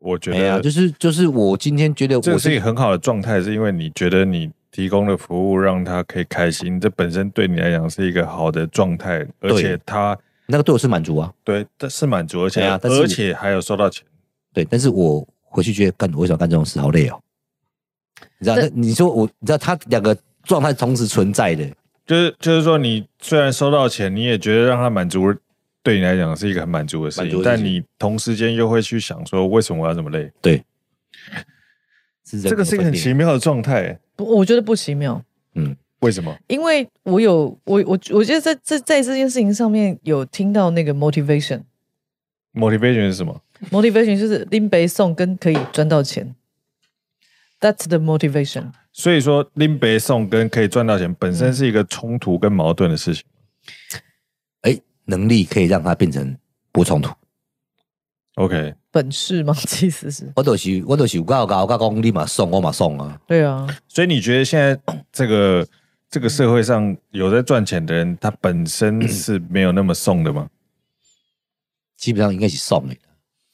S3: 我觉
S1: 没有、啊
S3: 得
S1: 哎就是就是我今天觉得
S3: 这
S1: 我
S3: 个是一
S1: 是
S3: 个很好的状态，是因为你觉得你提供的服务让他可以开心，这本身对你来讲是一个好的状态，而且他
S1: 那个对我是满足啊，
S3: 对这是满足，而且、
S1: 对啊但是
S3: 而且还有收到钱，
S1: 对。但是我回去觉得干，我为什么要干这种事？好累哦。你知道，那你说我，你知道他两个状态同时存在的，
S3: 就是就是说你虽然收到钱，你也觉得让他满足，对你来讲是一个很满足的事
S1: 满足
S3: 情，
S1: 的事
S3: 但
S1: 情
S3: 你同时间又会去想说为什么我要这么累，
S1: 是人
S3: 这个是一个
S1: 的分
S3: 很
S1: 裂
S3: 奇妙的状态，
S2: 不，我觉得不奇妙，
S3: 为什么？
S2: 因为我有我我我觉得在在在这件事情上面有听到那个 motivation。
S3: motivation 是什么？
S2: motivation 就是拎北送跟可以赚到钱，That's the motivation。
S3: 所以说拎北送跟可以赚到钱本
S1: 嗯
S3: 身是一个冲突跟矛盾的事情。
S1: 哎，能力可以让它变成不冲突。
S3: OK，
S2: 本事吗？其实是
S1: 我都是我都是有告告告公立马送我马送啊，
S2: 对啊，
S3: 所以你觉得现在这个这个社会上有在赚钱的人，他本
S1: 嗯
S3: 身是没有那么送的吗？
S1: 基本上应该是送的。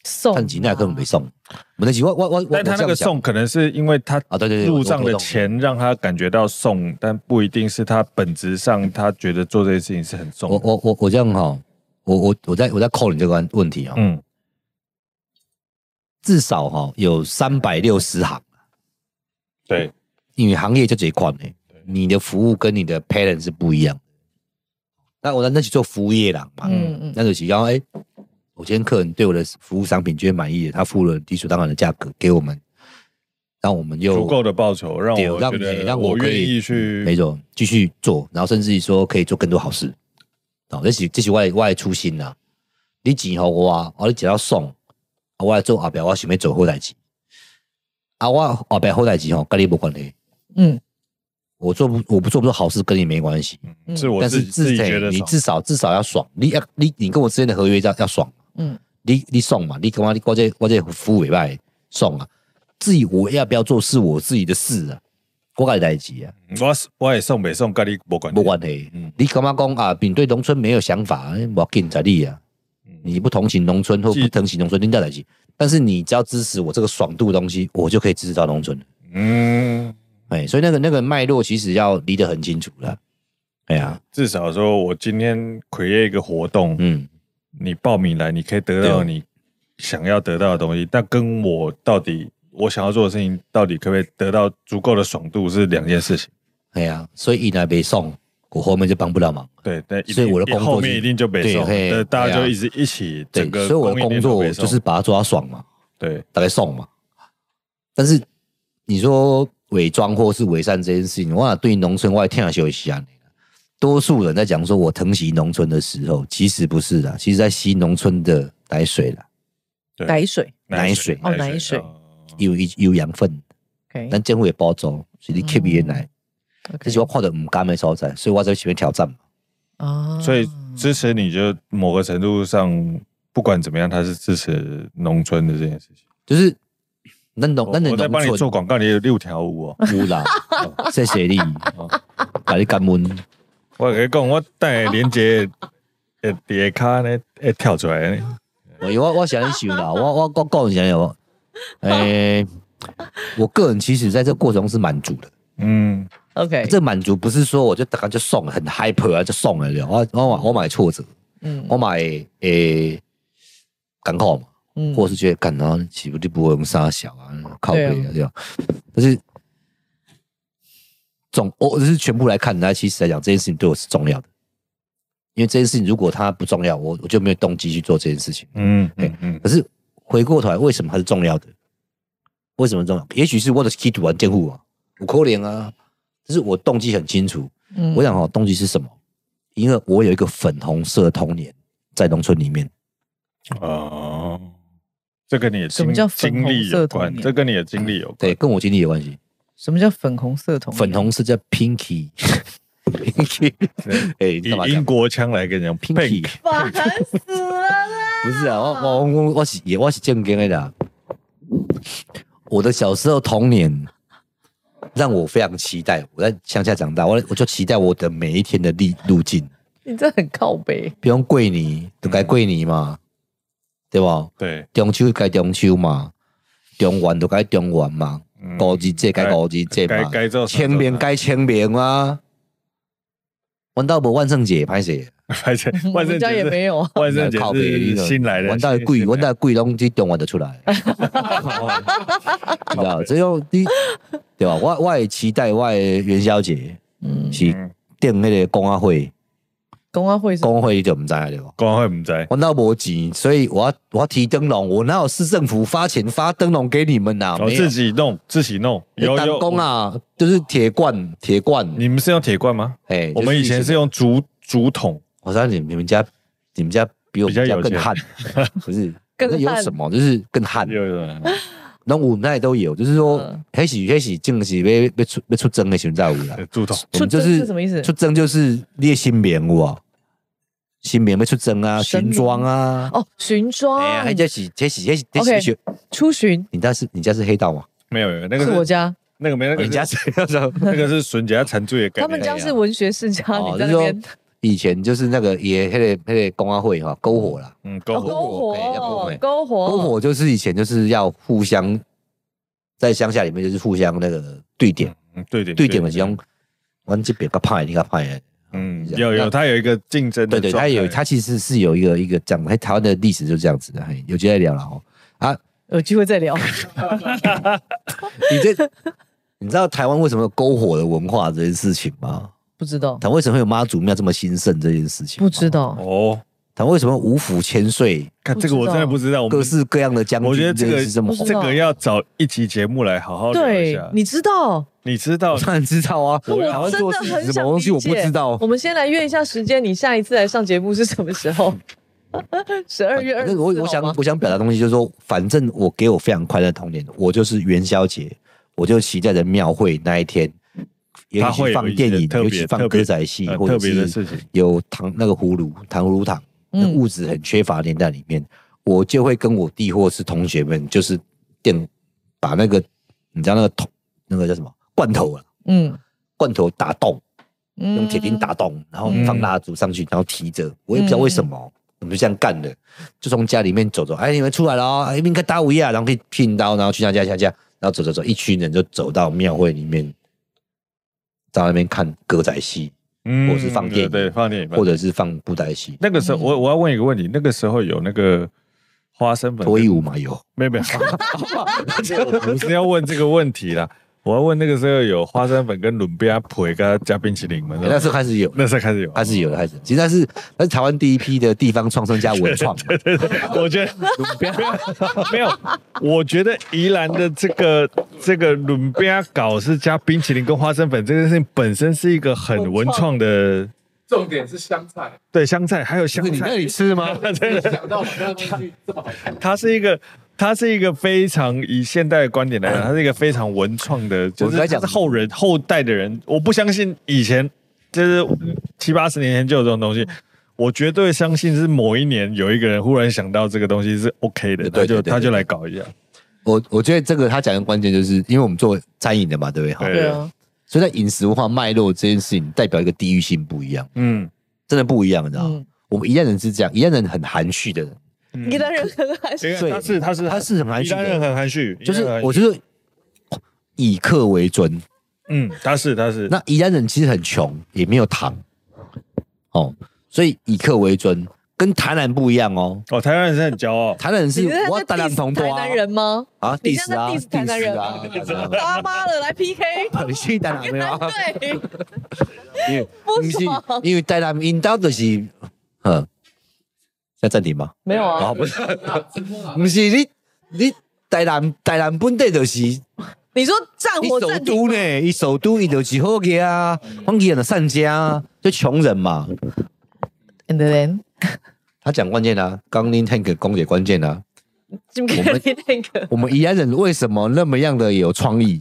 S2: 送啊
S1: 但吉奈根本没送，我那吉我我我我
S3: 但他那个送可能是因为他
S1: 啊对对对
S3: 入账的钱让他感觉到送，但不一定是他本质上他觉得做这件事情是很送
S1: 我
S3: 的。
S1: 我我我这样哈，我我我在我在扣你这个问题啊、
S3: 嗯，
S1: 至少哈有三百六十行，
S3: 对，
S1: 因为行业就这一块呢，你的服务跟你的 parent 是不一样的。那我那起做服务业啦嘛，
S2: 嗯嗯
S1: 那就起然后哎，我今天客人对我的服务商品觉得满意，他付了理所当然的价格给我们，让我们又
S3: 足够的报酬让
S1: 对
S3: 我
S1: 让
S3: 觉
S1: 你
S3: 得
S1: 让
S3: 我
S1: 我可
S3: 愿
S1: 以
S3: 意去
S1: 没错，继续做，然后甚至于说可以做更多好事。哦，这是这是我的我的初心啦、你钱给我啊，哦，你只要送，啊我来做后壁我想要做好代志。啊，我后壁好代志吼，跟你无关系。
S2: 嗯，
S1: 我做不我不做不做好事跟你没关系，
S2: 嗯
S3: 是我
S1: 但
S3: 自
S1: 是
S3: 己自
S1: 至
S3: 己觉得
S1: 你
S3: 爽。
S1: 至少至少要爽，你要你你跟我之间的合约要要爽。
S2: 嗯，
S1: 你你送嘛，你干嘛？你我这我这服务委拜送啊，至于我要不要做是我自己的事啊，我该代志啊。
S3: 我我也送北送，跟你没关系
S1: 没关系
S3: 嗯。
S1: 你干嘛讲啊？丙对农村没有想法，我跟在你啊
S3: 嗯，
S1: 你不同情农村或
S3: 既
S1: 不同情农村，你在哪去？但是你只要支持我这个爽度的东西，我就可以支持到农村了。
S3: 嗯，
S1: 哎，所以那个那个脉络其实要理得很清楚了。哎呀，
S3: 至少说我今天 create 一个活动，
S1: 嗯，
S3: 你报名来，你可以得到你想要得到的东西，但跟我到底我想要做的事情，到底可不可以得到足够的爽度是两件事情。
S1: 哎呀，所以一来没送，我后面就帮不了忙。
S3: 对，但一
S1: 所以我的
S3: 定
S1: 工作
S3: 后面
S1: 就
S3: 一定就北
S1: 对
S3: 送，
S1: 嘿
S3: 对，大
S1: 对
S3: 家
S1: 啊
S3: 就一直一起
S1: 对
S3: 整，个
S1: 所以我的
S3: 供应
S1: 工
S3: 链都
S1: 作
S3: 北送
S1: 就是把它做到爽嘛，
S3: 对，
S1: 大概送嘛。但是你说伪装或是伪善这件事情，我想对农村外听了休息啊。多数人在讲说我疼惜农村的时候，其实不是啦，其实在吸农村的奶水啦，
S3: 对
S2: 奶水
S1: 奶水
S2: 哦奶水
S3: 哦
S1: 有一有养分，
S3: 嗯
S2: ，OK，
S1: 但政府也包装，所以你 keep 也奶，这
S2: OK
S1: 是我看到唔甘的所在，所以我在前面挑战嘛。
S2: 啊
S3: 嗯所以支持你就某个程度上，不管怎么样，他是支持农村的这件事情。
S1: 就是那农
S3: 我
S1: 哦那
S3: 我在帮你
S1: 农
S3: 做
S1: 村
S3: 广告，你有六条舞哦。
S1: 有啦，谢谢你，哦 把你感恩。
S3: 我跟你讲，我等下连接会底下卡呢，会跳出来呢。
S1: 我我我想一想啦，我我我个人想有，哦诶、我个人其实在这过程中是满足的。
S3: 嗯，
S2: OK，
S1: 这满足不是说我就大概就送很 hyper 啊，就送了了。我我买我买挫折，
S2: 嗯
S1: 我买诶感慨嘛，
S2: 嗯
S1: 或是觉得感到岂不就不会用杀小啊，靠背
S2: 对
S1: 啊
S2: 啊
S1: 这样。但是总我只是全部来看，那其实来讲这件事情对我是重要的，因为这件事情如果它不重要，我我就没有动机去做这件事情。
S3: 嗯嗯嗯，
S1: 可是回过头来，为什么它是重要的？为什么重要？也许是我的 key 赌完见户啊，我扣脸啊，就是我动机很清楚。
S2: 嗯
S1: 我想哦，动机是什么？因为我有一个粉红色的童年，在农村里面，
S3: 哦，这跟你的
S2: 什么
S3: 经
S2: 叫粉
S3: 经
S2: 红
S3: 历
S2: 色
S3: 有
S2: 童
S3: 关，
S2: 年
S3: 这跟你的经历有关。
S1: 对，跟我经历有关系。
S2: 什么叫粉红色童年？
S1: 粉红色叫 pinky，pinky，哎， 你
S3: 以
S1: 干嘛
S3: 英
S1: 讲？
S3: 国腔来跟人
S1: Pinky
S2: 烦死了啦！
S1: 不是啊，我我我我是也我是正经的啦。我的小时候童年让我非常期待，我在乡下长大，我我就期待我的每一天的历路径。
S2: 你这很靠北。
S1: 比如过年就该过年嘛，对吧？
S3: 对，
S1: 中秋该中秋嘛，中元就该中元嘛，
S3: 嗯
S1: 五日节该五日节
S3: 该
S1: 嘛，
S3: 该做什么
S1: 清明
S3: 做什么
S1: 该清明啊。玩到无万圣节拍谁？
S3: 而且
S2: 我
S3: 万圣
S2: 们家
S3: 节
S2: 也
S3: 是
S2: 没有啊，
S3: 万圣节
S1: 靠北你
S3: 是
S1: 就
S3: 新来的，
S1: 玩到
S3: 新
S1: 鬼，
S3: 新
S1: 玩
S3: 来
S1: 到鬼拢去中元就出来 了，你知道？只有你对吧？我我的期待我的元宵节
S2: 嗯，
S1: 是
S3: 嗯
S1: 订那个公安会，
S2: 公安会是
S1: 公安会你就唔知道了对吧？
S3: 光会唔在，
S1: 我那无钱，所以我要我要提灯笼，我哪有市政府发钱发灯笼给你们呐、
S3: 我
S1: 没有
S3: 哦自己弄自己弄，有
S1: 弹
S3: 有
S1: 弓，啊，就是铁罐铁罐，
S3: 我你们是用铁罐吗？
S1: 哎，
S3: 我们以前是用竹 竹筒，
S1: 我知道你们你们家你们家比我
S3: 比
S1: 们家
S3: 较有
S1: 更
S3: 钱
S1: 悍，不是
S2: 更
S1: 那有
S2: 悍
S1: 什么就是更悍，
S3: 有有
S1: 那我们那里都有，就是说
S2: 嗯
S1: 黑喜黑喜正是要要出要出征的时候才有啦
S3: 有，竹筒，
S1: 我
S2: 出
S1: 们就
S2: 征是什么意思
S1: 出征就是列新棉有啊，新棉要出征啊，
S2: 神
S1: 巡
S2: 明
S1: 庄啊，
S2: 哦，巡庄
S1: 哎呀，还这是这是这是这
S2: OK
S1: 是学，
S2: 出巡
S1: 你家是你家是黑道吗？
S3: 没有没有那个
S2: 是我
S3: 是
S2: 家，
S3: 那个没那个
S1: 人哦家
S3: 是
S1: 是那时候，
S3: 那个是纯家残罪的概
S2: 他
S3: 念
S2: 们，家是文学世家，
S1: 哦
S2: 你在那边
S1: 就以前就是那个也那个那个公安会哈篝火啦，
S3: 嗯，
S2: 哦
S3: 篝
S2: 篝
S3: 火，
S1: 哎要篝火
S2: 火，篝火，
S1: 篝火就是以前就是要互相在乡下里面就是互相那个对点，
S3: 嗯对点
S1: 对点的用，我们这边个派你个派，
S3: 嗯，
S1: 这样
S3: 有有，
S1: 那
S3: 它有一个竞争的
S1: 对对，
S3: 状
S1: 他
S3: 态，
S2: 哎
S1: 有他其实是有一个一个这样，哎，台湾的历史就是这样子的，嘿有机会聊了 哦。啊，
S2: 有机会再聊。
S1: 你这你知道台湾为什么有篝火的文化这件事情吗？
S2: 不知道，
S1: 台湾为什么会有妈祖庙这么兴盛这件事情？
S2: 不知。道，
S3: 哦，
S1: 台湾为什么五府千岁，
S3: 看这个我真的不知道，我们
S1: 各式各样的将军，
S3: 我觉得这
S1: 这
S3: 个
S1: 是这么
S2: 不
S1: 红
S2: 知？
S3: 这
S2: 道
S3: 个要找一期节目来好好聊一
S2: 对
S3: 下，
S2: 你知道，
S3: 你知道
S1: 我当然知道啊，
S2: 那
S1: 台湾
S2: 我真
S1: 做
S2: 的
S1: 事
S2: 很
S1: 情什
S2: 想
S1: 么东西
S2: 理
S1: 我不
S2: 解
S1: 知道
S2: 我。们先来约一下时间，你下一次来上节目是什么时候？ 十二月二
S1: 反
S2: 十
S1: 正我啊我想我想表达的东西就是说，反正我给我非常快乐的童年，我就是元宵节，我就期待着庙会那一天，尤
S3: 它会
S1: 其
S3: 有
S1: 放
S3: 一些
S1: 电影，
S3: 特
S1: 尤
S3: 别
S1: 其放
S3: 特别
S1: 歌仔戏，
S3: 呃
S1: 或
S3: 特
S1: 者
S3: 别的
S1: 是
S3: 事情，
S1: 有糖那个葫芦糖葫芦糖，那
S2: 嗯
S1: 物质很缺乏的年代里面，我就会跟我弟或是同学们，就是电把那个你知道那个桶那个叫什么罐头啊，
S2: 嗯
S1: 罐头打洞，
S2: 嗯
S1: 用铁钉打洞，然后
S2: 嗯
S1: 放蜡烛上去，然后提着，我也不知道为什么，我们就这样干的，就从家里面走走，哎，你们出来了哦，哎，应该打五亚，然后可以拼刀，然后去下家下家，然后走走走，一群人就走到庙会里面，在那边看歌仔戏，
S3: 嗯
S1: 或是放电影
S3: 对，对放电影，
S1: 或者是放布袋戏，
S3: 那个
S2: 嗯
S3: 时候，我我要问一个问题，那个时候有那个花生粉
S1: 脱衣舞嘛有，
S3: 没有没有，我不是要问这个问题啦，我要问那个时候有花生粉跟伦比亚培跟加冰淇淋吗？
S1: 哎那时候开始有。
S3: 那时候开始有，
S1: 开始有了，开始，其实那是那是台湾第一批的地方创生加文创，
S3: 我觉得没有，我觉得宜兰的这个这个伦比亚搞是加冰淇淋跟花生粉这件事情本身是一个很文创的，
S4: 重点是香菜，
S3: 对香菜还有香菜，
S1: 里吃 吗？
S4: 没想到我们那东西这么好看。
S3: 它是一个。它是一个非常以现代的观点来讲，它是一个非常文创的，就是
S1: 嗯我在
S3: 它
S1: 讲
S3: 是后人后代的人，我不相信以前就是七八十年前就有这种东西，我绝对相信是某一年有一个人忽然想到这个东西是 OK 的，
S1: 对
S3: 他就
S1: 对对
S3: 他就
S1: 对
S3: 来搞一下，
S1: 我我觉得这个他讲的关键就是，因为我们做餐饮的嘛，对不对？哈
S3: 对
S2: 对啊，
S1: 所以在饮食文化脉络这件事情，代表一个地域性不一样，
S3: 嗯
S1: 真的不一样，你知道吗？
S2: 嗯
S1: 我们宜兰人是这样，宜兰人很含蓄的人，
S2: 宜兰人很含蓄，
S3: 因
S1: 所
S3: 为
S1: 以
S3: 他是他是
S1: 他是很含蓄
S3: 宜
S1: 的
S3: 兰人很含蓄，
S1: 就是
S3: 宜兰人很含蓄
S1: 我觉得以客为尊。
S3: 嗯，他是他是
S1: 那宜兰人其实很穷，也没有糖，哦，所以以客为尊，跟台南不一样哦。
S3: 哦，台湾人是很骄傲，
S1: 台南人是
S2: 你在
S1: 我要台
S2: 在
S1: 南
S2: diss
S1: 同多
S2: 台
S1: 啊
S2: 南人 吗？
S1: 啊
S2: 你
S1: 第
S2: 现
S1: 十
S2: 在
S1: 啊
S2: diss 台南人
S1: 啊，
S2: 他妈的来 PK，
S1: 你去台南没 有啊？
S2: 对，
S1: 因为
S2: 不
S1: 不是
S2: 爽，
S1: 因为台南因到就是，嗯，要暂停吗？
S2: 没有啊
S1: 啊，，不是， 不是你你台南台南本地就是。
S2: 你说 战
S1: 伊
S2: 火
S1: 首
S2: 暂停
S1: 都呢，伊首都伊就是好个啊，黄吉人的善家啊，就穷人嘛。
S2: ，and then
S1: 他讲关键啊，刚林 Tank 讲解关键啊，
S2: Jim Carrey 那个
S1: 我们宜兰人为什么那么样的有创意？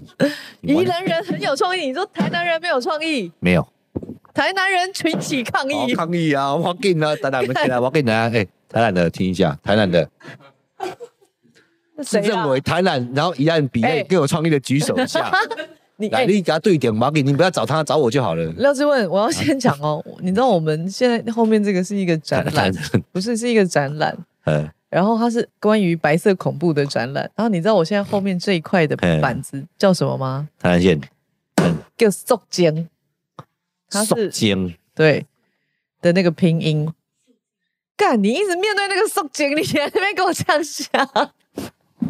S2: 宜兰人很有创意，你说台南人没有创意，
S1: 没有，
S2: 台南人群起抗
S1: 好
S2: 议，
S1: 抗议啊！我给啊，台南我给啊，我给啊， 哎、台南的听一下，台南的
S2: 那
S1: 自
S2: 谁啊
S1: 认？为台南，然后宜兰比
S2: 哎
S1: 内更有创意的举手一下，
S2: 你
S1: 来，
S2: 哎，
S1: 你给他对点，我给你不要找他，找我就好了。
S2: 廖志问，我要
S3: 啊
S2: 先讲哦，你知道我们现在后面这个是一个展览，不是是一个展览，
S1: 呃，
S2: 然后它是关于白色恐怖的展览。然后你知道我现在后面这一块的
S1: 嗯
S2: 板子叫什么吗？
S1: 台南县
S2: 叫塑肩，它
S1: 宋
S2: 是
S1: 江，
S2: 对的那个拼音。干，你一直面对那个塑肩，你在那边跟我这样想，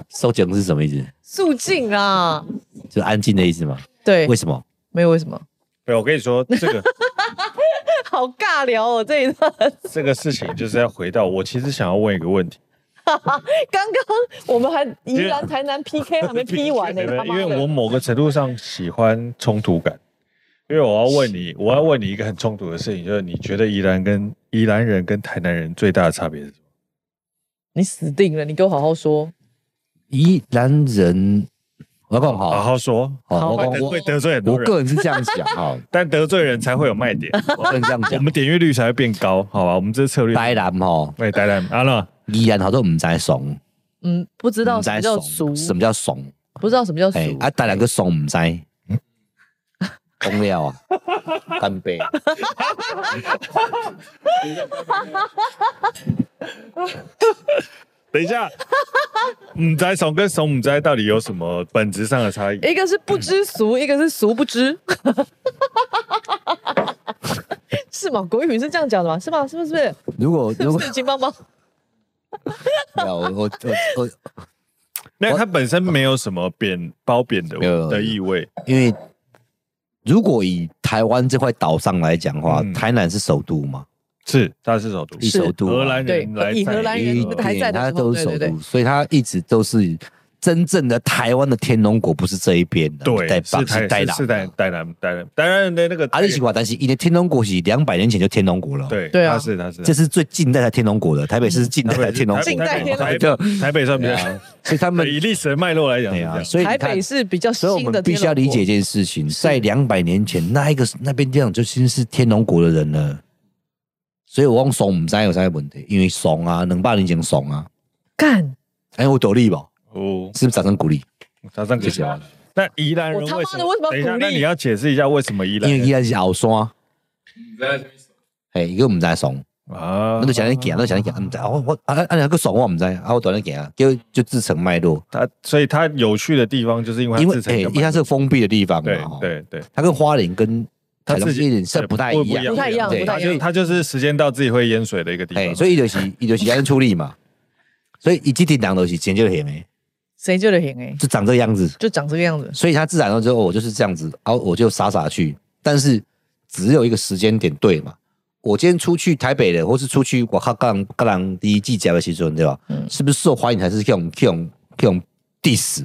S1: 宋江是什么意思？
S2: 肃静啊！
S1: 就是安静的意思吗？
S2: 对
S1: 为，什么？
S2: 没有为什么，
S3: 对，我跟你说，这 个
S2: 好尬聊哦这一段。
S3: 这个事情就是要回到我其实想要问一个问题，
S2: 刚刚我们还宜
S3: 因
S2: 兰、
S3: 为
S2: 台南 PK 还没 P 完 呢、
S3: 因
S2: 他
S3: 为因
S2: 妈
S3: 为我
S2: 的！
S3: 某个程度上喜欢冲突感，因为我要问你，我要问你一个很冲突的事情，就是你觉得宜兰跟宜兰人跟台南人最大的差别是什么？
S2: 你死定了，你给我好好说。
S1: 宜兰人，我要讲
S3: 好
S1: 好，
S3: 好说，
S1: 好，我
S2: 好
S1: 讲
S3: 会得
S1: 我
S3: 会得罪哦很多
S1: 我
S3: 人，
S1: 个人是这样想 哈，
S3: 但得罪人才会有卖点，
S1: 我个人这样
S3: 我
S1: 讲。
S3: 们点阅率才会变高，好吧？我们这策略，
S1: 台南吼，
S3: 哎，呆呆，阿乐，
S1: 宜兰好多唔知怂，
S2: 嗯，不知道
S1: 唔
S2: 什么
S1: 知
S2: 叫
S1: 怂
S2: 俗，
S1: 什么叫怂？
S2: 不知道什么叫俗。
S1: 哎，啊，台南个怂唔知，
S3: 嗯
S1: 讲了 啊，干杯！
S3: 等一 下，母仔怂跟怂母仔到底有什么本质上的差异？
S2: 一个是不
S1: 嗯
S2: 知俗，一个是俗不知， 是吗？国语是这样讲的吗？是吗？是不是？是
S1: 如果如
S2: 不
S1: 果
S2: 是？金邦邦，
S1: 没有我我我我，
S3: 那它本身没有什么贬褒贬的
S1: 没有
S3: 的意味，
S1: 因为如果以台湾这块岛上来讲的话，
S3: 嗯
S1: 台南是首都嘛，是
S3: 它是首都，
S1: 一首都啊，
S3: 荷兰
S2: 对
S3: 人来，
S2: 以荷兰人
S1: 一
S2: 还在
S1: 点，
S2: 的时候
S1: 它啊都是
S2: 对
S1: 首
S2: 对
S1: 都，所以它一直都是真正的台湾的天龙国，不是这一边的，
S3: 对，
S1: 代
S3: 是
S1: 是
S3: 台
S1: 代
S3: 是是台
S1: 南。
S3: 台南台南，当然的那个
S1: 阿里奇瓜，但是因为天龙国是两百年前就天龙国了，，
S3: 对
S2: 对啊
S3: 它是它是
S1: 这是最近代的天龙国了，台北
S2: 嗯
S1: 市是近代
S3: 台北
S1: 的天龙国，
S2: 近代天龙
S3: 台
S1: 国
S3: 北
S1: 对
S3: 台北算比较，
S1: 所以他们
S3: 以历史的脉络来讲
S1: 对
S3: 是这
S1: 啊，
S3: 样，
S1: 所以你
S2: 台
S1: 看
S2: 北是比较
S1: 所以我
S2: 新的
S1: 们必须要理解一件事情，在两百年前，那一个那边地方就先是天龙国的人了。所以我用怂唔知有啥问题，因为怂啊，两百年前怂啊，
S2: 干，
S1: 哎，我独立吧，
S3: 哦，
S1: 是不是掌声鼓励？
S3: 他这样
S1: 谢
S3: 解
S1: 谢
S3: 释
S1: 啊。
S3: 那宜兰人
S2: 我他
S3: 为
S2: 妈
S3: 什
S2: 的为什么要
S3: 等一下，
S2: 鼓励
S3: 那你要解释一下为什么宜
S1: 因
S3: 兰
S1: 为
S3: 人
S1: 伊是后山，
S4: 你在下面说，
S1: 哎，伊个唔知怂，
S3: 啊
S1: 我都想你行，都想你行，唔知啊，我我啊啊，那个怂我唔知啊，
S3: 嗯
S1: 我断你行啊，就就自成脉络，
S3: 他，所以他有趣的地方就是因为
S1: 因
S3: 他
S1: 为
S3: 自成
S1: 哎，
S3: 一个
S1: 因为它
S3: 脉
S1: 是哦封闭的地方嘛，
S3: 络
S1: 吼
S3: 对对对，
S1: 它跟花莲跟
S3: 他
S1: 台中
S3: 自己
S1: 有点是不太一样，
S2: 不太一样
S1: 对
S2: 不太
S3: 他
S2: 一样
S3: 就他就是时间到自己会淹水的一个地
S1: 哎，
S3: 方，
S1: 所以伊就是伊就是安出力嘛，所以伊这点人就是钱就行诶，
S2: 谁就得行哎，
S1: 就长这个样子，
S2: 就长这个样子。
S1: 所以他自然而然就哦我就是这样子，然后我就傻傻地去，但是只有一个时间点对嘛。我今天出去台北了，或是出去我靠干干人第一季节的时阵，对吧？
S2: 嗯
S1: 是不是受欢迎还是这种这种这种 diss？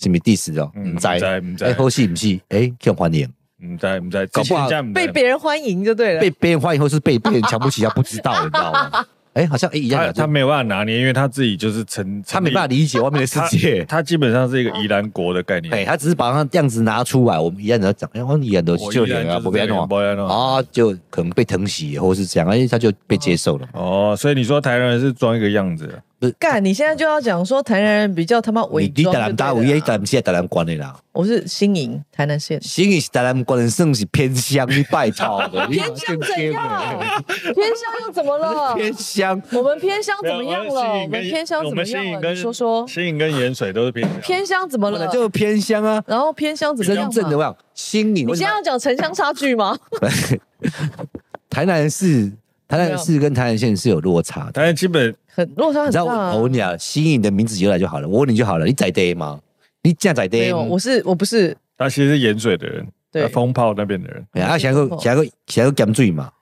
S1: 是不是 diss 哦？
S3: 嗯
S1: 唔知
S3: 不知不知
S1: 哎，好是唔是？哎，这种欢迎
S3: 你嗯在你在，
S1: 搞不好
S3: 之前这样不在
S2: 被别人欢迎就对了
S1: 被，别人欢迎，或是被别人瞧不起，他不知道，你知道吗？哎，好像哎一样
S3: 他
S1: 的，
S3: 他
S1: 他
S3: 没有办法拿捏，因为他自己就是成，
S1: 他没办法
S3: 法
S1: 理解外面的世界。
S3: 他基本上是一个宜兰国的概念。
S1: 哎，他只是把他样子拿出来，我们一样的讲，哎，我一样的
S3: 我
S1: 就
S3: 宜兰
S1: 行啊，
S3: 就是
S1: 不变
S3: 这样
S1: 哦。
S3: 不要弄
S1: 啊，就可能被疼惜，或是这样，而且他就被接受了嘛。
S3: 哦，所以你说台湾人是装一个样子，
S1: 不是
S2: 干，你现在就要讲说台南人比较他妈伪
S1: 你你
S2: 装
S1: 台
S2: 就对了啊。
S1: 南大五夜，你台南现在台南关的啦，
S2: 我是新营台南县。
S1: 新义是台南关的算是偏乡，你拜托的，你
S2: 偏乡怎样？ 偏乡又怎么了？
S1: 偏乡
S2: 我们偏乡
S3: 没
S2: 怎
S3: 有
S2: 么样哦
S3: 我
S2: 了？我们
S3: 们
S2: 偏乡怎么
S3: 新
S2: 样
S3: 颖
S2: 了？
S3: 跟
S2: 你说说，
S3: 新颖跟盐水都是偏乡
S2: 偏乡怎么
S1: 本来
S2: 了？
S1: 就偏乡啊，
S2: 然后偏乡怎么样
S1: 真正
S2: 嘛？
S1: 的我想新义，
S2: 你
S1: 为什
S2: 现在
S1: 么
S2: 要讲城乡差距吗？
S1: 台南市、台南市跟台南县是有落差的。
S3: 当然基本
S2: 很落差
S1: 你
S2: 很
S1: 知
S2: 大
S1: 道我
S2: 啊。
S1: 我问你啊，新义你的名字由来就好了，我问你就好了，你在地吗？你这样在
S2: 没
S1: 地
S2: 有，
S1: 吗？
S2: 我是我不是
S3: 他其实是盐水的人，
S2: 对
S3: 他风炮那边的人，
S1: 哎呀啊，想个想个想个咸水嘛？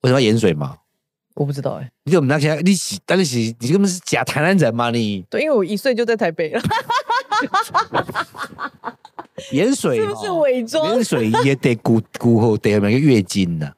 S1: 为什么要盐水嘛？
S2: 我不知道哎、
S1: 你怎么拿起来？你是但是你根本是假台南人嘛？你
S2: 对，因为我一岁就在台北了，
S1: 盐水
S2: 是
S1: 哦
S2: 不是伪装
S1: 盐？水也得古古后得有那个月经呐、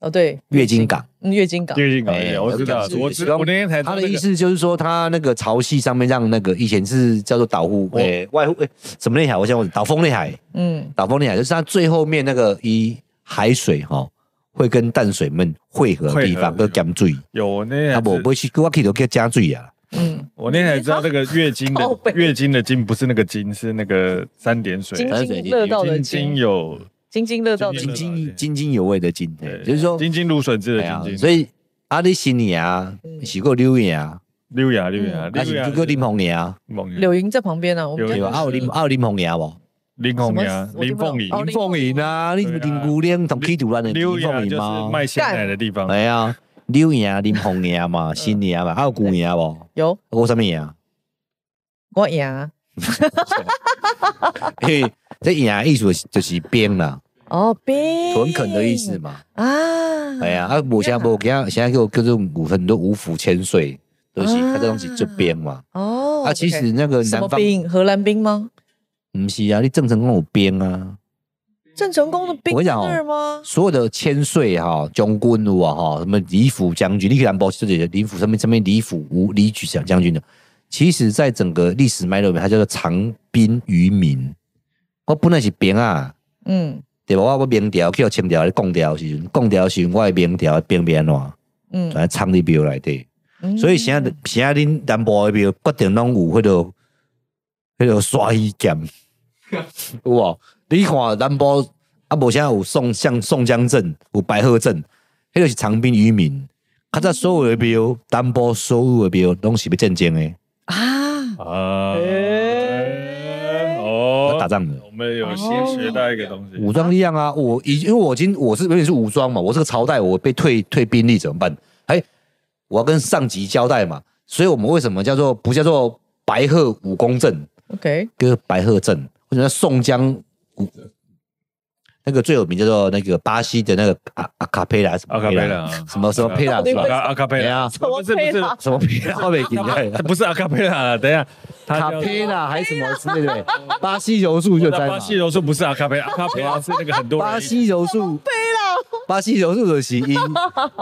S2: 哦，对，
S1: 月经港。
S2: 嗯月经港
S3: 最近搞
S1: 哎
S3: 一啊我知道
S1: 我，
S3: 我知道，我那天才知道
S1: 他的
S3: 那个
S1: 意思就是说，他那个潮汐上面让那个以前是叫做岛户，
S3: 我
S1: 诶、外户诶、什么内海？我想问，岛风内海，
S2: 嗯，
S1: 岛风内海就是它最后面那个一海水哈、会跟淡水们汇合的地方，
S3: 汇合
S1: 跟
S3: 的地
S1: 咸水。
S3: 有我那天
S1: 啊
S3: 才
S1: 不，
S3: 知
S1: 不去，我去都叫加水啊。
S2: 嗯，
S3: 我那天才知道那个月经
S2: 靠
S3: 的
S2: 北
S3: 月经的经不是那个经，是那个三点水
S2: 津
S1: 哎
S2: 津乐道的
S3: 津
S2: 津
S3: 津，有
S2: 津津乐道的
S1: 津
S3: 津
S1: 津津津有味的津，
S3: 对
S1: 就是说，
S3: 津津如水之
S1: 哎
S3: 的
S1: 呀
S3: 津津，
S1: 所以啊，你新年啊，洗过六年啊，
S3: 六牙六牙
S1: 啊
S3: 六
S1: 是
S3: 牙
S1: 就过林凤年啊，
S2: 柳营在旁边啊，我们家
S3: 柳
S1: 对吧？
S3: 营
S1: 啊有林啊有林凤年无？
S3: 林凤
S2: 什
S3: 牙
S2: 么我听
S3: 林
S2: 不懂
S3: 凤仪
S2: 哦
S1: 林凤营啊，你
S3: 对啊
S1: 林姑娘同基督乱的
S3: 六
S1: 林
S3: 牙
S1: 凤
S3: 就
S1: 营
S3: 是
S1: 吗？
S3: 卖鲜奶的地方，
S1: 哎呀，柳营、林凤营 嘛，新营嘛，还有旧营无？
S2: 有
S1: 我什么啊营？
S2: 我牙
S1: 嘿，这营的意思就是就是冰啦，
S2: 哦冰
S1: 屯垦的意思嘛。
S2: 啊，
S1: 哎呀，啊，无啥无，今仔现在叫叫做有很多五福千岁，都是它这东西这边嘛。
S2: 啊哦，
S1: 啊，其
S2: OK
S1: 实那个
S2: 什
S1: 南
S2: 么
S1: 方嗯
S2: 冰？荷兰冰吗？
S1: 不是啊，你郑成功有边啊，
S2: 郑成功的冰
S1: 我跟你
S2: 在
S1: 讲哦
S2: 那儿吗？
S1: 所有的千岁哈、将军有啊哈，什么李府将军，你可以不这里李府上面上面李府吴李举将将军的，其实在整个历史脉络里面，它叫做长兵于民。我本来是兵啊，
S2: 嗯
S1: 对吧？我我明调去清朝供调的时候，供调的时候我的明调兵变乱，
S2: 嗯
S1: 全藏伫庙内底。
S2: 嗯，
S1: 所以现在现在恁南部的庙决定拢有迄落迄落刷衣剑， 有无？你看南部啊，无啥有宋像宋江镇，有白鹤镇，迄落是长滨渔民。较早所有的庙，南部所有的庙拢是要战争的，
S2: 啊，
S3: 啊，
S2: 哎哦
S1: 要
S3: 哦，
S1: 打仗的。
S3: 我们有新学到一个东西，
S1: 武装力量啊，我已因为我已经我是原本是武装嘛，我这个朝代我被退退兵力怎么办？哎，我要跟上级交代嘛，所以我们为什么叫做不叫做白鹤武功阵？
S2: OK，
S1: 跟白鹤镇，或者叫宋江古那个最有名叫做那个巴西的那个阿阿卡佩拉什么
S3: 阿卡
S1: 佩
S3: 贝
S1: 拉
S3: 拉，
S1: 什么什么佩拉
S2: 到底
S1: 是吧
S3: 阿？卡阿卡
S1: 哎
S3: 贝拉
S1: 呀，
S2: 怎么
S3: 啊不是不
S2: 配
S3: 是
S2: 啦？
S1: 什么佩拉我没听到
S3: 不是阿卡贝拉了，等一下，他
S1: 卡
S3: 叫
S1: 佩拉还是什么之类的，巴西柔术就啊在
S3: 巴
S1: 嘛。
S3: 西柔术不是阿卡贝拉，阿卡贝拉是那个很多人
S1: 巴西柔术，巴西柔术就是 因，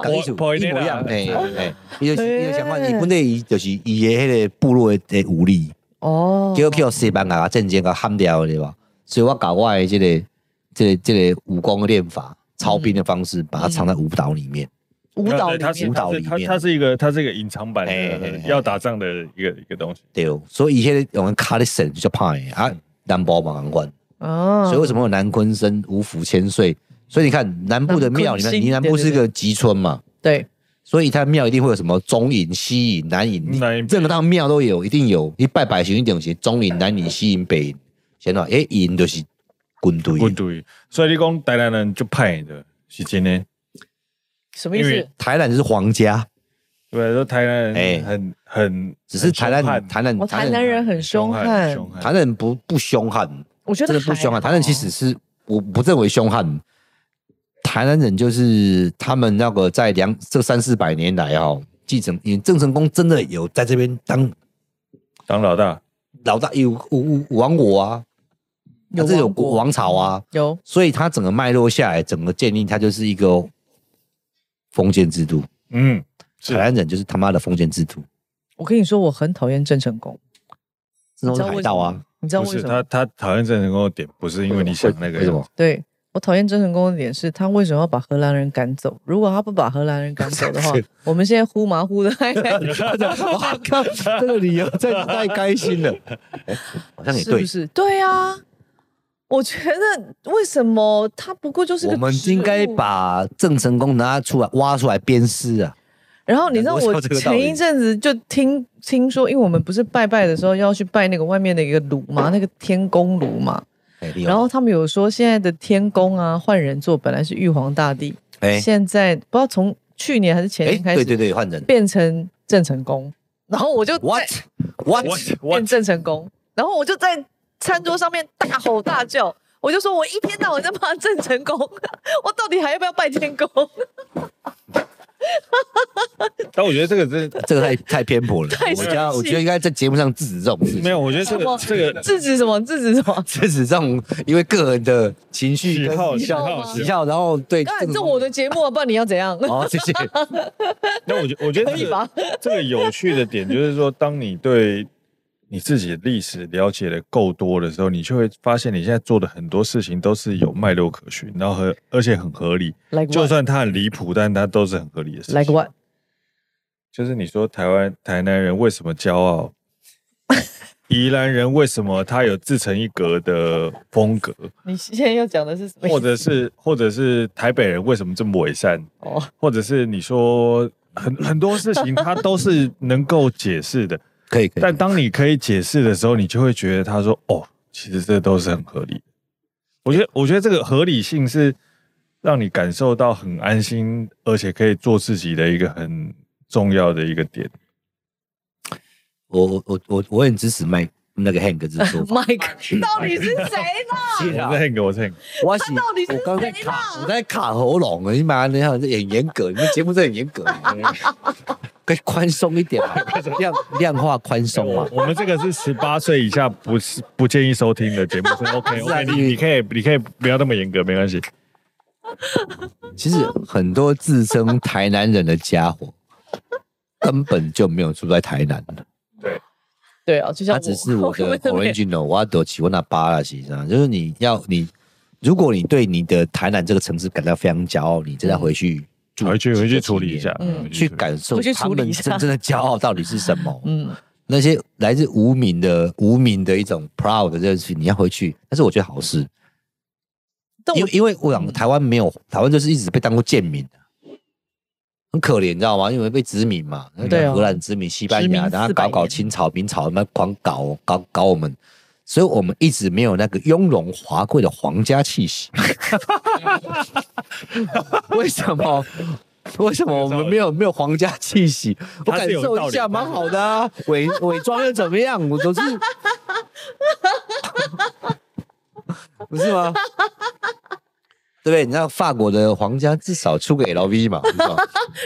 S1: 跟艺术
S3: 婆
S1: 一模一样，
S3: 婆
S1: 哎哎，伊就是伊就想法，伊本来伊就是伊的迄个部落的武力，
S2: 哦，
S1: 叫叫西班牙战争给撼掉了对吧？所以我搞我的这个这个这个武功的练法，操兵的方式，把它藏在舞蹈里面。
S2: 舞蹈
S3: 对
S2: 里
S3: 它是
S2: 面
S1: 舞蹈里
S3: 它
S1: 面
S3: 它是一个它是一个隐藏版
S1: 哎哎
S3: 的
S1: 哎
S3: 要打仗的一个一个东西。
S1: 对哦，所以以前我们卡的神就叫派啊，南部嘛南关，
S2: 啊，
S1: 所以为什么有南昆生、五福千岁？所以你看南部的庙里
S2: 南
S1: 面，
S2: 昆生
S1: 你南部是
S2: 对对对
S1: 个集村嘛，
S2: 对
S1: 所以它庙一定会有什么中引、西引、南引，
S3: 南引
S1: 这个当庙都有，一定有。你拜拜行一定是中引、南引、西引、北引，先啦，诶，引就是军队，
S3: 滚对，所以你讲台南人就派的是真的，
S2: 什么意
S3: 因
S2: 思
S3: 为？
S1: 台南就是皇家，
S3: 对，说台南
S1: 哎
S3: 人很很，
S1: 只是台南
S3: 很凶悍
S1: 台南
S2: 我台南人很凶悍
S3: 很，凶悍
S1: 台南不不凶悍，
S2: 我觉得啊
S1: 真的不凶悍。台南其实是我不认为凶悍，台南人就是他们那个在两这三四百年来哦，继承因为郑成功真的有在这边当
S3: 当老大，
S1: 老大，有有有亡国啊，
S2: 有
S1: 他这有
S2: 亡国
S1: 王朝啊，
S2: 有
S1: 所以他整个脉络下来，整个建立它就是一个封建制度。
S3: 嗯，是
S1: 台南人就是他妈的封建制度，
S2: 我跟你说，我很讨厌郑成功，
S1: 这种
S2: 你知道
S1: 海
S2: 为什
S1: 盗
S2: 么
S1: 啊
S2: 吗，你知道
S3: 不
S2: 为
S3: 是
S2: 什么
S3: 他？他讨厌郑成功的点，不是因为你想那个
S1: 为什么？？
S2: 对，我讨厌郑成功的点是他为什么要把荷兰人赶走？如果他不把荷兰人赶走的话
S1: 是，
S2: 我们现在呼麻呼的， 还
S1: 哇靠，这个理由真的太开心了，哎好像也
S2: 是
S1: 对
S2: 不。是？对啊，我觉得为什么他不过就是个
S1: 我们
S2: 职
S1: 应该
S2: 务
S1: 把郑成功拿出来挖出来鞭尸啊！
S2: 然后你知道
S1: 我知道
S2: 我
S1: 这个道理
S2: 前一阵子就听听说，因为我们不是拜拜的时候要去拜那个外面的一个炉嘛，那个天宫炉嘛。
S1: 哎理由
S2: 然后他们有说现在的天宫啊换人做，本来是玉皇大帝，
S1: 哎
S2: 现在不知道从去年还是前
S1: 哎，
S2: 年开
S1: 对
S2: 始，
S1: 对对，换人。
S2: 变成郑成功。然后我就在
S1: What what？
S2: 变郑成功，然后我就在餐桌上面大吼大叫。我就说，我一天到晚在骂郑成功， 我到底还要不要拜天宫？
S3: 但我觉得这个真
S1: 这个太太偏颇了。
S2: 太
S1: 我
S2: 生
S1: 觉得
S2: 气
S1: 我觉得应该在节目上制止这种事情，
S3: 没有，我觉 得这个这个
S2: 制止什么？制止什么？
S1: 制止这种因为个人的情绪
S3: 喜
S1: 跟
S3: 好喜
S2: 笑
S3: 好
S2: 吗
S1: 喜
S3: 喜好。
S1: 好，然后对
S2: 干，
S1: 哎个
S2: 这 我的节目啊，不然你要怎样？
S1: 好，谢 谢。
S3: 那我觉我觉得这
S2: 以吧
S3: 个 这个有趣的点就是说，当你对你自己的历史了解的够多的时候，你就会发现你现在做的很多事情都是有脉络可循，然后和而且很合理。
S2: Like
S3: 就算它很离谱，但它都是很合理的事情。
S2: like what？
S3: 就是你说台湾台南人为什么骄傲？宜兰人为什么他有自成一格的风格，
S2: 你现在要讲的是什么意思？
S3: 或者是或者是台北人为什么这么伪善，
S2: 哦，
S3: 或者是你说很很多事情他都是能够解释的，
S1: 可以可以，
S3: 但当你可以解释的时候，你就会觉得他说哦，其实这都是很合理的。我觉得，我觉得这个合理性是让你感受到很安心，而且可以做自己的一个很重要的一个点。
S1: 我我我我我很支持麦那个 Hank 这说法。
S2: Mike 到底是谁啦？
S1: 是
S3: 我
S1: 啊
S3: 再给我再
S1: 我是
S2: 到底是
S1: 我刚才
S2: 谁啦
S1: 卡，我在卡喉咙啊了，你妈的，你好像很严格，你们节目真的很严格，啊可以宽松一点嘛，量量化宽松嘛
S3: 我。我们这个是十八岁以下不是不建议收听的节目，是 OK
S1: 是啊
S3: OK，你你可以你可以不要那么严格，没关系。
S1: 其实很多自称台南人的家伙，根本就没有住在台南的，
S2: 对啊，就像
S1: 他只是我的 original，我要得起我那巴拉西上，啊就是你要你，如果你对你的台南这个城市感到非常骄傲，你真的回去住
S3: 回
S1: 几
S3: 去
S1: 个
S3: 嗯回去
S1: 几
S3: 处理一
S1: 年
S3: 下，
S2: 嗯
S3: 回
S1: 去
S3: 处理
S1: 感受
S2: 回去
S1: 他
S2: 处理
S1: 们
S2: 一下
S1: 真正的骄傲到底是什么。
S2: 嗯，
S1: 那些来自无名的、无名的一种 proud 的热情，你要回去。但是我觉得好事，
S2: 但
S1: 因
S2: 我
S1: 为因为我想台湾没有，台湾就是一直被当做贱民的，很可怜，你知道吗？因为被殖民嘛，
S2: 对啊
S1: 荷兰殖民西班牙，
S2: 殖民
S1: 然后
S2: 400
S1: 搞搞
S2: 年
S1: 清朝、明朝，他妈狂搞搞搞我们，所以我们一直没有那个雍容华贵的皇家气息。 为什么？为什么我们没有没有皇家气 息？我
S3: 它
S1: 感
S3: 是有道
S1: 受
S3: 理
S1: 一下，蛮好的 啊。伪伪装又怎么样？我都是，不是吗？对不对？你知道法国的皇家至少出个 LV 嘛？你知 道吗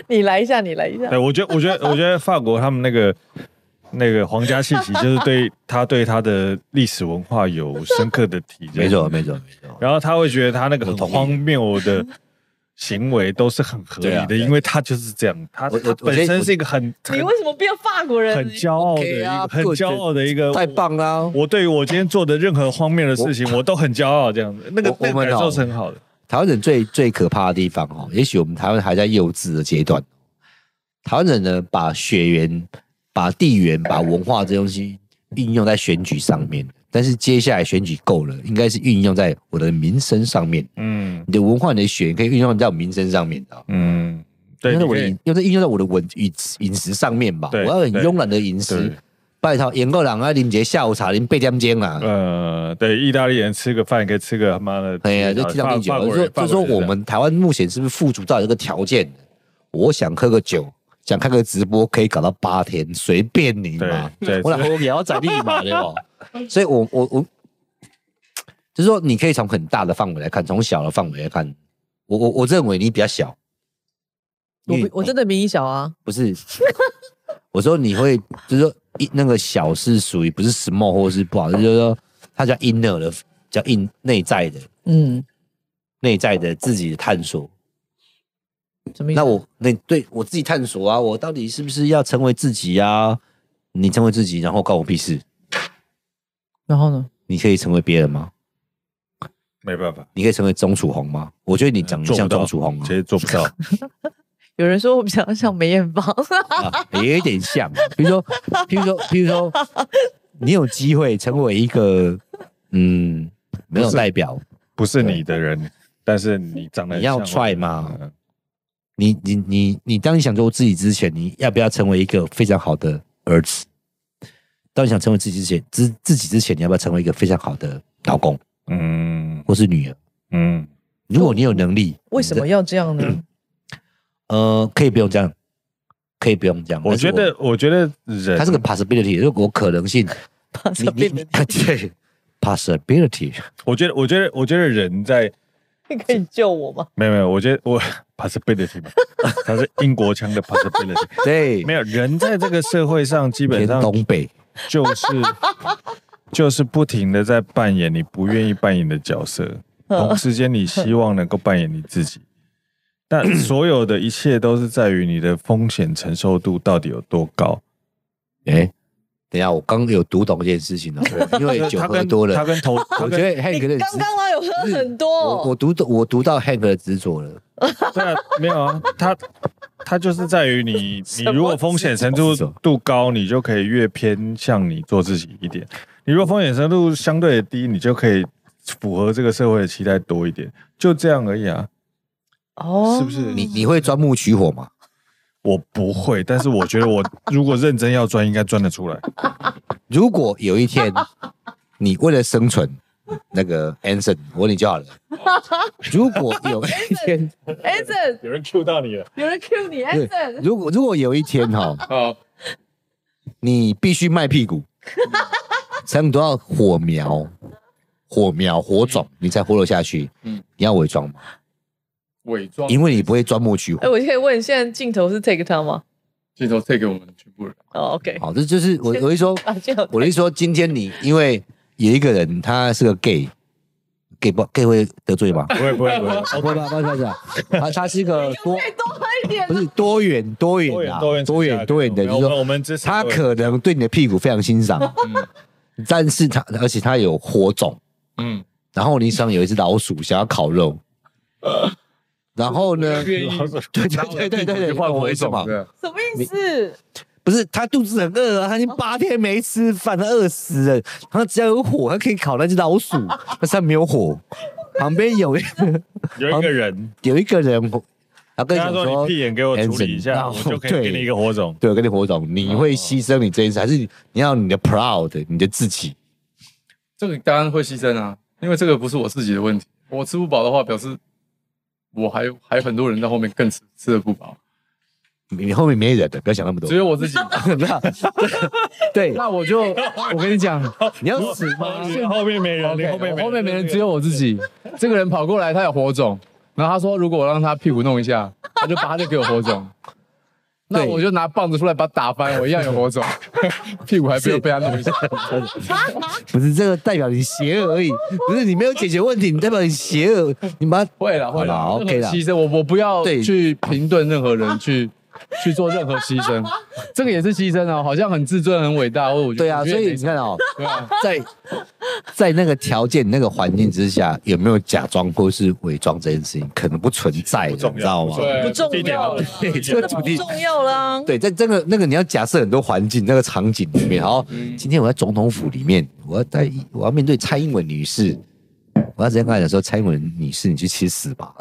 S2: 你来一下，你来一下
S3: 对，，我觉得，我觉得，我觉得法国他们那个那个皇家气息，就是对他对他的历史文化有深刻的体认。
S1: 没错，。没错，没错。
S3: 然后他会觉得他那个很
S1: 我同意
S3: 荒谬的行为都是很合理
S1: 对啊
S3: 的，因为他就是这样，他
S1: 我我
S3: 他
S1: 我觉
S3: 本
S1: 得
S3: 身是一个很
S2: 你
S3: 很
S2: 为什么变法国人？
S3: 很骄傲的
S1: OK
S3: 一个
S1: 啊
S3: 很
S1: 我觉得
S3: 骄傲的一个
S1: 太。棒啦、
S3: 呃我对于我今天做的任何荒谬的事情，我都很骄傲，这样子，那个
S1: 我
S3: 那
S1: 我
S3: 个
S1: 们
S3: 感
S1: 哦
S3: 受是很好的。
S1: 台湾人最最可怕的地方哦，也许我们台湾还在幼稚的阶段。台湾人呢，把血缘、把地缘、把文化这东西运用在选举上面，但是接下来选举够了，应该是运用在我的民生上面。
S3: 嗯
S1: 你的文化、你的血缘可以运用在我民生上面，你知道吗？
S3: 嗯，对，
S1: 用在我
S3: 你可
S1: 的
S3: 以
S1: 饮，用在运用在我的文饮饮食上面吧。我
S3: 对
S1: 要很
S3: 对
S1: 慵懒的饮
S3: 对
S1: 食。拜托，演个人啊，林杰下午茶，林八点钟啦。
S3: 呃，对，意大利人吃个饭可以吃个他妈的，
S1: 哎呀，就提到
S3: 法
S1: 第九，
S3: 呃法国
S1: 我
S3: 人
S1: 说就说我们台湾目前是不是富足到有一个条件？我想喝个酒，想看个直播，可以搞到八天，随便你嘛。
S3: 对对
S1: 我来我也要在立马的哦。 所以我我我，就是说你可以从很大的范围来看，从小的范围来看，我我我认为你比较小。
S2: 我
S1: 因为
S2: 不我真的比你小啊，
S1: 不是， 我说你会就是说一那个小是属于不是 small 或是不好，就是说它叫 inner 的，叫 in 内在的
S2: 嗯，
S1: 内在的自己的探索。
S2: 什么意思？
S1: 那我那对我自己探索啊，我到底是不是要成为自己啊？你成为自己，然后关我屁事？
S2: 然后呢？
S1: 你可以成为别人吗？
S3: 没办法，
S1: 你可以成为钟楚红吗？我觉得你长得
S3: 做不
S1: 像
S3: 到
S1: 钟楚红啊
S3: 其，实做不 到。
S2: 有人说我比较像梅艳 芳，
S1: 啊也有点像。比如说，比如说，比如说，你有机会成为一个嗯没有代表，
S3: 不是你的人，但是你长得
S1: 你要
S3: 像我
S1: 踹吗
S3: 嗯
S1: 你你你你，当你想做自己之前，你要不要成为一个非常好的儿子？当你想成为自己之前，自自己之前，你要不要成为一个非常好的老公
S3: 嗯
S1: 或是女儿？
S3: 嗯，
S1: 如果你有能力，
S2: 为什么
S1: 你
S2: 要这样呢？
S1: 嗯的？呃，可以不用这样，可以不用这样。
S3: 我觉
S1: 但是
S3: 得，我觉得人
S1: 它是个 possibility，如果可能性，
S2: 怕
S1: 你 你你对 possibility，
S3: 我觉得，我觉得，我觉得人在
S2: 你可以救我吗？
S3: 没有没有，我觉得我 possibility 嘛，它是英国腔的 possibility，
S1: 对，
S3: 没有人在这个社会上基本
S1: 偏
S3: 上
S1: 东北，
S3: 就是就是不停的在扮演你不愿意扮演的角色，
S1: 嗯
S3: 同时间你希望能够扮演你自己。 但所有的一切都是在于你的风险承受度到底有多高。
S1: 哎、等一下，我刚有读懂一件事 情了，因为酒
S3: 他
S1: 喝
S3: 跟
S1: 多
S3: 他
S1: 了，
S3: 跟 投，他
S1: 我
S3: 跟
S1: 觉得 Hank 的
S2: 刚
S1: 执，
S2: 刚哪有喝很
S1: 我我
S2: 多？
S1: 读懂，我读到 Hank 的执着了，
S3: 对啊，没有啊，他他就是在 于你，你如果风险程度度高，你就可以越偏向你做自己一点；你如果风险程度相对低，你就可以符合这个社会的期待多一点，就这样而已啊。
S2: 哦，
S3: 是不是
S1: 你你会钻木取火吗？
S3: 我不会，但是我觉得我如果认真要钻，应该钻得出来。
S1: 如果有一天你为了生存，那个 Anson，我问你就好了，如果有一天，
S2: Anson，
S3: 有人 Q 到你了，
S2: 有人 cue 你
S1: 对
S2: Anson，
S1: 如果如果有一天哈、
S4: 好，
S1: 你必须卖屁股，才能得到火苗、火苗、火种，你才活得下去。
S4: 嗯
S1: 你要伪装吗？
S4: 伪装
S1: 因为你不会钻木取
S2: 哎，
S1: 火。
S2: 我可以问，现在镜头是 take 他吗？
S4: 镜头退给我们全部人，
S2: 哦，OK，
S1: 好，这就是我我一说，
S2: 啊，这样
S1: 我的意思说，今天你因为有一个人他是个 gay，gay 不 gay 会得罪吗？
S3: 不会不会不会，
S1: 不会吧，不会不会不会，他他是一个多
S2: 再多喝一点
S1: 不。是多元多
S3: 多
S1: 元
S3: 远
S1: 啊，
S3: 多远
S1: 多远多远的，就是
S3: 我们我
S1: 说
S3: 们支持
S1: 他
S3: 多远
S1: 可能对你的屁股非常欣赏， 但是他而且他有火种。
S4: 嗯，
S1: 然后你想有一只老鼠想要烤 肉，然后呢，
S4: 啊愿意
S3: 老鼠
S1: 对对对对对，
S4: 换
S1: 我
S4: 我
S1: 意
S4: 一
S1: 思
S4: 种啊
S1: 嘛，
S4: 的，
S2: 什么意思？
S1: 不是他肚子很饿啊，他已经八天没吃饭，他饿死了。他只要有火，他可以烤那只老鼠，但是他没有火。旁边有一
S3: 有一个人，
S1: 有一个人，他跟
S3: 跟
S1: 你
S3: 他
S1: 讲
S3: 说你屁眼给我处理一
S1: Anson，
S3: 下，
S1: 然
S3: 我
S1: 后
S3: 就可以给你一个 火种。
S1: 对，我跟你火种，你会牺牲你这一次，还是你你要你的 proud，你的自己？
S4: 这个当然会牺牲啊，因为这个不是我自己的问题。我吃不饱的话，表示我还还有很多人在后面更吃吃的不饱，
S1: 你后面没人的，不要想那么多
S4: 只。有我自 己。
S1: 对，
S5: 那我就 我跟你讲，
S1: 你要死吗？
S3: 后面没人，你
S5: OK，
S3: 后面
S5: 我后面没人，只
S3: 有
S5: 有我自己。这个人跑过来，他有火种，然后他说如果我让他屁股弄一下，他就把他就给我火种。那
S1: 对
S5: 我就拿棒子出来把他打翻，我一样有火种， 屁股还不用被他弄一下。
S1: 不是这个代表你邪恶而已，不是你没有解决问题，你代表你邪恶，你把它
S5: 会啦会啦
S1: 好啦，OK 啦
S5: 任何牺牲我我不要
S1: 对
S5: 去评论任何人去去做任何牺 牲，这个也是牺牲哦，好像很自尊很伟大，我我觉得
S1: 对啊，
S5: 我觉
S1: 所
S5: 得
S1: 以
S5: 没
S1: 你
S5: 什
S1: 看哦，
S5: 么 对啊，
S1: 在在那个条件、那个环境之下，有没有假装或是伪装这件事情，可能不存在，你
S3: 不
S1: 知
S3: 重要
S1: 道吗？
S5: 对
S2: 不重
S3: 地点啊
S2: 要
S3: 好
S2: 了，
S1: 对，这个主
S2: 不
S1: 题，
S2: 重要啦。
S1: 对，在这个那个你要假设很多环境、那个场景里面，然后
S2: 嗯
S1: 今天我在总统府里面，我要在我要面对蔡英文女士，我要直接跟她讲说，蔡英文女士，你去吃屎 吧。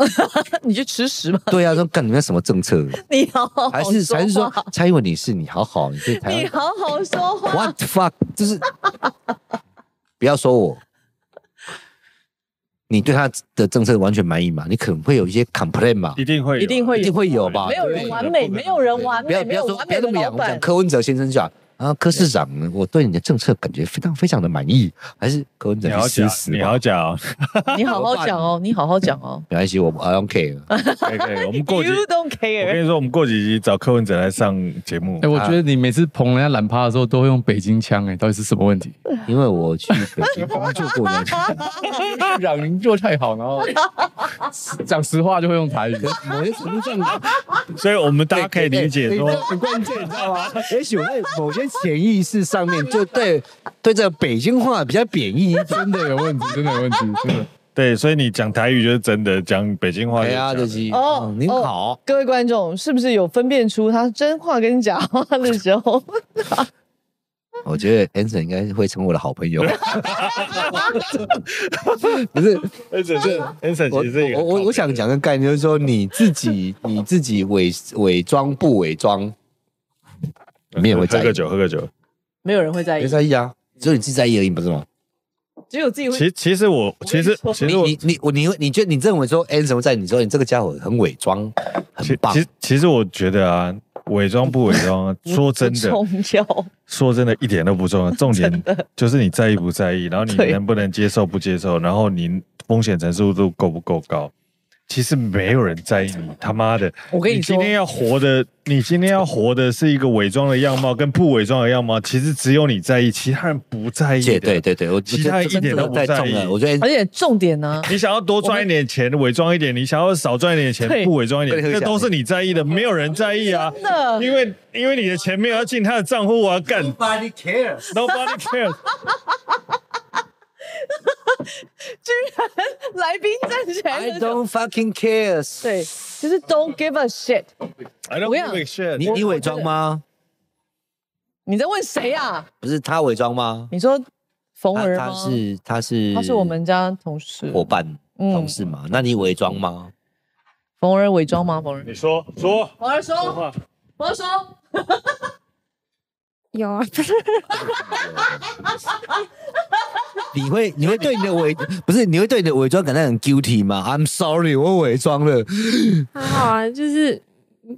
S2: 你去吃屎吧，
S1: 对啊，说干你们什么政策？
S2: 你好好
S1: 还是
S2: 说
S1: 还是说
S2: 话
S1: 蔡英文女士，你好好，你对台湾
S2: 你好好说话。
S1: What the fuck？就是不要说我，你对他的政策完全满意吗？你可能会有一些 complain 吧，
S3: 一定会有
S2: 一定会
S1: 一定会有吧
S2: 没？有人完
S1: 啊
S2: 美，没有人完
S1: 不要
S2: 美，
S1: 不
S2: 没
S1: 要
S2: 有
S1: 说
S2: 完
S1: 不要
S2: 美
S1: 这
S2: 的
S1: 么讲，
S2: 老
S1: 我们讲
S2: 板。
S1: 柯文哲先生就好。啊，柯市长，我对你的政策感觉非常非常的满意，还是柯文哲
S3: 你
S1: 去
S3: 好
S1: 死
S3: 假，
S1: 死
S3: 你
S1: 吧
S3: 好，假哦。
S2: 你好好 讲哦，你好好讲哦。
S1: 没关系，我 I don't care。
S3: 可以可以，我们
S2: You
S3: 过几，我
S2: don't
S3: 跟
S2: care。
S3: 你说，我们过几集找柯文哲来上节目
S5: 哎、。我觉得你每次捧人家懒趴的时候都会用北京腔，哎，到底是什么问题？
S1: 因为我去北京工作过 呢，
S5: 让您做太好，然后 讲实话就会用台语。
S1: 某些程度上
S3: 啊所以我们大家可以理解说
S1: 对，很关键，你知道吗？ 也许我在某些潜意识上面就对对这个北京话比较贬义一点
S3: 哦
S5: 真的有问题，真的有问题，真的。
S3: 对，所以你讲台语就是真的，讲北京话
S1: 哎
S3: 就是
S1: 呀，
S3: 假
S1: 这
S3: 的
S1: 是
S2: 哦
S1: 哦，您
S2: 哦
S1: 好，
S2: 各位观众是不是有分辨出他真话跟假话的时候？
S1: 我觉得 Anson 应该会成为我的好朋 友。 不是，
S3: 而且是 Anson
S1: 我
S3: 其实是一个
S1: 我我我想讲个概念，就是说你自 己你自己伪伪装不伪装，没有人会在
S3: 喝
S1: 意，
S3: 个酒，喝个酒。
S2: 没有人会 在
S1: 没
S2: 意，
S1: 在意啊，只有你自己在意而已，不是吗？
S2: 只有自己会。
S3: 其其实我其实其实我
S1: 你你我你会你觉得你认为说 Anson 在你说哎你这个家伙很伪装，很
S3: 其
S1: 棒
S3: 其，实其实我觉得啊，伪装不伪装 啊，说真的，
S2: 不重要，
S3: 说真的，一点都不 重要，重点就是你在意不在意，然后你
S2: 对
S3: 能不能接受不接受，然后你风险承受度够不够高。其实没有人在意你，他妈的！
S2: 我跟你说
S3: 今天要活的，你今天要活的是一个伪装的样貌，跟不伪装的样貌，其实只有你在意，其他人不在意
S1: 对
S3: 的。
S1: 对对对，我
S3: 其他
S1: 我觉得
S3: 一点都不
S1: 太
S3: 在
S1: 重
S3: 意
S1: 了，我觉得
S2: 而且重点啊呢、
S3: 你想要多赚一点钱，伪装一点；你想要少赚一点钱
S2: 对，
S3: 不伪装一点，
S1: 跟你
S3: 这
S1: 讲
S3: 都是你在意的，没有人在意啊。
S2: 真的
S3: 因为因为你的钱没有要进他的账户啊，干
S1: Nobody cares，
S3: ，Nobody cares。
S2: 居然来宾站起来
S3: 哎
S1: I
S2: 的时候
S1: don't fucking cares。
S2: 对，就是 don't give a shit。
S3: I don't
S2: 我跟
S3: give a shit。
S1: 你你伪装吗？
S2: 你在问谁啊？
S1: 不是他伪装吗？
S2: 你说冯
S1: 他
S2: 儿吗？
S1: 他是他是
S2: 他是我们家同事，
S1: 伙伴
S2: 嗯
S1: 同事嘛？那你伪装吗？
S2: 冯儿伪装吗？冯
S1: 嗯
S2: 儿，
S3: 你说说
S2: 冯儿
S3: 说
S2: 说，
S3: 话，
S2: 冯儿说，
S6: 有啊，
S1: 你会你会对你的伪不是你会对你的伪装感到很 guilty 吗？I'm sorry，我伪装了。
S6: 还好啊，就是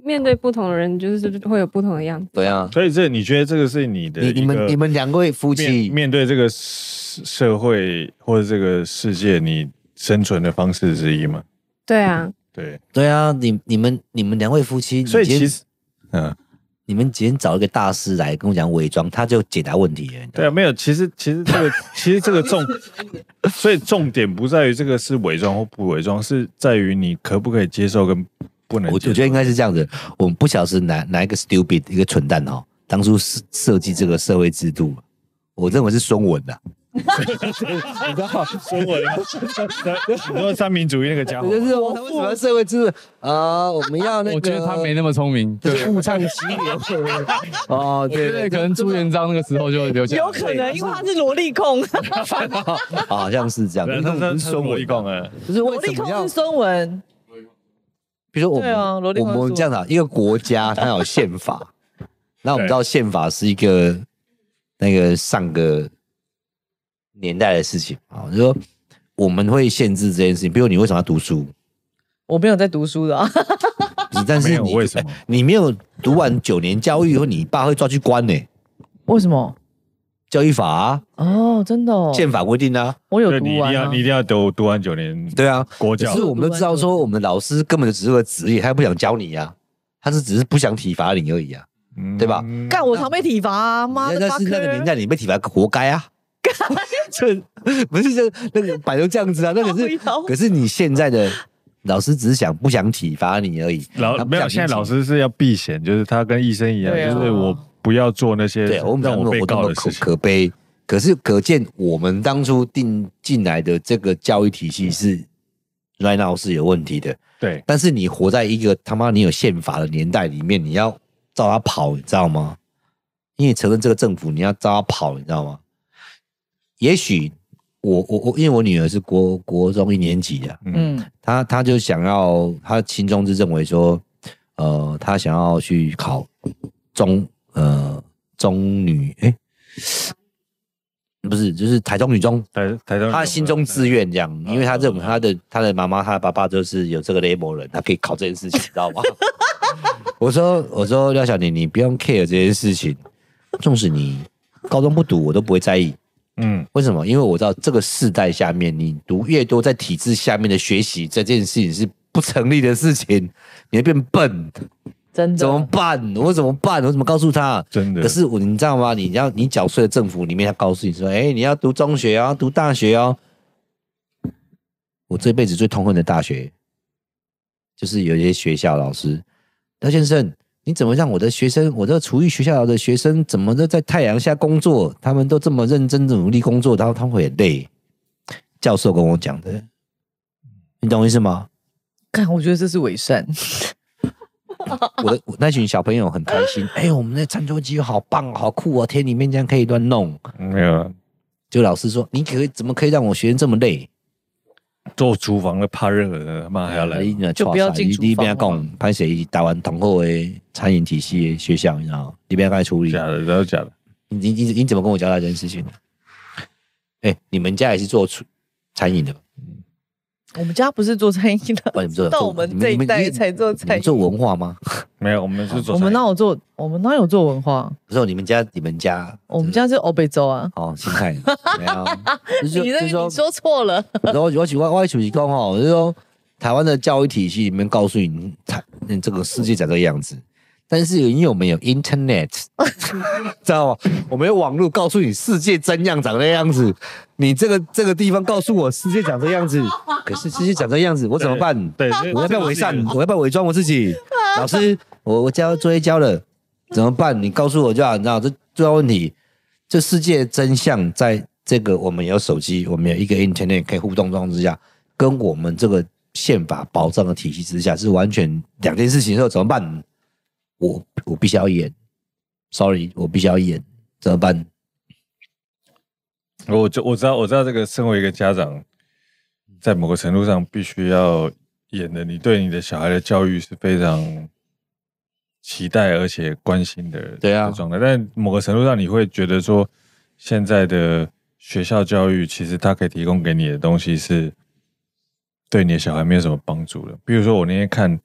S6: 面对不同的人，就是会有不同的样子。
S1: 对啊，
S3: 所以这你觉得这个是你的
S1: 你
S3: 一
S1: 你们
S3: 个
S1: 你们两位夫
S3: 面
S1: 妻，
S3: 面对这个社社会或者这个世界，你生存的方式之一吗？
S6: 对啊，
S3: 对，
S1: 对啊，你你们你们两位夫妻，
S3: 所以
S1: 你今
S3: 其
S1: 天
S3: 实，嗯，
S1: 你们今天找一个大师来跟我讲伪装，他就解答问题了。你知道吗
S3: 对啊，没有，其实其实这个 其实这个重，所以重点不在于这个是伪装或不伪装，是在于你可不可以接受跟不能
S1: 我我觉
S3: 接受。
S1: 得应该是这样子，我们不晓得是哪哪一个 stupid 一个蠢蛋哦，当初设设计这个社会制度，我认为是孙文的、啊你知道吗？
S3: 说我的，你说三民主义那个家伙 啊
S1: 我就，是我他为什么要社会制度啊？我们要那个，
S5: 我觉得他没那么聪明，
S1: 就
S5: 对，
S1: 是物唱其言哦，
S5: 我觉得
S1: 对，
S5: 可能朱元璋那个时候就会留下。
S2: 有可能，因为他是萝 莉控，
S1: 好像是这样，
S3: 对
S1: 因为
S3: 他他
S1: 他
S3: 他
S1: 们
S3: 是
S1: 是
S3: 说
S1: 孙
S3: 我
S1: 文
S3: 一共
S1: 的，
S3: 啊，
S1: 就是为
S2: 萝
S1: 什
S2: 莉
S1: 么
S2: 控
S1: 要
S2: 是？孙文，
S1: 比如说我
S2: 对啊萝莉
S1: 们
S2: 控是
S1: 我们这样的、一个国家它有宪 法，那我们知道宪法是一个那个上个年代的事情啊，就是说我们会限制这件事情，比如你为什么要读 书？
S2: 我没有在读书的啊，
S1: 不是但是
S3: 没
S1: 你
S3: 有为什么
S1: 哎 你没有读完九年教育以后，你爸会抓去关呢、
S2: 为什么？
S1: 教育法、啊、
S2: 哦，真的、哦，
S1: 宪法规定啊，
S2: 我有
S3: 对你
S2: 读
S3: 一定
S2: 完、
S3: 要
S2: 啊
S3: 你一，定要读读完九年
S1: 对啊，
S3: 国教
S1: 可是，我们都知道说，我们的老师根本就只是个职业，他不想教你呀、啊，他是只是不想体罚你而已啊。
S3: 嗯
S1: 对吧
S2: 干我常被体罚、啊，妈的，
S1: 那是那个年
S2: 代，
S1: 代你被体罚活该啊。 这不是这那个摆都这样子啊，那可是
S2: 靠腰
S1: 可是你现在的老师只是想不想体罚你而已。
S3: 老
S1: 他不
S3: 没有，
S1: 想
S3: 现在
S1: 引起
S3: 老师是要避嫌，就是他跟医生一样，
S2: 对啊
S3: 就是哎我不要做那些
S1: 对我们
S3: 让
S1: 讲
S3: 我被
S1: 活
S3: 告
S1: 动
S3: 的
S1: 可
S3: 事情。
S1: 可悲，可是可见我们当初定进来的这个教育体系是 right now 是有问题的。
S3: 对，
S1: 但是你活在一个他妈你有宪法的年代里面，你要照他跑，你知道吗？因为承认这个政府，你要照他跑，你知道吗？也许我我我，因为我女儿是国国中一年级的，
S2: 嗯，
S1: 她她就想要，她心中是认为说，呃，她想要去考中呃中女，诶，不是，就是台中女中，
S3: 台台中
S1: 他心中自愿这样，
S3: 嗯
S1: 因为他认为他的他的妈妈、他的爸爸都是有这个 label 人，他可以考这件事情，你知道吗？我说我说廖小宁，你不用 care 这件事情，纵使你高中不读，我都不会在意。
S3: 嗯，
S1: 为什么？因为我知道这个世代下面，你读越多在体制下面的学习，这件事情是不成立的事情，你会变笨，
S2: 真的，
S1: 怎么办？我怎么办？我怎么告诉他？
S3: 真的
S1: 可是我，你知道吗？你要你缴税的政府里面，他告诉你说，哎、你要读中学哦，读大学哦。我这辈子最痛恨的大学，就是有一些学校老师，廖先生，你怎么让我的学生，我这厨艺学校的学生，怎么都在太阳下工作？他们都这么认真的努力工作，然后他们会很累。教授跟我讲的，你懂我意思吗？
S2: 看，我觉得这是伪善。
S1: 我的我那群小朋友很开心，哎、我们那餐桌机好棒，好酷哦！天里面这样可以乱弄。
S3: 没有啊，
S1: 就老师说，你可以怎么可以让我学生这么累？
S3: 做厨房的怕热的，他妈还哎要来。
S1: 你
S2: 就不要进厨房
S1: 你不要讲，拍谁打完统后的餐饮体系的学校，你知道吗？你不要该处理。
S3: 假的，都是假啊的。
S1: 你你你你怎么跟我交代这件事情？哎、你们家也是做厨餐饮的吧？
S2: 我们家不是做餐饮的，
S1: 不然你们做
S2: 到我们这一代才做
S1: 你
S2: 餐
S1: 们
S2: 饮。
S1: 做文化吗？
S3: 没有，我们是做
S2: 我们哪有做？我们哪有做文化？
S1: 不是，你们家你们家
S2: 我们家是欧北洲啊。
S1: 哦，心 态没有，啊就是
S2: 你那
S1: 就是
S2: 个
S1: 说
S2: 你说错了，
S1: 然后我喜欢我主席讲哦，我就是说台湾的教育体系里面告诉你，台嗯这个世界长这个样子。但是因为我们有 Internet，知道吗？我们有网络告诉你世界真样长那样子。你这个这个地方告诉我世界长这样子，可是世界长这样子，我怎么办？
S3: 对，这
S1: 我要不要伪善？我要不要伪装我自己？老师，我我交作业交了，怎么办？你告诉我就好，你知道这重要问题。这世界真相在这个我们有手机，我们有一个 Internet 可以互动状况之下，跟我们这个宪法保障的体系之下是完全两件事情的时候，怎么办？我我必须要演，sorry，我必须要演，怎么办？
S3: 我就我知道，我知道这个。身为一个家
S1: 嗯
S3: 长，在某个程度上必须要演的，你对你的小孩的教育是非常期待而且关心的，
S1: 对啊
S3: 的状态。但某个程度上，你会觉得说，现在的学校教育其实它可以提供给你的东西是对你的小孩没有什么帮助的。比如说，我那天看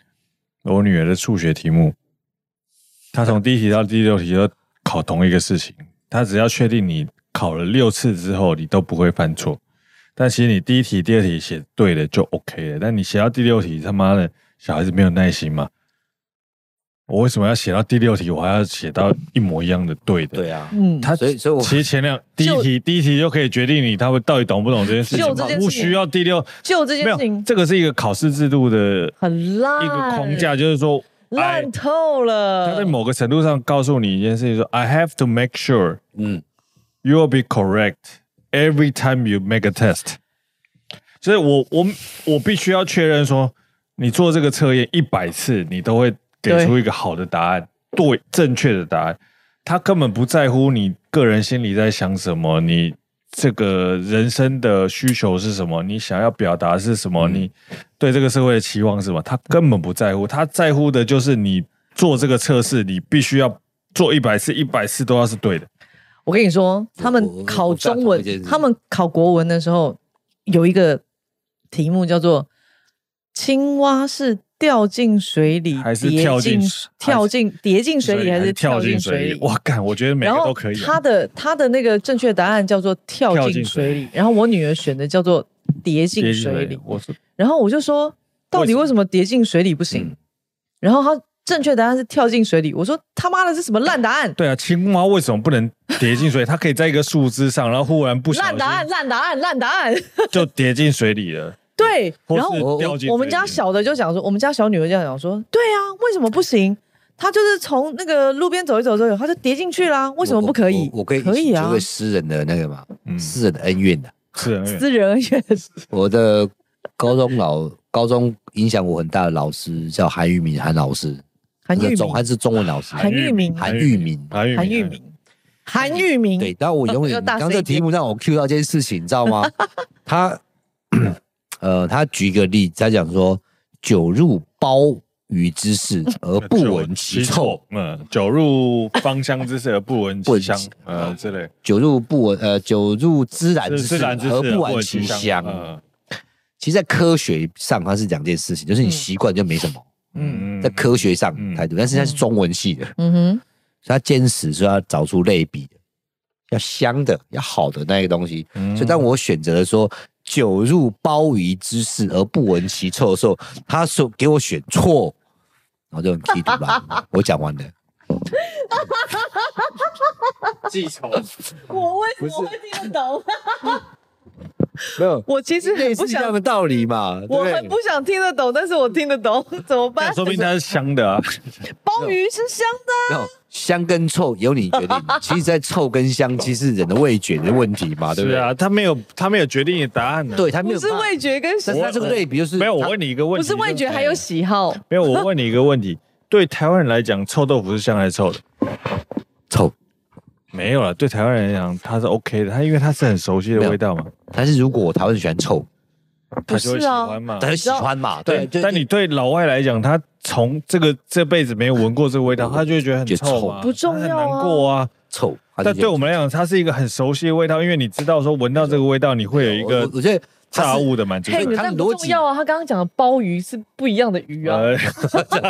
S3: 我女儿的数学题目，她从第一题到第六题都考同一个事情，他只要确定你考了六次之后，你都不会犯错。但其实你第一题、第二题写对了就 OK 了，但你写到第六题，他妈的小孩子没有耐心嘛？我为什么要写到第六题？我还要写到一模一样的对的？
S1: 对啊，
S2: 嗯，
S1: 所以所以我
S3: 其实前两第一题第一题就可以决定你他会到底懂不懂这件事情
S2: 就这件
S3: 嘛，
S2: 事情
S3: 不需要第六
S2: 就这件
S3: 没
S2: 事
S3: 有
S2: 情
S3: 这个是一个考试制度的
S2: 很欸烂，
S3: 一个框架，就是说哎
S2: 烂透
S3: 他在
S2: 了。
S3: 某个程度上告诉你一件事情，说 I have to make sure，
S1: 嗯
S3: ，you will be correct every time you make a test。所以我我我必须要确认说，你做这个测验一百次，你都会给出一个好的答案，对正确的答案。他根本不在乎你个人心里在想什么，你这个人生的需求是什么，你想要表达是什
S2: 嗯
S3: 么，你对这个社会的期望是什么，他根本不在乎，他在乎的就是你做这个测试，你必须要做一百次，一百次都要是对的。
S2: 我跟你说，他
S1: 我我
S2: 们考中
S1: 我赞同这件
S2: 文，
S1: 事
S2: 他们考国文的时候有一个题目叫做“青蛙是掉进水里，
S3: 还是
S2: 跌
S3: 跳进
S2: 进
S3: 水
S2: 跳进跌进水里，还是
S3: 跳进
S2: 水里？”
S3: 我干，我觉得每个
S2: 然后
S3: 都可以、
S2: 他
S3: 啊。
S2: 的他的那个正确答案叫做跳
S3: 跳
S2: 进
S3: 进
S2: 水
S3: 水
S2: 里，然后我女儿选的叫做跌进水里。
S3: 我是
S2: 然后我就说，到底为什么跌进水里不行？然后他正确答案是跳进水里。我说他妈的是什么烂答案？
S3: 对啊，青蛙为什么不能跌进水？它可以在一个树枝上，然后忽然不小
S2: 烂答案，
S3: 心
S2: 烂答案，烂答案。
S3: 就跌进水里了，
S2: 对，
S3: 或
S2: 然后
S3: 是
S2: 我
S3: 掉进
S2: 我们
S3: 水
S2: 家
S3: 里
S2: 小的就想说，我们家小女儿这样讲说，对啊，为什么不行？她就是从那个路边走一走之后，她就跌进去啦，为什么不可以？
S1: 我我我可以
S2: 可以啊
S1: 体会，诗人的那个嘛，
S3: 嗯，
S1: 诗人的恩怨的。
S3: 是很远
S2: 私人恩怨。
S1: 我的高中老高中影响我很大的老师叫韩玉明，韩老师，
S2: 韩
S1: 他
S2: 玉
S1: 是中
S2: 明，
S1: 他是中文老师，
S2: 韩玉明
S1: 韩玉明。
S3: 韩玉啊
S2: 韩玉
S3: 明，
S2: 明，韩玉明，
S1: 对，但我永
S2: 又
S1: 远
S2: 大
S1: 刚刚
S2: 声一
S1: 这
S2: 点
S1: 题目让我 Q 到这件事情，你知道 吗？他 呃，他举一个例子，他讲说酒入鲍鱼之室而不闻其 臭，，
S3: 嗯，酒入芳香之室而不闻其香
S1: 不闻其，
S3: 呃，之类，
S1: 酒入不闻呃酒入芝兰之
S3: 自
S1: 室
S3: 然之室
S1: 而
S3: 而
S1: 不
S3: 不
S1: 闻
S3: 闻
S1: 其
S3: 其
S1: 香
S3: 香，。嗯
S1: 其实，在科学上它是两件事情，就是你
S2: 嗯
S1: 习惯就没什么，
S3: 嗯
S1: 在科学上
S3: 嗯
S1: 态度，但是它是
S2: 嗯
S1: 中文系的。
S2: 嗯哼，
S1: 所以他坚持说要找出类比的，要香的，要好的那个东西。
S3: 嗯
S1: 所以当我选择了说“酒入鲍鱼之室而不闻其臭”的时候，他说给我选错，然后就很气毒吧。我讲完了，
S7: 记仇，
S2: 我为什么会听得懂？
S1: 没有，
S2: 我其实很
S1: 类
S2: 不
S1: 似这样
S2: 想，
S1: 的道理嘛，对不
S2: 我很
S1: 对？
S2: 不想听得懂，但是我听得懂， 怎么办
S3: 但？说不定它是香的啊，
S2: 鲍鱼是香
S1: 没
S2: 的，
S1: 有香跟臭由你决定，其实，在臭跟香，其实是人的味觉的问题嘛，对不
S3: 是
S1: 对？
S3: 啊，它没有它没有决定你答案的。，
S1: 对，他没
S2: 不
S1: 有
S2: 是
S1: 办法，
S2: 味觉跟
S1: 但
S2: 喜
S1: 是
S2: 好
S1: 他，这个对比就是
S3: 没有我
S1: 他
S3: 问你一个问
S2: 不
S3: 题，
S2: 是味觉，还有喜好。
S3: 没有我问你一个问题，对台湾人来讲，臭豆腐是香还是臭的？
S1: 臭，
S3: 没有了，对台湾人来讲，它是 OK 的，它因为它是很熟悉的
S1: 没有
S3: 味道嘛，
S1: 但是如果台湾人喜欢臭，
S3: 他就
S2: 不
S3: 会
S2: 是
S3: 喜
S2: 啊
S3: 欢嘛
S1: 他。就喜欢嘛，对，就
S3: 但你对老外来讲，他从这个这辈子没有闻过这个味道，他就会觉得很
S1: 觉得
S3: 臭
S1: 臭
S3: 嘛，
S2: 不重
S3: 他很
S2: 要啊
S3: 难过啊。
S1: 臭，他就
S3: 但对我们来讲，它是一个很熟悉的味道，因为你知道说闻到这个味道，你会有一
S1: 我
S3: 个
S1: 我我觉得
S3: 炸
S1: 他是
S3: 物的满足
S2: 嘿
S3: 感。
S1: 就是他的
S2: 但不
S1: 逻
S2: 重
S1: 辑
S2: 要啊！他刚刚讲的鲍鱼是不一样的鱼啊。
S3: 呃，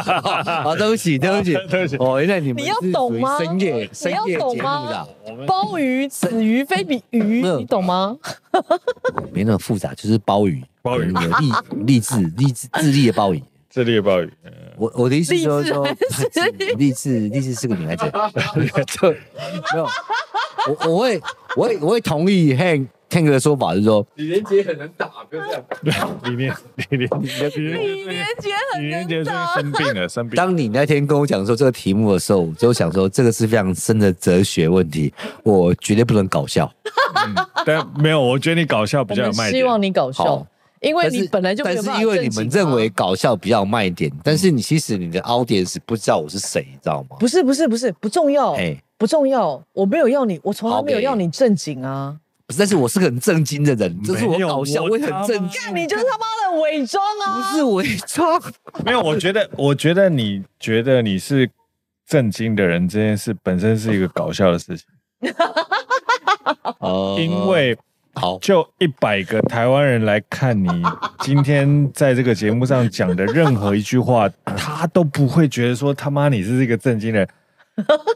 S1: 啊，对不起，对不起，
S3: 对不起
S1: 哦，原来你们
S2: 你要
S1: 是
S2: 懂
S1: 属于
S2: 吗
S1: 深夜
S2: 你
S1: 深
S2: 要
S1: 夜节
S2: 懂
S1: 目
S2: 吗
S1: 的啊，
S3: 我们
S2: 鲍鱼、此鱼非彼鱼，
S1: 没有
S2: 你懂吗？
S1: 没那么复杂，就是鲍鱼，
S3: 鲍鱼
S1: 有励励志励志智利的鲍鱼。
S3: 这里有鲍鱼，
S1: 我我的意思是说
S2: 励志
S1: 说
S2: 还是
S1: 励志励志是个女孩子， 对，没有，我我会我会我会同意 Hank Hank 的说法，就是说
S8: 李连杰很能打，不要这样。
S3: 里面里面里
S2: 李连杰
S3: 李连杰
S2: 很能
S3: 最近
S2: 打，
S3: 生病了，生病。
S1: 当你那天跟我讲说这个题目的时候，我就想说这个是非常深的哲学问题，我绝对不能搞笑。
S3: 但没有，我觉得你搞笑比
S2: 我
S3: 较有
S2: 们
S3: 卖
S2: 希
S3: 点。
S2: 望你搞笑
S1: 好，
S2: 因为
S1: 但
S2: 你
S1: 是
S2: 本来就
S1: 但
S2: 没有
S1: 是
S2: 办法
S1: 因为你
S2: 正
S1: 们
S2: 经
S1: 认
S2: 啊
S1: 为搞笑比较有卖点，但是你其实你的 audience 不知道我是谁，你知道吗？
S2: 不是不是不是不重要，
S1: 哎，
S2: 不重要，我没有要你，我从来
S1: 好
S2: 没有
S1: 给
S2: 要你正经啊。
S1: 不是，但是我是个很正经的人，就是我
S3: 没有
S1: 搞笑，
S3: 我
S1: 我也
S3: 他
S1: 很
S3: 妈
S1: 正经，
S2: 干你就是他妈的伪装
S1: 不
S2: 啊！
S1: 是伪装。
S3: 没有，我觉得，我觉得你觉得你是正经的人这件事本身是一个搞笑的事 情，
S1: 哦
S3: 因为
S1: 好
S3: 就一百个台湾人来看你今天在这个节目上讲的任何一句话，他都不会觉得说他妈你是一个 正经人。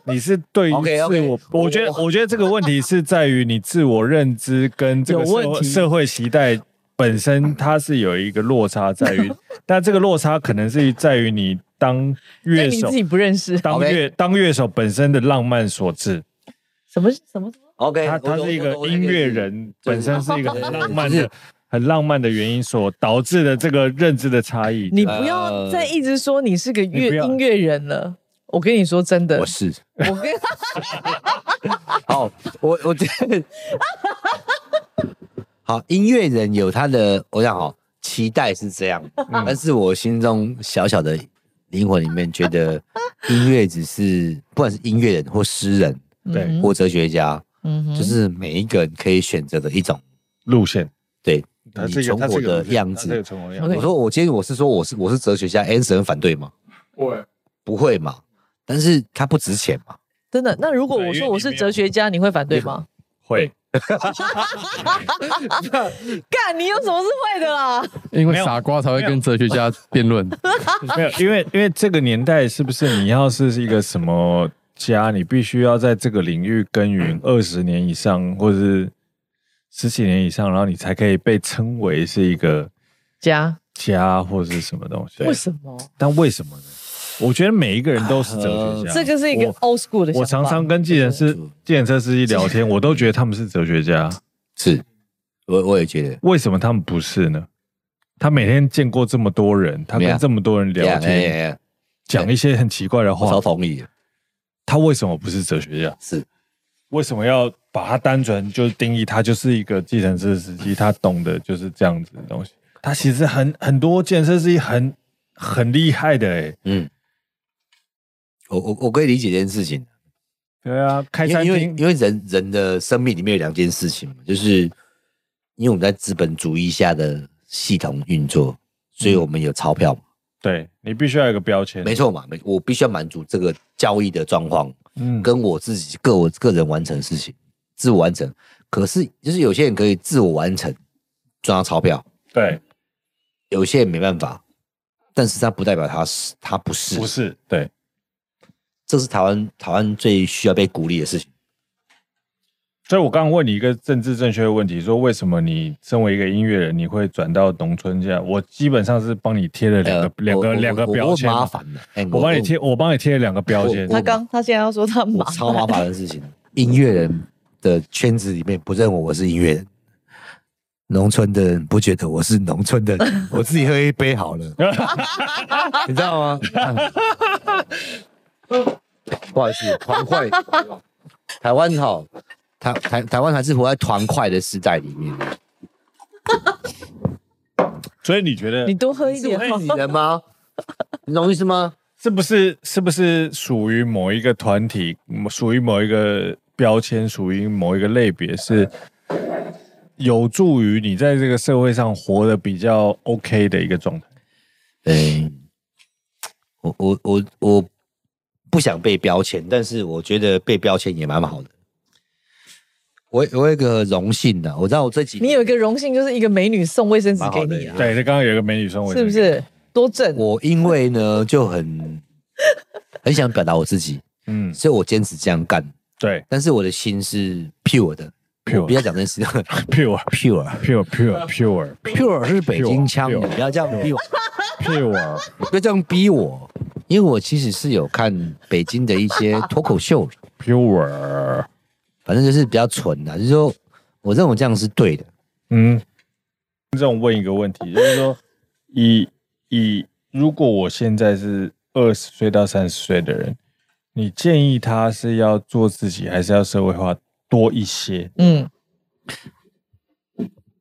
S3: 你是对于
S1: OK，OK
S3: 自我我觉得，我觉得这个问题是在于你自我认知跟这个
S2: 有问
S3: 社会
S2: 题
S3: 社会期待本身，它是有一个落差在 于，但这个落差可能是在于你当
S2: 对
S3: 乐
S2: 你
S3: 手
S2: 自己不认识，
S3: 当
S1: OK
S3: 乐当乐手本身的浪漫所致，
S2: 什么什么
S1: OK，
S3: 他他
S1: 我
S3: 是一个
S1: 我我
S3: 音乐人，本身是一个很
S1: 对对对
S3: 浪漫
S1: 就
S3: 的
S1: 是、
S3: 很浪漫的原因所导致的这个认知的差异。
S2: 你不要再一直说你是个
S3: 你不
S2: 乐
S3: 要
S2: 音乐人了。我跟你说真的
S1: 我，是
S2: 我跟
S1: 好，我我觉 得好，音乐人有他的，我想好期待是这样，
S2: 嗯
S1: 但是我心中小小的灵魂里面觉得音乐只是不管是音乐人或诗人
S3: 对
S2: 嗯哼
S1: 或哲学家，
S2: 嗯哼
S1: 就是每一个人可以选择的一种
S3: 路线，
S1: 对
S3: 他
S1: 你
S3: 这个
S1: 存
S3: 他
S1: 活
S3: 这个
S1: 的样
S3: 他这个
S1: 子。
S3: 存活的样
S2: 我
S3: 子。
S2: 对
S1: 我说我今天我是说我是我是哲学家，Anson 反对吗？
S8: 对，
S1: 不会嘛，但是他不值钱嘛。
S2: 真的。那如果
S3: 对
S2: 我
S3: 因
S2: 说
S3: 为
S2: 我
S3: 你
S2: 是
S3: 没有
S2: 哲学家，你会反对吗？
S3: 会
S2: 干，你有什么是会的啦？
S5: 因为
S3: 没有
S5: 傻瓜才会跟哲学家辩论。
S3: 没有，因为因为这个年代是不是你要是一个什么家，你必须要在这个领域 耕耘二十年以上，或者是十几年以上，然后你才可以被称为是一个
S2: 家
S3: 家或者是什么东西。
S2: 为什么？
S3: 但为什么呢？我觉得每一个人都是哲学
S1: 呃
S3: 家。
S2: 这个是一个
S3: 我
S2: old school 的想法。
S3: 我常常跟计程师、计程车司机聊天，我都觉得他们是哲学家，
S1: 是，我我也觉得。
S3: 为什么他们不是呢？他每天见过这么多人，他
S1: 没
S3: 跟
S1: 有
S3: 这么多人聊
S1: Yeah, yeah,
S3: 天，
S1: yeah, yeah.
S3: 讲一些很奇怪的
S1: 我
S3: 话
S1: 超，同意的。
S3: 他为什么不是哲学家？
S1: 是
S3: 为什么要把他单纯就是定义他就是一个计程车司机？他懂的就是这样子的东西。他其实很很多计程车司机很很厉害的哎、
S1: 我我我可以理解这件事情，
S3: 对啊，开
S1: 因为
S3: 餐
S1: 因为
S3: 厅
S1: 因为人人的生命里面有两件事情嘛，就是因为我们在资本主义下的系统运作，所以我们有钞票嘛，
S3: 对你必须要有一个标签，
S1: 没错嘛，没我必须要满足这个交易的状况，
S3: 嗯，
S1: 跟我自己个我个人完成的事情，自我完成。可是就是有些人可以自我完成赚到钞票，
S3: 对，
S1: 有些人没办法，但是他不代表他是他不是
S3: 不是对，
S1: 这是台湾台湾最需要被鼓励的事情。
S3: 所以我刚刚问你一个政治正确的问题，说为什么你身为一个音乐人，你会转到农村这样？我基本上是帮你贴了两个、
S1: 呃
S3: 两
S1: 我
S3: 个
S1: 我
S3: 两个
S1: 我
S3: 标签
S1: 我
S3: 嘛，
S1: 麻烦的，哎
S3: 我帮你贴，我帮你贴了两个标签。
S2: 他刚他现在要说他
S1: 我
S2: 麻
S1: 超麻烦的事情。音乐人的圈子里面不认我我是音乐人，农村的人不觉得我是农村的人，我自己喝一杯好 了，你知道吗？ 不好意思，团块，台湾好，台台台湾还是活在团块的时代里面。
S3: 所以你觉得
S2: 你多喝一点
S1: 是你人吗？你懂我意思吗？
S3: 是不是是不是属于某一个团体，嗯属于某一个标签，属于某一个类别，是有助于你在这个社会上活得比较 OK 的一个状态？
S1: 诶，我我我我不想被标签，但是我觉得被标签也蛮好的。我我有一个荣幸的、我知道我这几
S2: 你有一个荣幸，就是一个美女送卫生纸
S1: 蛮
S2: 给
S1: 好的
S2: 你啊，
S3: 对，这刚刚有一个美女生问，
S2: 是不？是？多正，
S1: 我因为呢就很很想表达我自己，
S3: 嗯，
S1: 所以我坚持这样干，
S3: 对
S1: 但是我的心是 pure 的
S3: Pure
S1: 我不要讲这事
S3: ，pure
S1: ，pure
S3: pure pure pure
S1: pure 是北京腔，你
S3: Pure
S1: 不要这样逼我，
S3: pure，
S1: 不要这样逼我，因为我其实是有看北京的一些脱口秀，
S3: pure，
S1: 反正就是比较纯的，啊就是说我认为这样是对的，
S3: 嗯，这种问一个问题，就是说，以以如果我现在是二十岁到三十岁的人，你建议他是要做自己，还是要社会化多一些？
S2: 嗯，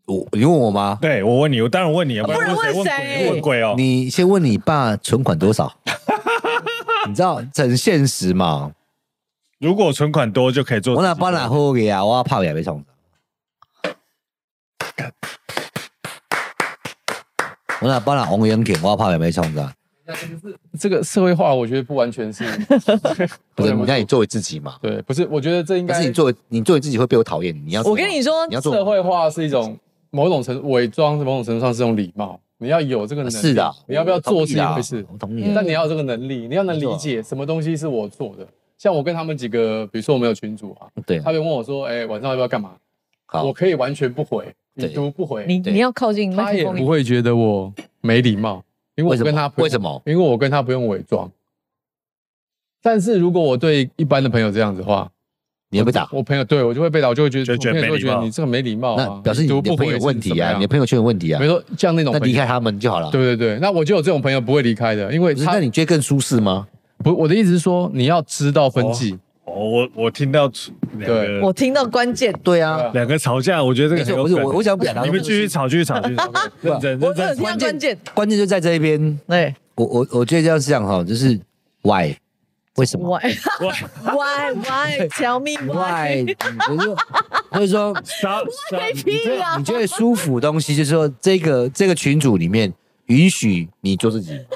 S1: 我你问我吗？
S3: 对我问你，我当然问你啊，不
S2: 然
S3: 问
S2: 问谁
S3: 鬼问鬼哦，
S1: 你先问你爸存款多 少，你知道很现实嘛？
S3: 如果存款多就可以做自
S1: 我
S3: 己，
S1: 哪帮哪喝给啊，我怕也被冲我哪帮哪红眼给，我怕也被冲着。
S5: 这个社会化，我觉得不完全是，
S1: 不是，你让你作为自己嘛，
S5: 对，不是，我觉得这应
S1: 但
S5: 该
S1: 是你作为你作为自己会被我讨厌。你要做
S2: 我跟你说
S1: 你，要做
S5: 社会化是一种某种程度伪装，某种程度上是一种礼貌。你要有这个能力，
S1: 哦是的，啊
S5: 你要不要做是一回事，
S1: 我同意
S2: 嗯
S1: 啊。
S5: 但你要有这个能力，你要能理解什么东西是我做的。像我跟他们几个，比如说我们有群主啊，
S1: 对
S5: 他，们问我说：“哎，晚上要不要干嘛？”
S1: 好
S5: 我可以完全不回，
S1: 对
S5: 已读不回，
S2: 你
S1: 对
S2: 你要靠近麦
S5: 他
S2: 克
S5: 也
S2: 风
S5: 不
S2: 里，
S5: 会觉得我没礼貌，因
S1: 为
S5: 为我
S1: 什么
S5: 跟他不用
S1: 为什么？
S5: 因为我跟他不用伪装。但是如果我对一般的朋友这样子的话，
S1: 你会被打，
S5: 我朋友对我就会被打，我就会觉得
S3: 就觉得
S5: 我朋友
S3: 没
S5: 会
S3: 礼
S5: 觉得
S3: 貌
S5: 你这个没礼貌
S1: 那
S5: 啊，
S1: 表示你
S5: 读
S1: 的
S5: 不
S1: 朋
S5: 回
S1: 友有
S5: 是
S1: 问题啊，
S5: 怎么
S1: 你
S5: 样
S1: 的朋友圈有问题啊
S5: 没。错，像那种
S1: 那
S5: 朋
S1: 离
S5: 友，
S1: 开他们就好了。
S5: 对对对，那我就有这种朋友不会离开的，因为
S1: 不是，
S5: 他
S1: 那你觉得更舒适吗？
S5: 不，我的意思是说你要知道分际，
S3: 哦，我我听到两
S5: 对
S3: 个
S2: 我听到关键，
S1: 对啊，
S3: 两个吵架，我觉得这个
S1: 没
S3: 很
S1: 错，
S3: 有
S1: 不是
S3: 梗
S1: 我，我想表达
S3: 你们
S1: 的
S3: 继续
S1: 是
S3: 吵，继续吵，继续吵，认真
S2: 我
S3: 认
S2: 只有听
S3: 真
S2: 到关键，
S1: 关键就在这一边。
S2: 对
S1: 我我我觉得要是这样哈，就是 why 为什么
S2: ，Why Why Why Tell me why？
S1: why，我就或者说
S3: ，stop stop，
S2: 屁啊
S1: 你！觉得舒服的东西，就是说这个这个群组里面允许你做自己，嗯